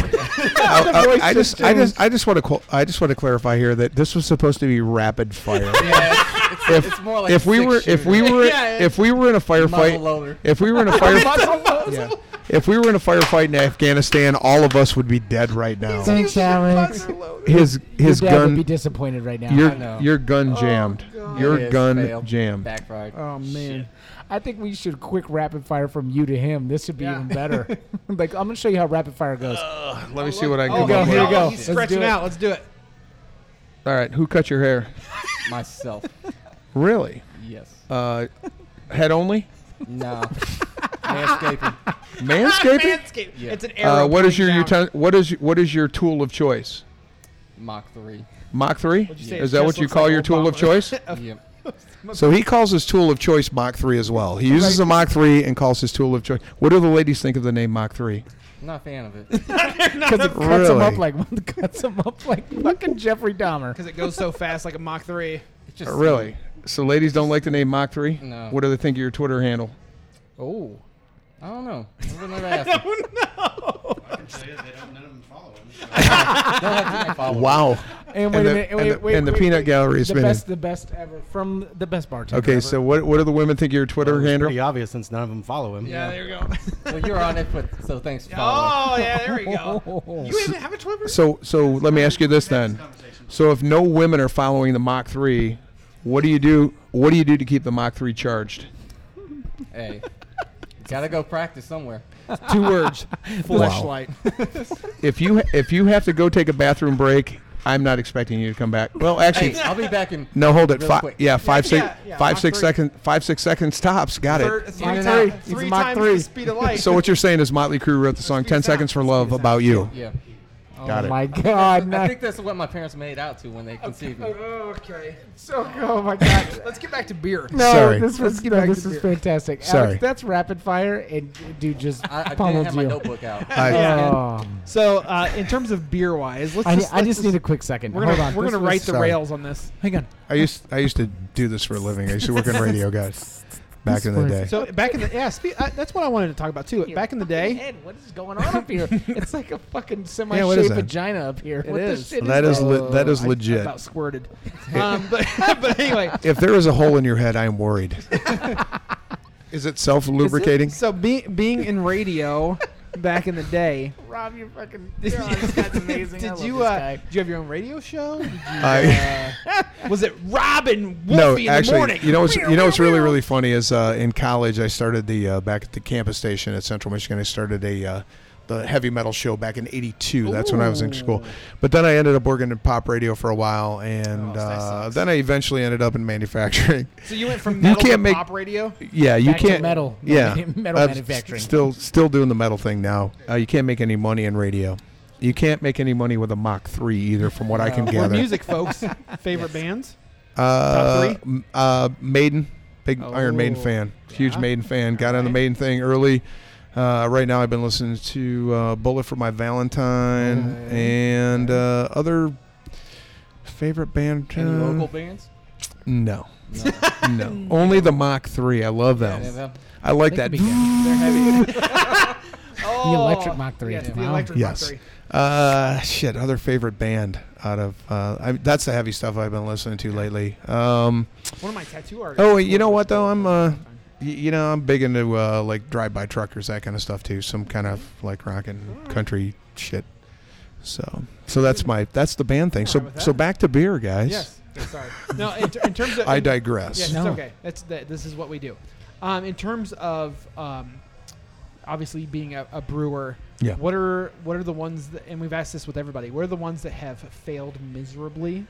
S3: I- I just I just I just want to qual- I just want to clarify here that this was supposed to be rapid fire.
S2: yeah, it's,
S3: If-
S2: it's more like
S3: if we
S2: six
S3: were if we
S2: shooter.
S3: were
S4: Yeah, yeah.
S3: if we were in a
S2: muzzle
S3: firefight
S2: loader.
S3: if we were in a firefight yeah. if we were in a firefight in Afghanistan all of us would be dead right *laughs* now.
S1: Thanks, Alex.
S3: His his
S1: Your dad would be
S3: gun
S1: disappointed right now. I
S3: your
S1: know.
S3: your gun jammed. Your
S2: Yes,
S3: gun
S2: failed.
S3: jammed.
S2: Backfired.
S4: Oh man.
S1: I think we should quick rapid fire from you to him. This should be
S4: Yeah.
S1: even better. *laughs* like I'm gonna show you how rapid fire goes.
S3: Uh, Let me see what I
S4: Oh,
S1: go,
S3: can come
S4: go,
S3: up
S1: here
S4: here you
S1: we
S3: with.
S1: go.
S4: go.
S1: Let's
S4: He's
S1: do
S4: stretching
S1: it.
S4: out. Let's do it.
S3: All right, who cut your hair? *laughs*
S2: Myself.
S3: Really?
S2: Yes.
S3: Uh, head only?
S2: No. Manscaping.
S3: Manscaping?
S4: Manscaped.
S2: Yeah.
S4: It's an arrow.
S3: Uh, what is your
S4: pointing down.
S3: uti- what is what is your tool of choice?
S2: Mach 3.
S3: Mach three?
S4: What'd you say?
S3: Is
S4: It
S3: that
S4: just
S3: what you
S4: looks
S3: call
S4: like
S3: your tool of
S4: Obama. *laughs*
S1: *laughs*
S3: choice?
S2: Yep.
S3: So he calls his tool of choice Mach three as well. He uses a Mach three and calls his tool of choice. What do the ladies think of the name Mach three?
S2: Not a fan of it.
S1: Because
S4: *laughs*
S1: it cuts him
S3: Really?
S1: up like *laughs* cuts him up like fucking Jeffrey
S4: *laughs*
S1: Dahmer.
S4: Because it goes so fast, like a Mach 3.
S2: It's just
S3: Uh, Really? So ladies don't like the name Mach three?
S2: No.
S3: What do they think of your Twitter handle?
S2: Oh. I don't know. I've never asked. Don't
S5: I can tell you they don't, none of them follow him. so-
S3: *laughs*
S2: have to follow.
S3: Wow.
S1: And, wait
S3: And
S1: a
S3: the,
S1: minute.
S3: and
S1: wait,
S3: the-
S1: wait,
S3: and the
S1: wait,
S3: peanut
S1: wait.
S3: gallery is
S1: The
S3: spinning.
S1: best, the best ever from the best bartender.
S3: Okay,
S1: ever. *laughs*
S3: so what what do the women think of your Twitter
S7: Well, it's
S3: handle?
S7: pretty obvious since none of them follow him.
S4: Yeah, there you go.
S2: Well, you're on it, but so thanks for following.
S4: oh, yeah, there we
S3: *laughs*
S1: Oh,
S4: go. You even have a Twitter?
S3: So so let me ask you this then. So if no women are following the Mach three, what do you do? What do you do to keep the Mach
S1: *laughs*
S3: three charged? Oh.
S2: Hey. Gotta go practice somewhere.
S4: Two words.
S3: Flashlight. If you if you have to go take a bathroom break, I'm not expecting you to come back. Well, actually,
S2: Hey, I'll be back in.
S3: no, hold it.
S2: Real
S3: Fi-
S2: quick.
S3: yeah, five sec-
S4: yeah, yeah,
S3: five
S4: Mach
S3: six
S4: three.
S3: second- five six seconds tops. Got
S4: Third-
S3: it.
S4: three
S1: In and
S4: times-
S1: out. He's
S4: three
S1: a Mach
S4: times
S1: 3.
S4: the speed of light.
S3: So what you're saying is Motley Crue wrote the song "10 Seconds for Love" about you.
S2: Yeah.
S3: Got
S1: oh
S3: it.
S1: my god,
S2: *laughs* I
S1: no.
S2: think that's what my parents made out to when they conceived me.
S4: okay.
S1: so oh my god.
S4: Let's get back to beer.
S1: No,
S3: Sorry.
S1: this was no,
S4: back
S1: this
S4: to
S1: is
S4: beer.
S1: fantastic.
S3: Sorry.
S1: Alex, that's rapid fire, and uh, dude just
S2: I, I didn't
S1: pummeled
S2: have my
S1: you.
S2: notebook out.
S3: I-
S1: Oh.
S4: So, uh, in terms of beer wise, let's
S1: I,
S4: just,
S1: I
S4: let's
S1: just need a quick 2nd
S4: We're gonna,
S1: Hold on.
S4: we're
S1: This
S4: gonna
S1: was-
S4: write the
S3: Sorry.
S4: rails on this.
S1: Hang on.
S3: I used I used to do this for a living. I used to work in radio, guys, back in the day.
S4: So back in the yeah, spe- uh, that's what I wanted to talk about too. Back in the day,
S1: Ed, what is
S4: *laughs*
S1: going on up here? It's like a fucking semi-shaped
S3: Yeah, what is that?
S1: vagina up here.
S4: It
S1: what
S4: is.
S1: the shit
S3: That is
S1: that?
S3: le- that is legit.
S4: about squirted. Um, but, *laughs* but anyway,
S3: If there is a hole in your head,
S1: *laughs*
S3: I'm worried. is it self lubricating?
S4: so being being in radio back in the day,
S1: Rob, *laughs* you're
S8: *laughs*
S1: fucking. That's amazing.
S4: *laughs*
S1: I
S4: Did
S1: love
S4: you
S1: this
S4: uh,
S1: guy.
S4: did you have your own radio show? Did you,
S3: I-
S4: uh, was it
S3: *laughs*
S4: Robin Wolfie
S3: No,
S4: in the
S3: actually,
S4: morning?
S3: you know what's you know what's really really funny is uh, in college I started the uh, back at the campus station at Central Michigan. I started a uh, the heavy metal show back in '82. That's when I was in school. But then I ended up working in pop radio for a while,
S1: Oh,
S3: and uh, then I eventually ended up in manufacturing. *laughs*
S4: So you went from metal
S3: can't
S4: to
S3: make-
S4: pop radio.
S3: Yeah, you
S1: Back to
S3: can't
S1: metal.
S3: *laughs* Yeah,
S1: *laughs* Metal
S3: I'm s-
S1: manufacturing.
S3: Still, still doing the metal thing now. Uh, you can't make any money in radio. You can't make any money with a Mach three either, from what I can
S4: Or
S3: gather.
S4: music, folks. Favorite bands.
S3: Uh,
S4: Top three?
S3: m- uh, Maiden, big Iron Maiden
S4: Oh,
S3: fan, huge
S4: yeah.
S3: Maiden fan. Got on the
S4: Alright.
S3: Maiden thing early. Uh, right now, I've been listening to uh, "Bullet for My Valentine"
S4: Okay.
S3: and uh, other favorite band.
S2: Any
S3: uh,
S2: local bands?
S3: No, *laughs*
S4: *laughs*
S2: No.
S3: no, only the Mach three. I love
S2: Any of
S3: them.
S2: them?
S3: I like
S1: They
S3: that.
S1: could be good.
S4: They're *laughs* heavy. oh,
S1: electric Mach 3.
S4: Yes, the
S1: Wow.
S4: electric
S3: Yes.
S4: Mach 3.
S3: Uh, shit. Other favorite band out of uh, I, that's the heavy stuff I've been listening to lately. Um,
S4: One of my tattoo artists.
S3: Oh, you know what though? I'm uh, y- you know, I'm big into uh, like drive-by truckers, that kind of stuff too. Some kind of like rock and country shit. So, so that's my that's the band thing.
S4: All
S3: So,
S4: right with
S3: so
S4: that.
S3: back to beer, guys.
S4: Yes. Sorry. No, in, ter- in terms of
S3: *laughs* I
S4: in-
S3: digress.
S4: Yes,
S1: No.
S4: it's okay. That's the, this is what we do. Um, in terms of um, obviously being a, a brewer,
S3: Yeah.
S4: what are what are the ones that, and we've asked this with everybody. What are the ones that have failed miserably?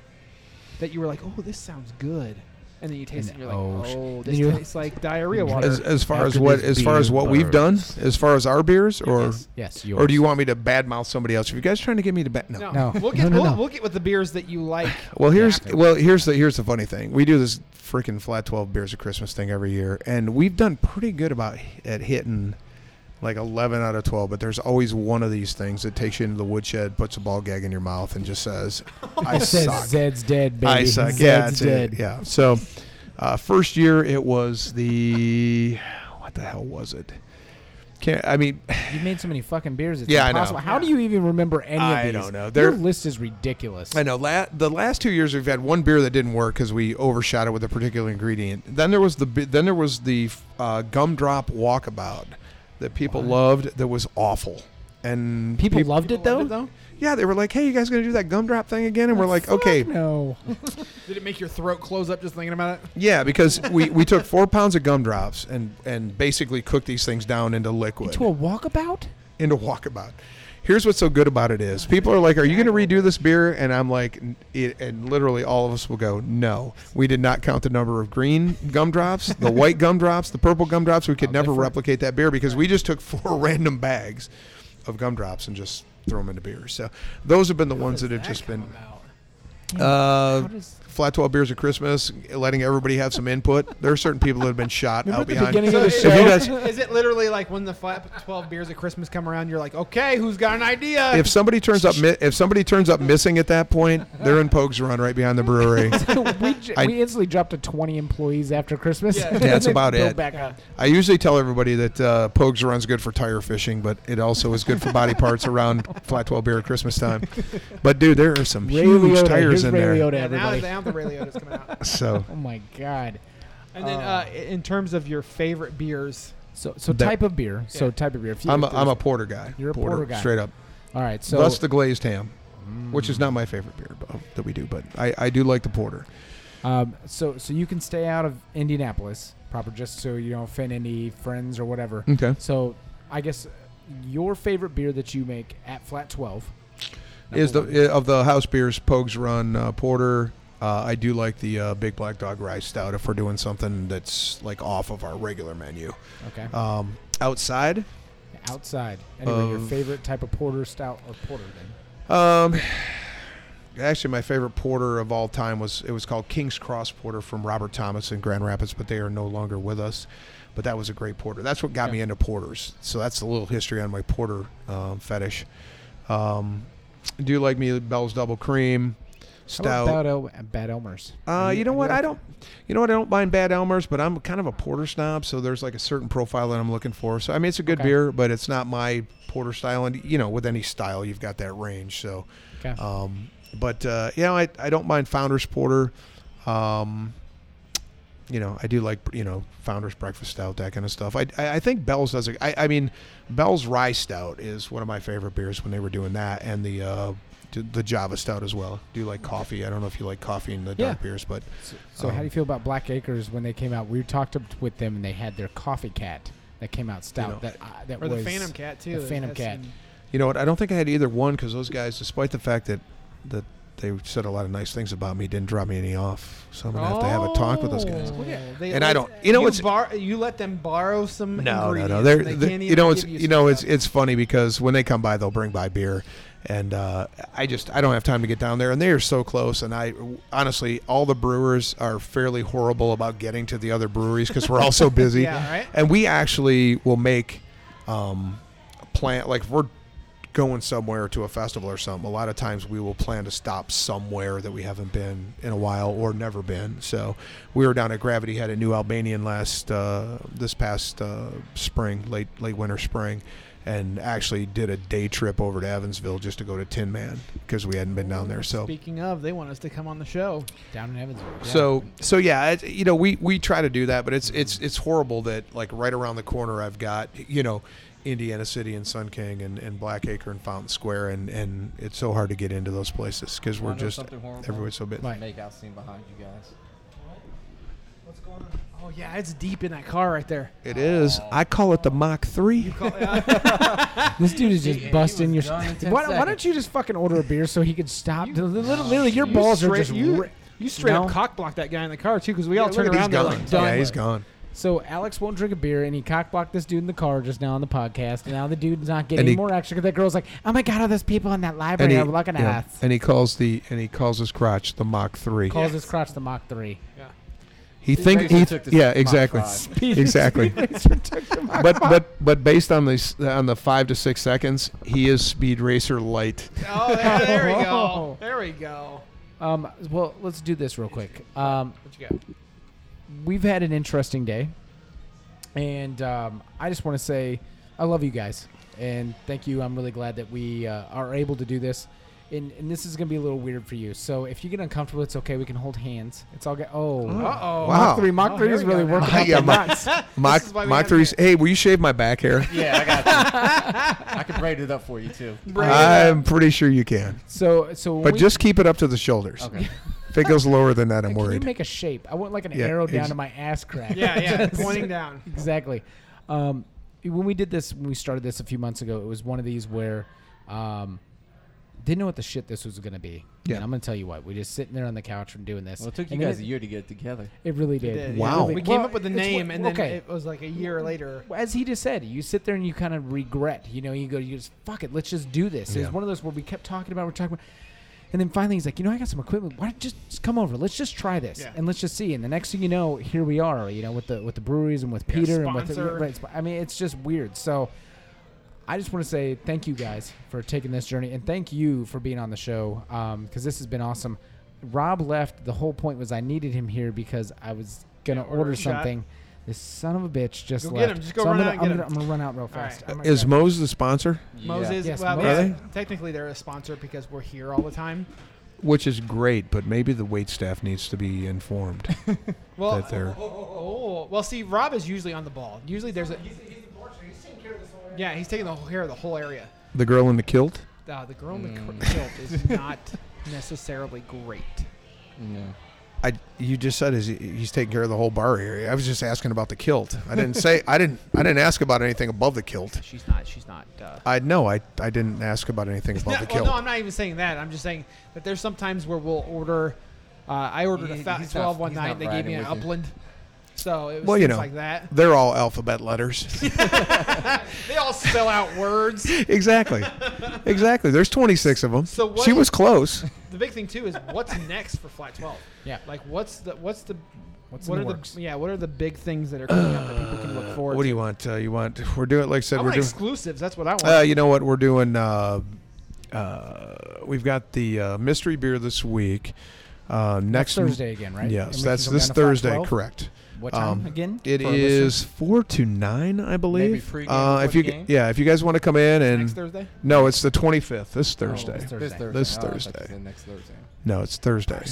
S4: that you were like, oh, this sounds good, and then you taste it, and you're like,
S7: oh, sh-
S4: oh, this
S1: you-
S4: tastes like diarrhea water.
S3: As, as far as
S7: After
S3: what
S7: this
S3: as far as
S7: beer
S3: what we've done,
S7: burns.
S3: as far as our beers, or
S7: yes, yes, yours.
S3: or do you want me to badmouth somebody else? Are you guys trying to get me to bad? No.
S4: no,
S1: No.
S4: we'll get
S1: No, no,
S4: we'll,
S1: no.
S4: we'll get with the beers that you like.
S3: Well, here's
S1: Yeah.
S3: well here's the here's the funny thing. We do this freaking flat twelve beers of Christmas thing every year, and we've done pretty good about at hitting like eleven out of twelve. But there's always one of these things that takes you into the woodshed, puts a ball gag in your mouth, and just
S1: *laughs*
S3: says, "I
S1: It says
S3: suck."
S1: Zed's dead, baby.
S3: I suck.
S1: Zed's
S3: Yeah, that's
S1: dead.
S3: it. Yeah. So, uh, first year it was the what the hell was it? Can't I mean?
S1: You made so many fucking beers. It's
S3: Yeah, I know.
S1: impossible. How do you even remember any
S3: I
S1: of these?
S3: don't know.
S1: Their
S3: They're-
S1: list is ridiculous.
S3: I know. La- the last two years we've had one beer that didn't work because we overshot it with a particular ingredient. Then there was the bi- then there was the uh, gumdrop walkabout that people loved that was awful. And
S1: People,
S3: peop-
S1: loved it though.
S3: yeah, they were like, "Hey, you guys gonna do that gumdrop thing again?" And we're like,
S1: Fuck
S3: "Okay,
S1: No.
S4: Did it make your throat close up just thinking about it?
S3: yeah," because we, we took four pounds of gumdrops and and basically cooked these things down into liquid.
S1: To a walkabout?
S3: into walkabout. Here's what's so good about it is people are like, "Are you going to redo this beer?" And I'm like, n- it, and literally all of us will go, "No, we did not count the number of green gumdrops,
S1: *laughs*
S3: the white gumdrops, the purple gumdrops. We could never replicate that beer because we just took four *laughs* random bags of gumdrops and just threw them into beer." So those have been the ones that have just been uh, flat twelve beers of Christmas, letting everybody have some input. There are certain people that have been shot out
S1: the
S3: behind.
S1: beginning of the
S3: If
S1: show?
S3: you guys-
S4: is it literally like when the flat twelve beers at Christmas come around? You're like, okay, who's got an idea?
S3: if somebody
S1: *laughs*
S3: turns up mi- if somebody turns up missing at that point, they're in Pogues Run right behind the brewery. *laughs*
S1: we, j-
S3: I-
S1: we instantly dropped to 20 employees after Christmas. *laughs*
S4: Yeah.
S1: And
S3: Yeah, that's
S1: then
S3: about
S1: built
S3: it.
S1: Back up.
S3: I usually tell everybody that uh, Pogues Run's good for tire fishing, but it also is good for body parts around Flat 12 beer at Christmas time. But dude, there are some
S1: Ray
S3: huge
S1: Liotta.
S3: tires
S1: Here's
S3: in
S1: Ray
S3: there.
S1: Liotta,
S4: yeah, now,
S1: everybody.
S4: now the Ray Liotta's coming out.
S3: So
S1: Oh my god.
S4: *laughs* And then
S3: Oh.
S4: uh, in terms of your favorite beers,
S1: So so
S3: That-
S1: type of beer. So type of beer. If you-
S3: I'm a,
S1: if there's-
S3: I'm a porter guy.
S1: You're a porter guy.
S3: straight up.
S1: All right. So Mm.
S3: Thus the glazed ham, which is not my favorite beer but, that we do, but I, I do like the porter.
S1: Um, so so you can stay out of Indianapolis proper, just so you don't offend any friends or whatever.
S3: Okay.
S1: So I guess your favorite beer that you make at Flat Twelve
S3: is the
S1: number one.
S3: i- of the house beers Pogues Run uh, Porter. Uh, I do like the uh, Big Black Dog Rye Stout if we're doing something that's like off of our regular menu.
S1: okay
S3: Um, outside,
S1: outside? Anyway, your
S3: of-
S1: favorite type of porter, stout, or porter? Then
S3: um, actually, my favorite porter of all time was it was called King's Cross Porter from Robert Thomas in Grand Rapids, but they are no longer with us. But that was a great porter. That's what got me into porters. So that's a little history on my porter um, fetish. Um, I do like me Bell's Double Cream
S1: How
S3: Stout.
S1: about Bad, El- Bad Elmer's?
S3: Uh, you know what? I don't. You know what? I don't mind bad Elmers, but I'm kind of a porter snob, so there's like a certain profile that I'm looking for. So I mean, it's a good
S1: Okay.
S3: beer, but it's not my porter style. And you know, with any style, you've got that range. So,
S1: Okay.
S3: um, but uh, you know, I, I don't mind Founder's Porter. Um, you know, I do like you know Founder's Breakfast Stout, that kind of stuff. I I, I think Bell's does. A, I I mean, Bell's Rye Stout is one of my favorite beers when they were doing that, and the. Uh, the Java Stout as well. Do you like coffee? I don't know if you like coffee and the dark
S1: Yeah.
S3: beers, but
S1: So, so how do
S3: um,
S1: you feel about Black Acres when they came out? We talked up with them and they had their coffee cat that came out stout
S3: know,
S1: that I that
S4: or
S1: was
S4: the Phantom Cat too.
S1: the Phantom
S4: That's
S1: Cat.
S4: in-
S3: You know what? I don't think I had either one because those guys, despite the fact that that they said a lot of nice things about me, didn't drop me any off. So I'm gonna have to have a talk with those guys.
S4: Oh, they-
S3: And I don't- you know what's-
S4: bar, you let them borrow some.
S3: No, no,
S4: ingredients
S3: no.
S4: and
S3: They're,
S4: they
S3: they-
S4: can't
S3: you
S4: even
S3: know, it's
S4: give you
S3: you know, it's
S4: stuff.
S3: it's funny because when they come by, they'll bring by beer, and uh, I just I don't have time to get down there, and they are so close. And I honestly, all the brewers are fairly horrible about getting to the other breweries because we're all so
S4: *laughs*
S3: busy.
S4: Yeah, right?
S3: And we actually will make um, a plan like if we're going somewhere to a festival or something. A lot of times we will plan to stop somewhere that we haven't been in a while or never been. So we were down at Gravity Head at New Albanian last uh, this past uh, spring, late late winter spring. And actually did a day trip over to Evansville just to go to Tin Man because we hadn't been down there. So
S4: Speaking of, they want us to come on the show.
S1: down in Evansville. yeah.
S3: so so yeah, it, you know we we try to do that, but it's it's it's horrible that like right around the corner I've got you know Indiana City and Sun King and, and Blackacre and Fountain Square and and it's so hard to get into those places because we're
S2: Wanna know
S3: just
S2: something horrible?
S3: everywhere's so busy.
S1: Right.
S2: Make out scene behind you guys.
S4: What's going on? Oh yeah, it's deep in that car right there.
S3: It is.
S2: Oh.
S3: I call it the Mach Three.
S1: This dude is
S2: He-
S1: just
S2: he
S1: busting your. *laughs*
S2: was gone in 10
S1: why, why don't
S2: seconds.
S1: you just fucking order a beer so he could stop? literally, literally, your
S4: You
S1: balls are
S4: straight-
S1: just.
S4: you,
S1: ri-
S4: You straight
S1: No.
S4: up cock blocked that guy in the car too, because we all
S3: Yeah,
S4: turned
S3: look
S4: around. and
S3: at- He's gone.
S4: were like, done.
S3: yeah, he's gone.
S1: So Alex won't drink a beer, and he cockblocked this dude in the car just now on the podcast. And now the dude's not getting
S3: And
S1: any
S3: he-
S1: more action because that girl's like, "Oh my god, all those people in that library are looking at
S3: yeah,
S1: us."
S3: and he calls the and he calls his crotch the Mach Three.
S1: Calls his crotch the Mach Three.
S3: He think
S7: basically
S3: he,
S7: took the
S3: yeah
S7: Mach
S3: exactly
S7: five.
S3: exactly. but but but based on the s- on the five to six seconds, he is Speed Racer light.
S4: Oh, there, there we *laughs*
S1: Oh.
S4: go. There we go.
S1: Um, well, let's do this real quick. Um,
S4: What you got?
S1: we've had an interesting day, and um, I just want to say I love you guys and thank you. I'm really glad that we uh, are able to do this. And, and this is gonna be a little weird for you. So if you get uncomfortable, it's okay. We can hold hands. It's all good. Oh,
S4: Uh-oh.
S1: Mach
S3: Mm. Wow.
S1: three, Mach
S4: Oh,
S1: three
S4: here
S1: is
S4: we go
S1: really
S4: now.
S1: working.
S3: *laughs* Yeah,
S1: out the
S3: Mach-
S1: knots.
S3: Mach
S4: is why we
S3: Mach
S4: have
S3: Three's. Hey, will you shave my back hair?
S2: Yeah, I got you. *laughs* I can braid it up for you too.
S3: I'm pretty sure you can,
S1: So so when
S3: but
S1: we-
S3: just keep it up to the shoulders.
S2: Okay.
S3: If it goes lower than that, I'm
S1: can
S3: worried.
S1: you make a shape? I want like an
S3: Yeah,
S1: arrow down
S3: ex-
S1: to my ass crack.
S4: Yeah, yeah. *laughs*
S1: Just-
S4: Pointing down.
S1: exactly. Um, when we did this, when we started this a few months ago, it was one of these where um, didn't know what the shit this was going to be.
S3: Yeah.
S1: and I'm going to tell you what. We're just sitting there on the couch and doing this.
S2: Well, it took you
S1: And then
S2: guys a
S1: It,
S2: year to get it together.
S1: it really did.
S4: Yeah,
S1: It
S3: Wow.
S1: really-
S4: We came
S1: well,
S4: up with the
S1: it's what-
S4: name, and then
S1: okay.
S4: it was like a year later.
S1: as he just said, you sit there and you kind of regret. You know, you go, you just fuck it, let's just do this. It
S3: Yeah.
S1: was one of those where we kept talking about, we're talking about, and then finally he's like, you know, I got some equipment. Why don't you just come over? Let's just try this
S4: Yeah.
S1: and let's just see. And the next thing you know, here we are. You know, with the with the breweries and with
S4: Yeah,
S1: Peter and with the,
S4: sponsor.
S1: right, sp- I mean, it's just weird. So. I just want to say thank you guys for taking this journey and thank you for being on the show because this has been awesome. Rob left. The whole point was I needed him here because I was going to
S4: Yeah, order
S1: order
S4: a shot.
S1: something. This son of a bitch just
S4: Go get
S1: left.
S4: him. Just go
S1: So
S4: run
S1: I'm gonna,
S4: out and
S1: I'm
S4: get
S1: gonna,
S4: him.
S1: I'm gonna run out real
S4: right.
S1: fast. I'm gonna
S3: Is
S1: grab-
S3: Moses the sponsor?
S4: Moses,
S1: Yes,
S4: well,
S1: Moses.
S3: Really?
S4: technically they're a sponsor because we're here all the time.
S3: Which is great, but maybe the wait staff needs to be informed.
S4: Well,
S3: That they're-
S4: oh, oh, oh, oh. well, see, Rob is usually on the ball. Usually there's a. Yeah, he's taking the whole care of the whole area.
S3: the girl in the kilt.
S4: Uh, the girl in the
S3: Hmm.
S4: cr- kilt is not *laughs* necessarily great.
S2: No.
S3: I you just said is he- he's taking care of the whole bar area. I was just asking about the kilt. I didn't say I didn't I didn't ask about anything above the kilt.
S4: She's not. She's not. Uh,
S3: I no, I I didn't ask about anything
S4: *laughs*
S3: above
S4: No, well,
S3: the kilt.
S4: no, I'm not even saying that. I'm just saying that there's some times where we'll order. Uh, I ordered
S2: He-
S4: a Fountain
S2: he's not-
S4: 12 one
S2: he's not
S4: night. They gave me
S2: riding
S4: an
S2: with you.
S4: Upland. So it was
S3: Well, you
S4: things
S3: know.
S4: like that.
S3: They're all alphabet letters.
S4: They all spell out words.
S3: exactly, exactly. There's 26 of them.
S4: So what-
S3: she was close.
S4: The big thing too is what's next for Flat 12.
S1: Yeah.
S4: Like what's the what's the
S1: What's
S4: what
S1: in
S4: are
S1: the
S4: the
S1: works?
S4: yeah what are the big things that are coming up that people can look forward?
S3: What do
S4: to?
S3: you want? Uh, you want we're doing like I said
S4: I
S3: we're
S4: want
S3: doing.
S4: exclusives. That's what I want.
S3: Uh, you know what we're doing? Uh, uh, we've got the uh, mystery beer this week. Uh, next
S1: Thursday again, right? And we
S3: Yes,
S1: can
S3: that's
S1: go
S3: this
S1: down to five
S3: Thursday.
S1: twelve?
S3: Correct.
S1: What time
S3: Um,
S1: again?
S3: It
S1: for our listeners?
S3: is four to nine, I believe.
S2: pregame
S3: uh,
S2: before
S3: if you
S2: the game?
S3: yeah, if you guys want to come in
S4: next
S3: and
S4: Thursday.
S3: no, it's the twenty fifth. This
S1: Oh,
S3: Thursday.
S1: it's Thursday.
S3: This
S2: Oh, I thought you
S3: Thursday.
S2: said next Thursday.
S3: no, it's Thursday.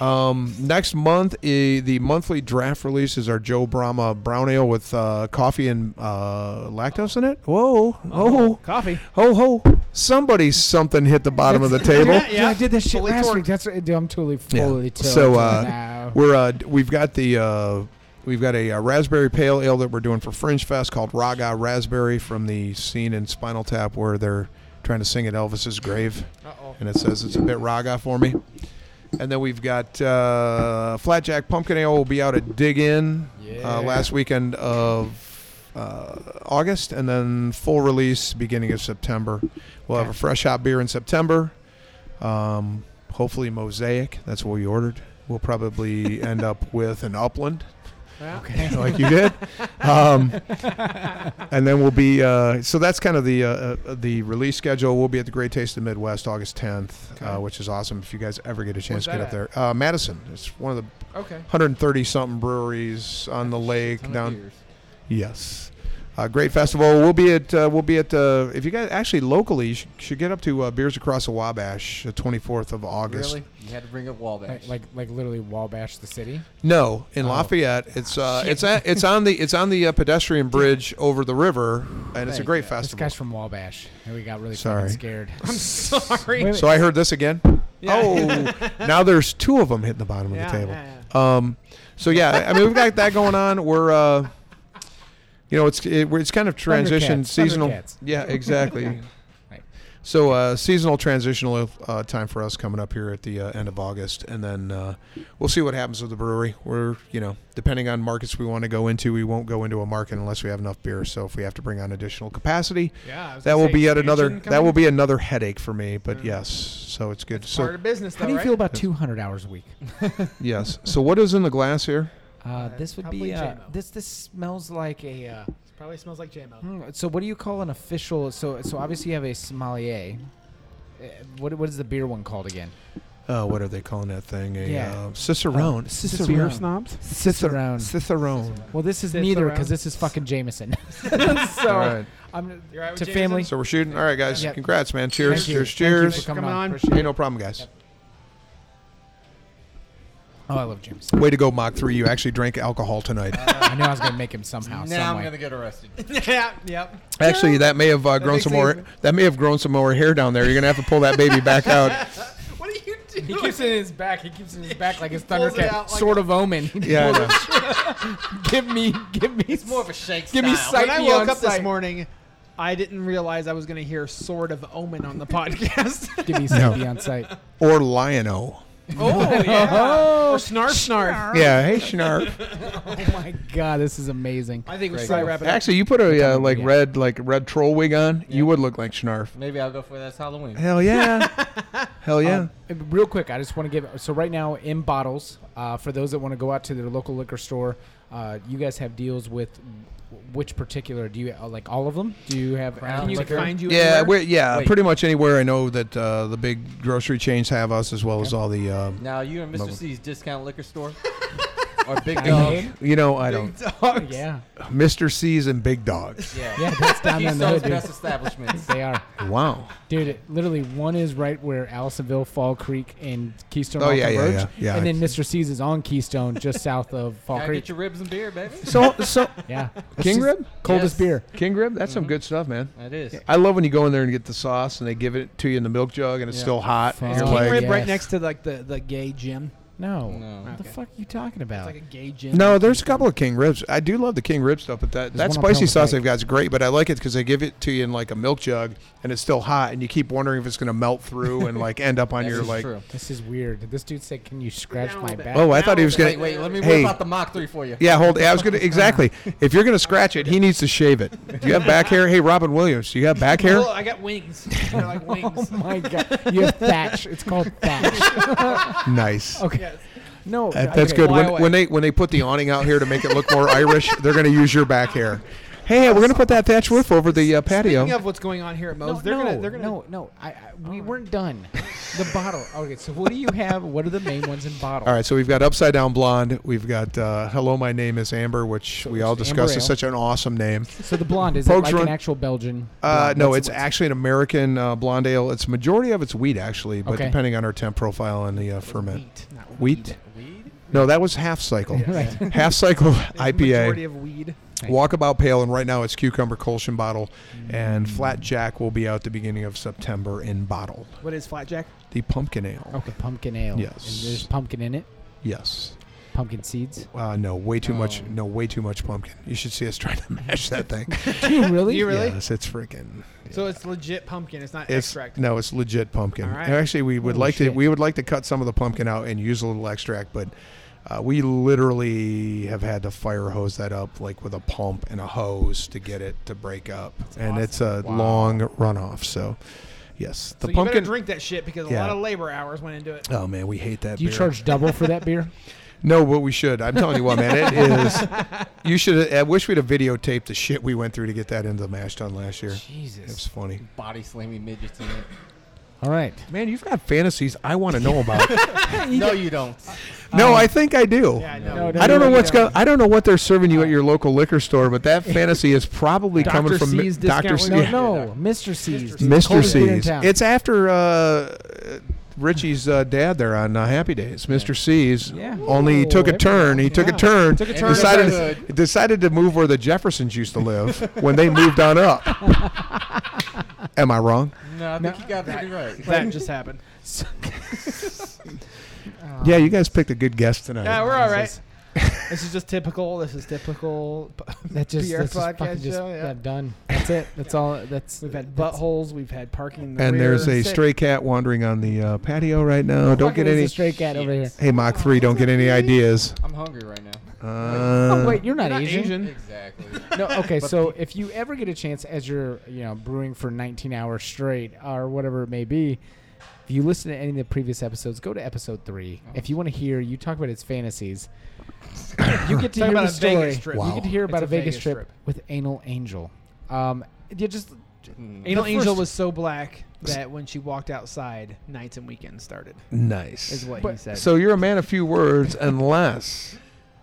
S3: Um, next month, i the monthly draft release is our Joe Brahma brown ale with uh, coffee and uh, lactose in it. Whoa, oh,
S4: coffee.
S3: ho, ho! Somebody, something hit the
S1: *laughs*
S3: bottom of the table.
S4: Yeah,
S1: Yeah, I did this shit
S4: Fully
S1: last
S4: torqued.
S1: week. That's right. Dude, I'm totally fully
S3: Yeah.
S1: tilted
S3: So, uh,
S1: now.
S3: We're uh, d- we've got the uh, we've got a, uh raspberry pale ale that we're doing for Fringe Fest called Raga Raspberry from the scene in Spinal Tap where they're trying to sing at Elvis's grave,
S4: Uh oh.
S3: and it says it's a bit raga for me. And then we've got uh, Flatjack Pumpkin Ale will be out at Dig In uh, last weekend of. Uh, August and then full release beginning of September. We'll have a fresh hot beer in September. Um, hopefully Mosaic. That's what we ordered. We'll probably end up with an Upland,
S4: Okay.
S3: *laughs* like you did. Um, and then we'll be uh, so that's kind of the uh, uh, the release schedule. We'll be at the Great Taste of the Midwest August 10th,
S4: Okay.
S3: uh, which is awesome. If you guys ever get a chance to
S4: that
S3: get up there, uh, Madison. It's one of the
S4: Okay.
S3: 130 something breweries on the lake
S2: Ton of
S3: down.
S2: beers.
S3: Yes. Uh, great festival. We'll be at uh, we'll be at uh, if you guys actually locally you should, should get up to uh, Beers Across the Wabash the 24th of August.
S2: Really? You had to bring up Wabash.
S1: like, like like literally Wabash the city.
S3: No, in
S1: Oh.
S3: Lafayette, it's uh, it's at, it's on the it's on the uh, pedestrian bridge over the river, and it's a
S2: Thank
S3: great
S2: you.
S1: This
S3: festival.
S1: guy's from Wabash, and we got really
S3: Sorry.
S1: fucking *laughs* scared.
S4: I'm sorry.
S1: Wait,
S3: So I heard this again.
S4: Yeah.
S3: Oh, now there's two of them hitting the bottom
S4: Yeah,
S3: of the table.
S4: yeah, yeah.
S3: Um, so yeah, I mean we've got that going on. We're uh, you know it's it, we're- it's kind of transition
S1: Thundercats,
S3: seasonal.
S1: Thundercats.
S3: Yeah, exactly.
S1: Right.
S3: So uh, seasonal transitional uh, time for us coming up here at the uh, end of August, and then uh, we'll see what happens with the brewery. We're you know depending on markets we want to go into, we won't go into a market unless we have enough beer. So if we have to bring on additional capacity,
S4: Yeah, I was
S3: that
S4: gonna
S3: will
S4: say
S3: be yet another
S4: expansion
S3: that will
S4: coming?
S3: be another headache for me. But yes, so it's good.
S4: part
S3: So
S4: of business. Though,
S1: How do you
S4: right?
S1: feel about 200 hours a *laughs* week?
S3: yes. So what is in the glass here?
S1: Uh, this would
S4: probably
S1: be uh,
S4: J-Mo.
S1: this. This smells like a. Uh,
S4: Probably smells like JMO.
S1: hmm, so what do you call an official? So so obviously you have a sommelier. Uh, What what is the beer one called again?
S3: Uh, what are they calling that thing? A
S1: Yeah.
S3: uh, cicerone.
S4: Beer
S1: Uh, Cicerone.
S4: snobs.
S1: Cicerone.
S3: Cicerone.
S1: Well, this is neither
S4: Cicerone.
S1: because this is fucking Jameson. *laughs* so
S3: All right.
S1: I'm
S4: You're right with
S1: to
S4: Jameson?
S1: family.
S3: So we're shooting. All right, guys.
S1: Yep.
S3: Congrats, man.
S1: Thank
S3: Cheers.
S1: you. Thank you
S3: Cheers.
S1: for
S3: Cheers.
S1: coming
S4: Coming
S1: on.
S4: on.
S1: Appreciate
S3: Hey,
S1: it.
S3: no problem, guys.
S1: Oh, I love Jameson.
S3: Way to go, Mach 3. You actually drank alcohol tonight.
S1: I knew I was gonna make him somehow.
S2: now
S1: some
S2: I'm
S1: way.
S2: gonna get arrested.
S4: *laughs* yeah. Yep.
S3: actually, that may have uh, grown
S4: makes
S3: some
S4: it
S3: more.
S4: easy.
S3: That may have grown some more hair down there. You're gonna have to pull that baby back out.
S4: What are you doing?
S1: He keeps it in his back. He keeps it in his back like his
S4: pulls it
S1: Thundercat,
S4: out like
S1: sort of omen. *laughs*
S3: Yeah. I know.
S1: give me, give me. It's
S2: More of a shake.
S1: Give me
S2: style.
S1: sight-
S4: when I
S1: me
S4: woke
S1: on
S4: up this
S1: sight.
S4: morning, I didn't realize I was going to hear "Sword of Omen" on the *laughs* podcast.
S1: *laughs* Give me something on site.
S3: Or lion-o.
S4: oh yeah, *laughs* or snarf snarf.
S3: Yeah. Hey, Schnarr.
S1: Oh my god, this is amazing.
S4: I think we should
S2: Great.
S4: probably wrap it up.
S3: Actually, you put a uh, like
S1: Yeah.
S3: red like red troll wig on. You would look like Schnarf.
S2: Maybe I'll go for that Halloween.
S3: Hell yeah. Hell yeah.
S1: Um, real quick, I just want to give. So right now in bottles, uh, for those that want to go out to their local liquor store, uh, you guys have deals with which particular? Do you uh, like all of them? Do you have?
S2: Crown
S1: Crown
S4: Can you
S1: Liquor?
S4: find you?
S3: yeah,
S4: anywhere?
S3: we yeah,
S2: Wait.
S3: pretty much anywhere. I know that uh, the big grocery chains have us, as well as all the. Um,
S2: Now you and Mr.
S3: Love it.
S2: C's discount liquor
S3: *laughs*
S2: store or Big
S1: I
S2: Dog.
S1: mean,
S3: you know, I don't.
S1: yeah,
S3: Mr. C's and
S2: *laughs*
S3: Big Dogs.
S2: Yeah,
S1: yeah,
S4: *laughs*
S1: that's down there in the
S2: Keystone's
S1: hood,
S2: best
S1: dude.
S2: establishments.
S1: *laughs* They are,
S3: Wow.
S1: dude. It, literally, one is right where Allisonville, Fall Creek, and Keystone
S3: Oh,
S1: all
S3: yeah, yeah,
S1: converge,
S3: yeah, yeah.
S1: and then Mr. C's is on Keystone,
S3: *laughs*
S1: just south of Fall
S2: Gotta
S1: Creek.
S2: get your ribs and beer, baby.
S3: So so
S1: yeah,
S4: *laughs*
S3: King
S1: It's
S3: rib,
S1: coldest
S2: Yes.
S1: beer.
S3: king rib. That's some good stuff, man.
S2: That is.
S3: I love when you go in there and get the sauce, and they give it to you in the milk jug, and it's
S2: Yeah.
S3: still hot.
S1: Fuck.
S3: And
S4: Is
S3: you're
S1: King
S3: like,
S4: Rib right
S1: Yes.
S4: next to like the, the gay gym.
S1: No,
S2: No.
S1: what the
S4: Okay.
S1: fuck are you talking
S4: It's
S1: about?
S4: like a gay gym.
S3: no, there's a couple of king ribs. I do love the king rib stuff, but
S1: There's
S3: that, that
S1: one on
S3: spicy
S1: Pelham's
S3: sauce
S1: Pike.
S3: they've got is great. But I like it because they give it to you in like a milk jug, and it's still hot, and you keep wondering if it's going to melt through and like end up on
S2: That
S3: your
S2: is
S3: like.
S2: true.
S1: This is weird. This dude said, "Can you scratch
S4: Down
S1: my
S4: with it.
S1: back?"
S3: Oh, I thought he was
S2: Wait,
S3: going. to
S2: wait, let me
S3: Hey.
S2: whip out the Mach 3 for you.
S3: Yeah, hold. I was going
S1: *laughs*
S3: to exactly. If you're going to scratch it, he needs to shave it. Do you have back hair? Hey, Robin Williams, do you have back
S1: *laughs*
S3: hair?
S4: Oh, I got wings. *laughs* They're like
S1: Oh
S4: wings.
S1: my god! *laughs* You have thatch. It's called thatch.
S3: Nice.
S1: Okay.
S4: Yes.
S1: No,
S3: That- Uh, that's
S1: okay.
S3: good. When,
S4: away.
S3: when they when they put the awning out here to make it look more Irish, they're going to use your back hair. Hey, we're going to put that thatch roof over the uh, patio.
S4: Speaking of what's going on here at Moe's,
S1: No,
S4: they're
S1: no,
S4: gonna they're gonna
S1: no, no. I, I, we weren't done. The bottle. Okay, so what do you have? What are the main ones in bottle?
S3: all right, so we've got Upside Down Blonde. We've got uh, Hello, My Name is Amber, which we
S1: it's
S3: all
S1: Amber
S3: discussed is
S1: Ale.
S3: such an awesome name.
S1: So the blonde is
S3: Folks
S1: it like
S3: run-
S1: an actual Belgian?
S3: Uh,
S1: blonde?
S3: no,
S1: What's-
S3: it's
S1: what's-
S3: actually an American uh, blonde ale. It's majority of it's wheat, actually, but
S1: Okay.
S3: depending on our temp profile and the uh, ferment.
S4: wheat, not
S3: Wheat?
S2: Weed?
S3: No, that was Half Cycle.
S1: Right.
S3: *laughs*
S1: *laughs*
S3: Half Cycle IPA.
S4: Majority of weed.
S1: Thank you.
S3: Walkabout Pale, and right now it's Cucumber Colson Bottle, and
S1: Mm.
S3: Flat Jack will be out the beginning of September in bottle.
S4: What is Flatjack?
S3: The pumpkin ale.
S1: Okay, pumpkin ale.
S3: Yes.
S1: And there's pumpkin in it.
S3: Yes.
S1: Pumpkin seeds.
S3: Uh, no, way too much.
S2: Oh.
S3: No, way too much pumpkin. You should see us trying to *laughs* mash that thing.
S1: Do you *laughs* really?
S4: You really?
S3: Yes, it's freaking.
S4: So it's legit pumpkin. It's not
S3: It's
S4: extract.
S3: no, it's legit pumpkin.
S4: All right.
S3: Actually, we would
S1: Holy
S3: like
S1: shit.
S3: to. We would like to cut some of the pumpkin out and use a little extract, but. Uh, we literally have had to fire hose that up like with a pump and a hose to get it to break up, and it's a
S1: Wow.
S3: long runoff. So, yes, the
S4: so you
S3: pumpkin
S4: better drink that shit because a
S3: Yeah.
S4: lot of labor hours went into it.
S3: Oh man, we hate that.
S1: Do you
S3: beer.
S1: charge double for that
S3: *laughs*
S1: beer?
S3: No, but we should. I'm telling you what, man. It is. You should. I wish we'd have videotaped the shit we went through to get that into the mash done last year. It was
S1: Jesus.
S3: funny.
S2: Body slamming midgets in it.
S1: All right.
S3: Man, you've got fantasies I want to know about.
S2: No, you don't.
S3: *laughs* no, I think I do.
S4: Yeah, I know.
S1: No, no,
S3: I don't
S1: no,
S3: know
S1: no,
S3: what's
S1: no.
S3: going. I don't know what they're serving
S4: Oh.
S3: you at your local liquor store,
S4: *laughs*
S3: but that fantasy is probably coming
S4: Dr.
S3: from
S4: C's discount
S3: Doctor
S4: window.
S1: No,
S3: C's.
S1: no, Mr. C's. dude.
S3: Mr.
S1: Coldest beer in
S3: C's.
S1: town.
S3: It's after uh, Richie's uh, dad there on uh, Happy Days. Mr. C's
S1: Yeah.
S3: only he
S1: Ooh,
S3: took
S1: there
S3: a
S1: we
S3: turn. He took a
S1: Yeah.
S3: turn.
S4: Took a
S2: And
S4: turn.
S2: decided-
S4: aside.
S3: decided decided to move where the Jeffersons used to live when they moved
S4: *laughs*
S3: on up. Am I wrong?
S2: No, I think you got it pretty right.
S4: *laughs* that just happened.
S3: Yeah, you guys picked a good guest tonight.
S4: Oh. Yeah, we're all right. this is just typical. This is typical.
S1: That just,
S4: Beer
S1: that's just
S4: podcast
S1: fucking just
S4: show, yeah.
S1: yeah, done. *laughs* That's it. That's all. That's
S4: We've had
S1: that's-
S4: buttholes. We've had parking. in the
S3: And
S4: rear.
S3: there's a
S4: Sick.
S3: stray cat wandering on the uh, patio right now. Don't
S1: Fucking
S3: get
S1: is
S3: any.
S1: a stray cat over here.
S3: Hey, Mach three. Don't get any ideas.
S2: I'm hungry right now.
S3: Uh,
S1: oh wait, you're not, Asian.
S2: Exactly. *laughs*
S1: No,
S4: *laughs*
S1: okay. so if you ever get a chance, as you're you know brewing for 19 hours straight or whatever it may be, if you listen to any of the previous episodes, go to episode three.
S4: Oh.
S1: If you want to hear you talk about his fantasies, *coughs* you get to
S4: Talk
S1: hear
S4: about
S1: the
S4: a Vegas
S1: story.
S4: trip.
S1: You get to hear
S4: It's
S1: about
S4: a
S1: a Vegas,
S4: Vegas
S1: trip,
S4: trip.
S1: with Anal Angel. Um, yeah, just
S2: Hmm.
S4: Anal
S1: The
S4: Angel
S1: first-
S4: was so black that when she walked outside, nights and weekends started. Is
S3: nice.
S4: what he
S1: But-
S4: said.
S3: So you're a man of few words, unless.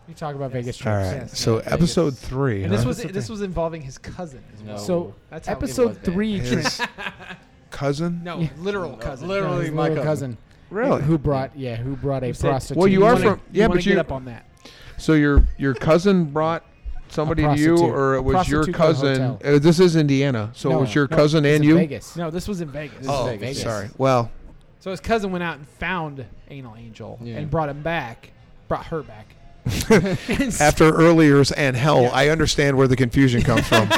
S1: you talk about Vegas
S3: All
S1: trips.
S3: right.
S4: Yes,
S3: so
S4: yeah, Vegas.
S3: episode three.
S4: and
S3: huh?
S4: this was this was involving his cousin. As well.
S2: No.
S1: So
S4: That's how it was
S1: episode
S2: bad.
S1: three,
S3: his *laughs* cousin.
S4: No,
S1: Yeah.
S4: literal
S2: No,
S4: cousin.
S2: literal-
S1: no,
S2: Literally
S1: his
S2: my
S1: little cousin.
S2: cousin.
S3: Really?
S1: Who brought yeah? Who brought a
S4: Who said-
S1: prostitute?
S3: Well, you
S4: You
S3: are
S4: wanna-
S3: from-
S4: you
S3: yeah,
S4: wanna
S3: but you-
S4: get up on that.
S3: So your your cousin brought somebody to you,
S1: prostitute.
S3: or it was your
S1: Prostitute from a
S3: cousin?
S1: hotel.
S3: Uh, this is Indiana, so
S1: No,
S3: it was your
S1: no,
S3: cousin
S1: it's
S3: and
S1: in
S3: you.
S1: Vegas.
S4: No, this was in Vegas.
S2: is
S3: Oh,
S2: Vegas.
S3: sorry. Well,
S4: So his cousin went out and found Anal Angel
S2: Yeah.
S4: and brought him back, brought her
S3: *laughs*
S4: back. and, s-
S3: after earlier's and hell, I understand where the confusion comes from.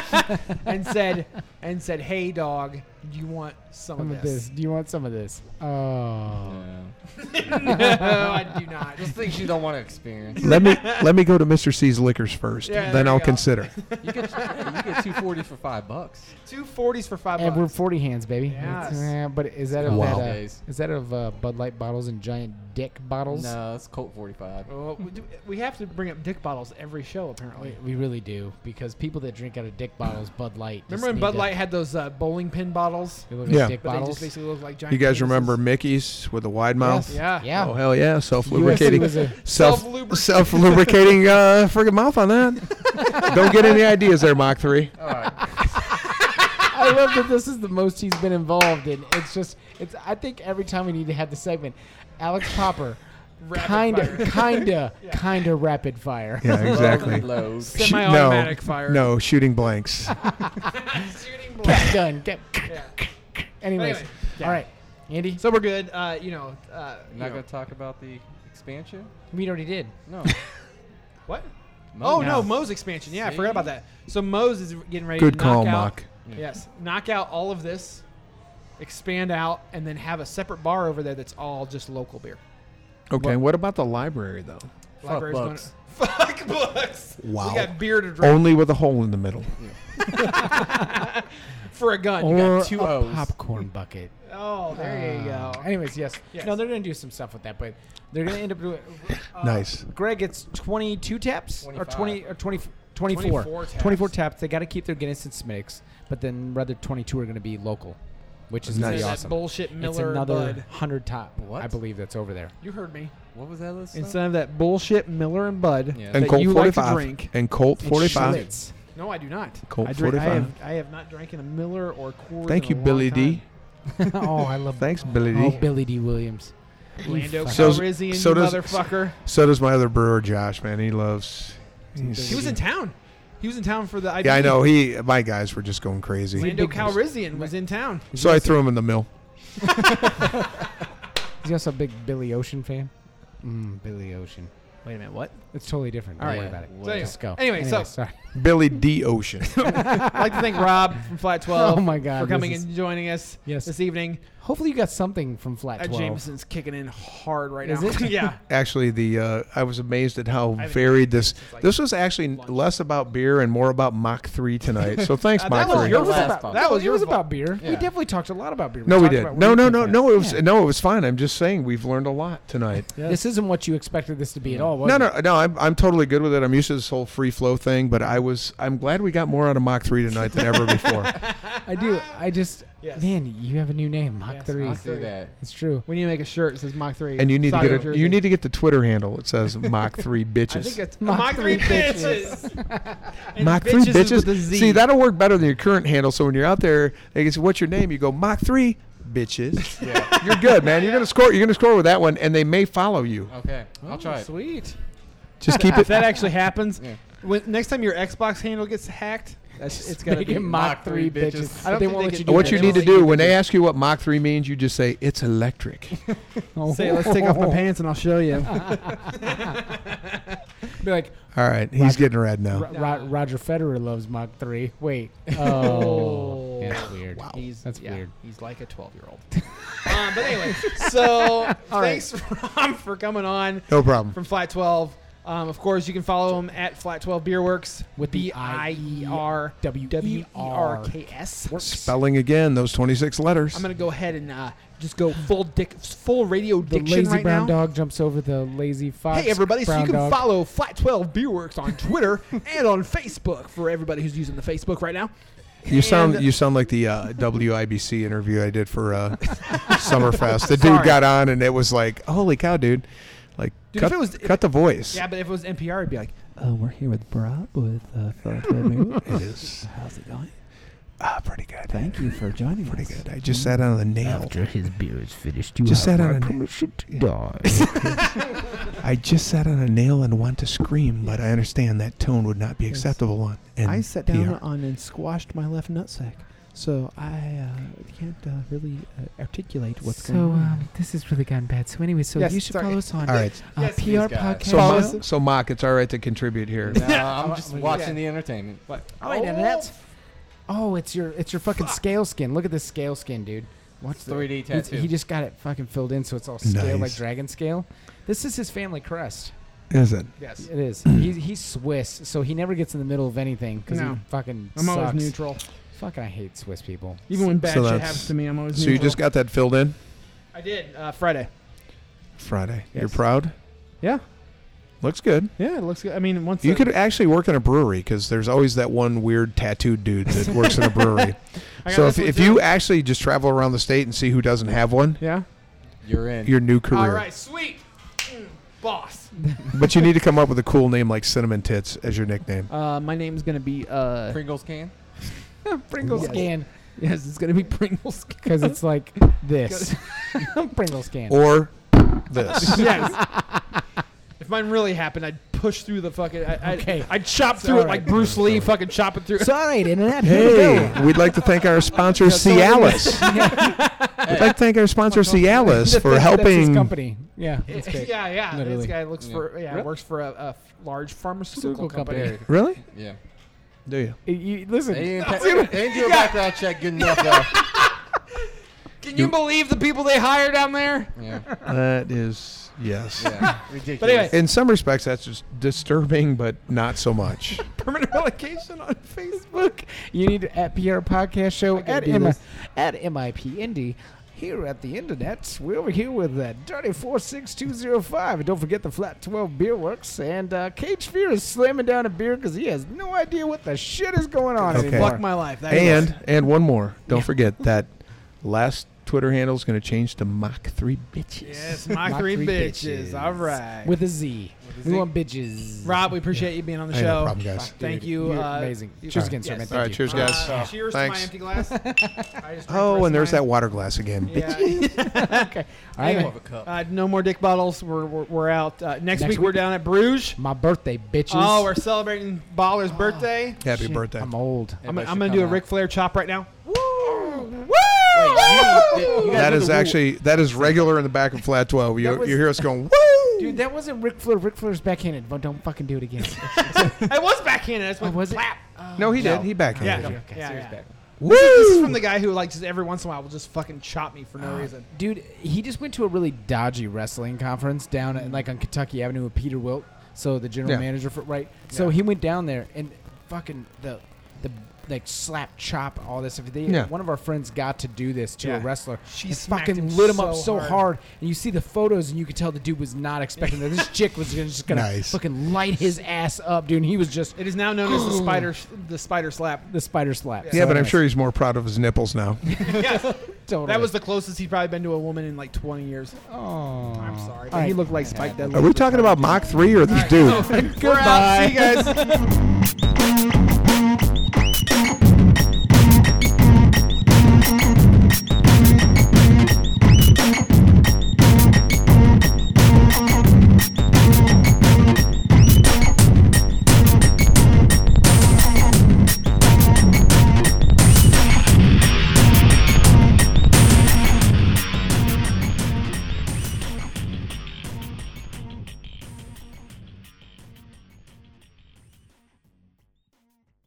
S4: and said, and said, "Hey, dog, do you want some,
S1: Some
S4: of this?"
S1: Do you want some of this? Oh.
S4: *laughs* no, I do not.
S2: *laughs* Just things you don't want to experience.
S3: *laughs* let me let me go to Mr. C's liquors first,
S4: Yeah, there
S3: then
S4: we
S3: I'll
S4: go.
S3: consider.
S2: You get, you get two forty for five bucks.
S4: Two forties for five
S1: And we're
S4: bucks.
S1: forty hands, baby.
S4: Yes.
S1: It's- yeah, but is that of
S3: Wow.
S1: that? Uh,
S2: Days.
S1: is that of uh, Bud Light bottles and giant dick bottles?
S2: No, it's Colt forty five.
S4: Oh, we, do, we have to bring up dick bottles every show, apparently.
S1: We, we really do because people that drink out of dick bottles, Bud Light. just
S4: Remember when
S1: need
S4: Bud
S1: to-
S4: Light had those uh, bowling pin bottles?
S1: They look
S3: Yeah.
S1: like dick
S4: But they just
S1: bottles.
S4: basically look like giant.
S3: You guys
S4: penises?
S3: remember Mickey's with the wide mouth?
S4: Yeah.
S1: Yeah.
S3: Oh hell yeah, self
S1: UFC
S3: lubricating,
S1: was a-
S3: self
S4: Self-lubricating.
S3: self lubricating uh, friggin' mouth on that.
S4: *laughs*
S3: Don't get any ideas there, Mach three.
S4: Oh,
S2: All right.
S1: I love that this is the most he's been involved in. It's just, it's. I think every time we need to have the segment, Alex Popper,
S4: Rapid
S1: kinda,
S4: fire.
S1: kinda, kinda rapid fire.
S3: Yeah, exactly.
S2: Load.
S3: Shoot-
S4: Semi-automatic
S3: no,
S4: fire. *laughs*
S3: No, shooting blanks.
S4: Shooting
S1: *laughs* Get done. Get.
S4: Yeah.
S1: *laughs* Anyways,
S4: Anyway,
S1: all right,
S4: *laughs*
S1: Andy.
S4: So we're good. Uh, you know. Uh, you
S2: Not
S4: know.
S2: gonna talk about the expansion.
S1: we already did.
S2: *laughs* No.
S4: What?
S2: Mo-
S4: Oh no, Moe's expansion. Yeah, I forgot about that. So Moe's is getting ready
S3: Good
S4: to knock
S3: call,
S4: out.
S3: Mach.
S4: Yes, knock out all of this, expand out, and then have a separate bar over there that's all just local beer.
S3: Okay, what about the library though?
S2: Fuck books.
S4: Gonna, *laughs* fuck books.
S3: Wow.
S4: We got beer to drink
S3: Only with a hole in the middle.
S4: for a gun. You
S1: Oh. or
S4: got two
S1: a
S4: O's.
S1: popcorn bucket.
S4: Oh, there you go.
S1: Uh, Anyways, yes.
S4: Yes.
S1: No, they're gonna do some stuff with that, but they're gonna end up doing. uh,
S3: Nice.
S1: Greg gets 22 taps or 20 or 20,
S4: Uh,
S1: 24,
S4: 24 taps.
S1: 24 taps. They got to keep their Guinness and Smittix, but then rather 22 are gonna be local, which is
S4: So
S1: gonna
S3: Nice.
S1: be
S4: that
S1: awesome.
S4: bullshit Miller
S1: It's another
S4: Bud.
S1: hundred top,
S2: What?
S1: I believe that's over there.
S4: You heard me.
S2: What was that list?
S4: Instead of that bullshit Miller and Bud
S2: Yeah.
S3: And
S4: that
S3: Colt
S4: you like to
S3: 45.
S4: drink.
S3: And Colt
S1: And
S3: 45.
S1: Schlitz.
S4: No, I do not.
S3: Colt
S4: I, drink, I,
S3: 45.
S4: have, I have not drank in a Miller or Coors.
S3: Thank
S4: in
S3: you,
S4: a long
S3: Billy
S4: time.
S3: D.
S1: *laughs* oh, I love.
S3: Thanks, Billy
S1: Oh,
S3: D.
S1: Billy D. Williams. You
S4: Lando
S1: fuck-
S3: So-
S4: Calrissian,
S3: so
S4: you
S3: does-
S4: motherfucker.
S3: So does my other brewer, Josh, man. He loves. he's-
S4: He was in town. He was in town for the. IBU.
S3: yeah, I know. He, my guys were just going crazy.
S4: Lando Calrissian was in town.
S3: So I threw him in the mill.
S1: He's also a big Billy Ocean fan. Mm, Billy Ocean.
S4: Wait a minute, what?
S1: It's totally different. Don't
S4: All right.
S1: worry about it.
S4: Oh, So anyway,
S1: Just go.
S4: anyway, so-
S1: sorry.
S3: Billy
S4: *laughs*
S3: D. Ocean.
S4: *laughs* I'd like to thank Rob from *laughs* Flat 12
S1: Oh my God,
S4: for
S1: this
S4: coming
S1: is-
S4: and joining us
S1: Yes.
S4: this evening.
S1: Hopefully you got something from Flat
S4: Uh,
S1: 12.
S4: Jameson's kicking in hard right
S1: Is
S4: now. *laughs*
S1: it?
S4: yeah.
S3: Actually, the uh, I was amazed at how
S4: haven't
S3: varied this.
S4: since, like,
S3: This was actually
S4: lunch.
S3: less about beer and more about Mach 3
S4: *laughs*
S3: tonight. So thanks,
S4: Uh, that
S3: Mach
S4: was
S3: 3.
S4: your
S1: It was
S2: Last
S1: about-
S2: pump.
S1: that was
S4: It
S1: yours
S4: was
S1: about beer. We
S2: Yeah.
S1: definitely talked a lot about beer.
S3: no, we
S1: talked
S3: did.
S1: about
S3: No,
S1: where
S3: no,
S1: you
S3: no,
S1: came
S3: no.
S1: from.
S3: It was
S1: Yeah.
S3: no. It was fine. I'm just saying we've learned a lot tonight.
S1: This isn't what you expected this to be at all. Was
S3: No,
S1: it?
S3: no, no. I'm, I'm totally good with it. I'm used to this whole free flow thing, but I was I'm glad we got more out of Mach three tonight than ever before.
S4: *laughs*
S1: I do. I just
S4: Yes.
S1: man, you have a new name, Mach
S4: Yes,
S1: Three.
S2: I'll do that.
S1: It's true.
S4: We need to make a shirt that says Mach 3.
S3: And you need to
S4: Soccer
S3: get a,
S4: jersey.
S3: you need to get the Twitter handle. It says Mach three
S4: *laughs* I think
S3: bitches.
S4: it's Mach, 3 bitches. And
S3: Mach three
S4: is with a
S3: bitches.
S4: Z.
S3: See, that'll work better than your current handle. So when you're out there, they can say, "What's your name?" You go Mach three bitches.
S2: Yeah.
S3: You're good, man. You're gonna score. You're gonna score with that one, and they may follow you.
S2: Okay. I'll try it.
S4: *laughs* Sweet.
S3: Just keep
S4: If
S3: it.
S4: *laughs* that actually happens,
S2: Yeah.
S4: when, next time your Xbox handle gets hacked, That's, it's got to
S1: Make
S4: be
S1: it Mach three bitches.
S4: I don't
S1: They
S4: think
S1: won't
S4: they
S1: let you
S4: can-
S1: do
S3: what
S1: that.
S3: you
S1: They
S3: need
S1: don't
S3: to
S1: let you
S3: do when they ask you what Mach 3 means, you just say, it's electric.
S4: Say, let's take off *laughs*
S1: *laughs*
S4: my pants and I'll show you.
S1: Be like,
S3: All right, he's
S1: Roger.
S3: getting red now.
S1: Ro- Ro- Roger Federer loves Mach 3. Wait. Oh.
S2: That's weird.
S1: He's, That's
S2: yeah.
S1: weird.
S4: He's like a 12 year old. *laughs* um, but *laughs* anyway, so thanks, *laughs* Rom, for coming on
S3: No problem.
S4: from Flat 12. Um, of course, you can follow him at Flat 12 Beerworks
S1: With the
S4: B I E R
S1: W E
S4: W E R
S1: R
S4: K S.
S3: Spelling again, those 26 letters.
S4: I'm gonna go ahead and uh, just go full dick, full radio
S1: The
S4: diction
S1: lazy
S4: right
S1: brown
S4: now.
S1: dog jumps over the lazy fox.
S4: Hey everybody! So
S1: brown
S4: you can
S1: dog.
S4: follow Flat 12 Beerworks on Twitter *laughs* and on Facebook for everybody who's using the Facebook right now.
S3: you sound
S4: and-
S3: you sound like the uh, WIBC interview I did
S4: *laughs*
S3: for uh, Summerfest. The dude got on and it was like, holy cow, dude! Like,
S4: Dude, if
S3: cut,
S4: it was-
S3: cut the voice.
S4: Yeah, but if it was NPR, it'd be like,
S9: Uh, we're here with Brock with uh, Flat 12 Beerworks. How's it going?
S3: Ah, pretty good.
S9: Thank you for joining
S3: Pretty
S9: us.
S3: good. I just sat on the nail.
S9: his beer is finished, you
S3: Just have sat my on a-
S9: permission
S4: *laughs*
S9: to
S3: I just sat on a nail and want to scream, but I understand that tone would not be acceptable on. And
S9: I sat down on and squashed my left nutsack, so I uh, can't uh, really uh, articulate what's
S8: so
S9: going on.
S8: um, this has really gotten bad. So anyway, so
S4: Yes,
S8: you should
S4: sorry.
S8: follow us on
S4: *laughs*
S3: All right.
S8: uh,
S4: Yes,
S8: PR
S2: these guys.
S8: podcast.
S3: So,
S8: Show.
S3: Mock, so Mock, it's all right to contribute here.
S2: No, *laughs* I'm *laughs* just
S1: I'm-
S2: watching
S4: yeah.
S2: the entertainment.
S4: "What?
S1: Oh, wait, now that's- Oh, it's your it's your fucking scale skin. Look at this scale skin, dude. What's the
S2: 3D
S1: He's-
S2: tattoo.
S1: He just got it fucking filled in, so it's all scale like
S3: Nice.
S1: dragon scale. This is his family crest.
S3: Is it?
S4: yes."
S1: It is. *clears throat* he's, he's Swiss, so he never gets in the middle of anything because
S4: No.
S1: he fucking
S4: I'm always
S1: sucks.
S4: neutral.
S1: Fucking, I hate Swiss people.
S4: Even when bad
S3: So
S4: shit
S3: that's-
S4: happens to me, I'm always
S3: So
S4: neutral.
S3: you just got that filled in
S4: I did uh, Friday.
S3: Friday. You're
S4: Yes.
S3: proud.
S4: Yeah,
S3: Looks good.
S4: yeah, it looks good. I mean, once
S3: You
S4: the-
S3: could actually work in a brewery because there's always that one weird tattooed dude
S4: *laughs*
S3: that works in a brewery.
S4: I got
S3: *laughs* so
S4: this
S3: if,
S4: one
S3: if
S4: too.
S3: you actually just travel around the state and see who doesn't have one,
S4: yeah,
S2: You're in.
S3: your new career.
S4: all right, sweet, Mm, boss.
S3: But you need to come up with a cool name like Cinnamon Tits as your nickname.
S4: Uh, my name's gonna be *laughs* uh,
S2: Pringles can.
S1: Pringle
S4: Yes.
S1: scan
S4: yes, it's gonna be Pringles.
S1: because
S4: *laughs*
S1: it's like this. *laughs* Pringle scan.
S3: Or
S1: *laughs*
S3: this.
S4: *laughs* yes. If mine really happened, I'd push through the fucking. I,
S1: Okay.
S4: okay. I'd chop through it
S1: all
S4: like
S1: right.
S4: Bruce Lee, fucking chop it through.
S1: So,
S4: *laughs*
S1: all right, internet. here we go.
S3: Hey, we'd like to thank our sponsor Cialis.
S1: *laughs*
S3: We'd like to thank our sponsor Cialis for
S1: That's- That's his
S3: helping.
S1: company.
S4: *laughs*
S1: Yeah, that's great.
S4: yeah, yeah.
S1: Literally.
S4: This guy looks
S2: Yeah.
S4: for yeah
S1: Really?
S4: works for a, a f- large pharmaceutical
S1: Pharmaceutical
S4: company.
S1: company.
S3: Really?
S2: Yeah.
S3: Do you?
S1: You- you- listen,
S2: *laughs* They didn't, pa- they
S4: *laughs*
S2: didn't do a background check good enough though.
S4: Can you believe the people they hire down there? *laughs*
S2: Yeah.
S3: That is yes.
S2: Yeah. Ridiculous.
S4: But anyway.
S3: In some respects, that's just disturbing, but not so much.
S1: *laughs*
S4: Permanent relocation on Facebook.
S1: Facebook. You need to at PR Podcast Show
S4: can
S1: at
S4: do
S1: M-
S4: this.
S1: at MIP Indy. Here at the internet, we're over here with uh, Dirty Four Six Two Zero Five, and don't forget the Flat Twelve Beer Works. And uh, Cage Fear is slamming down a beer because he has no idea what the shit is going on
S3: Okay.
S1: anymore.
S4: Fuck my life. That is-
S3: And and one more. Don't forget that last Twitter handle is going to change to Mach Three
S4: *laughs*
S3: Bitches.
S4: yes, my
S1: My
S4: three,
S1: three
S4: bitches. All right.
S1: With a Z, we
S4: Z.
S1: want bitches.
S4: Rob, we appreciate you being on the
S3: Hey, no
S4: show.
S3: problem, guys.
S4: Fuck, Thank you.
S1: You're
S4: uh,
S1: amazing.
S4: you-
S1: Cheers again, sir.
S4: Yes.
S1: man.
S3: All right,
S1: Thank you.
S3: cheers, guys.
S4: Uh, cheers
S3: Thanks.
S4: to my empty glass. I *laughs* just drank the
S3: oh,
S4: rest
S3: and
S4: of
S3: there's
S4: mine.
S3: that water glass again.
S4: Yeah. *laughs*
S1: *laughs* All right,
S4: Anyway.
S1: man.
S2: Have a cup.
S4: Uh, no more dick bottles. We're, we're, we're out. Uh, next,
S1: Next
S4: week, we're
S1: week.
S4: down at Bruges.
S1: my birthday, bitches.
S4: Oh, we're celebrating
S1: Ah.
S4: Baller's birthday.
S3: Happy
S1: Shit,
S3: birthday.
S1: I'm old.
S4: I'm,
S2: Everybody
S4: I'm
S2: should
S4: going to do a
S2: come out.
S4: Ric Flair chop right
S1: *laughs*
S4: now.
S2: Wait, you- you guys
S3: That
S2: know
S3: is
S2: the rule.
S3: actually that is regular in the back of flat twelve. You,
S1: That was-
S3: you hear
S1: *laughs*
S3: us going woo.
S1: Dude, that wasn't Ric Flair. Ric Flair's backhanded. But don't fucking do it again.
S4: I was backhanded. I just went
S1: Oh, was it?
S4: clap.
S3: no, he
S2: No.
S3: did. He
S4: Yeah.
S3: backhanded.
S4: yeah,
S3: you.
S1: Okay,
S4: yeah,
S1: serious
S4: yeah.
S1: back.
S4: This is
S3: Woo!
S4: from the guy who, like, just every once in a while will just fucking chop me for *laughs*
S1: Ah.
S4: no reason.
S1: Dude, he just went to a really dodgy wrestling conference down at, like on Kentucky Avenue with Peter Wilt, so the general
S3: Yeah.
S1: manager for right. So he went down there and fucking the the like slap chop all this. If they,
S3: Yeah.
S1: one of our friends got to do this to a
S4: Yeah.
S1: wrestler,
S4: She
S1: and
S4: smacked
S1: fucking
S4: him
S1: lit him up
S4: so
S1: so
S4: hard.
S1: hard. and you see the photos, and you could tell the dude was not expecting that.
S4: *laughs*
S1: This chick was gonna, just gonna
S3: Nice.
S1: fucking light his ass up, dude. And he was just
S4: It is now known as the spider the spider slap.
S1: the spider slap.
S3: Yeah,
S1: So
S3: but I'm
S1: anyways,
S3: sure he's more proud of his nipples now.
S1: totally.
S4: That was the closest he's probably been to a woman in like 20 years.
S1: Oh,
S4: I'm sorry.
S1: All right.
S4: He looked like Spike Dudley.
S3: Are we talking about Mach three or this dude?
S4: Goodbye. See you guys.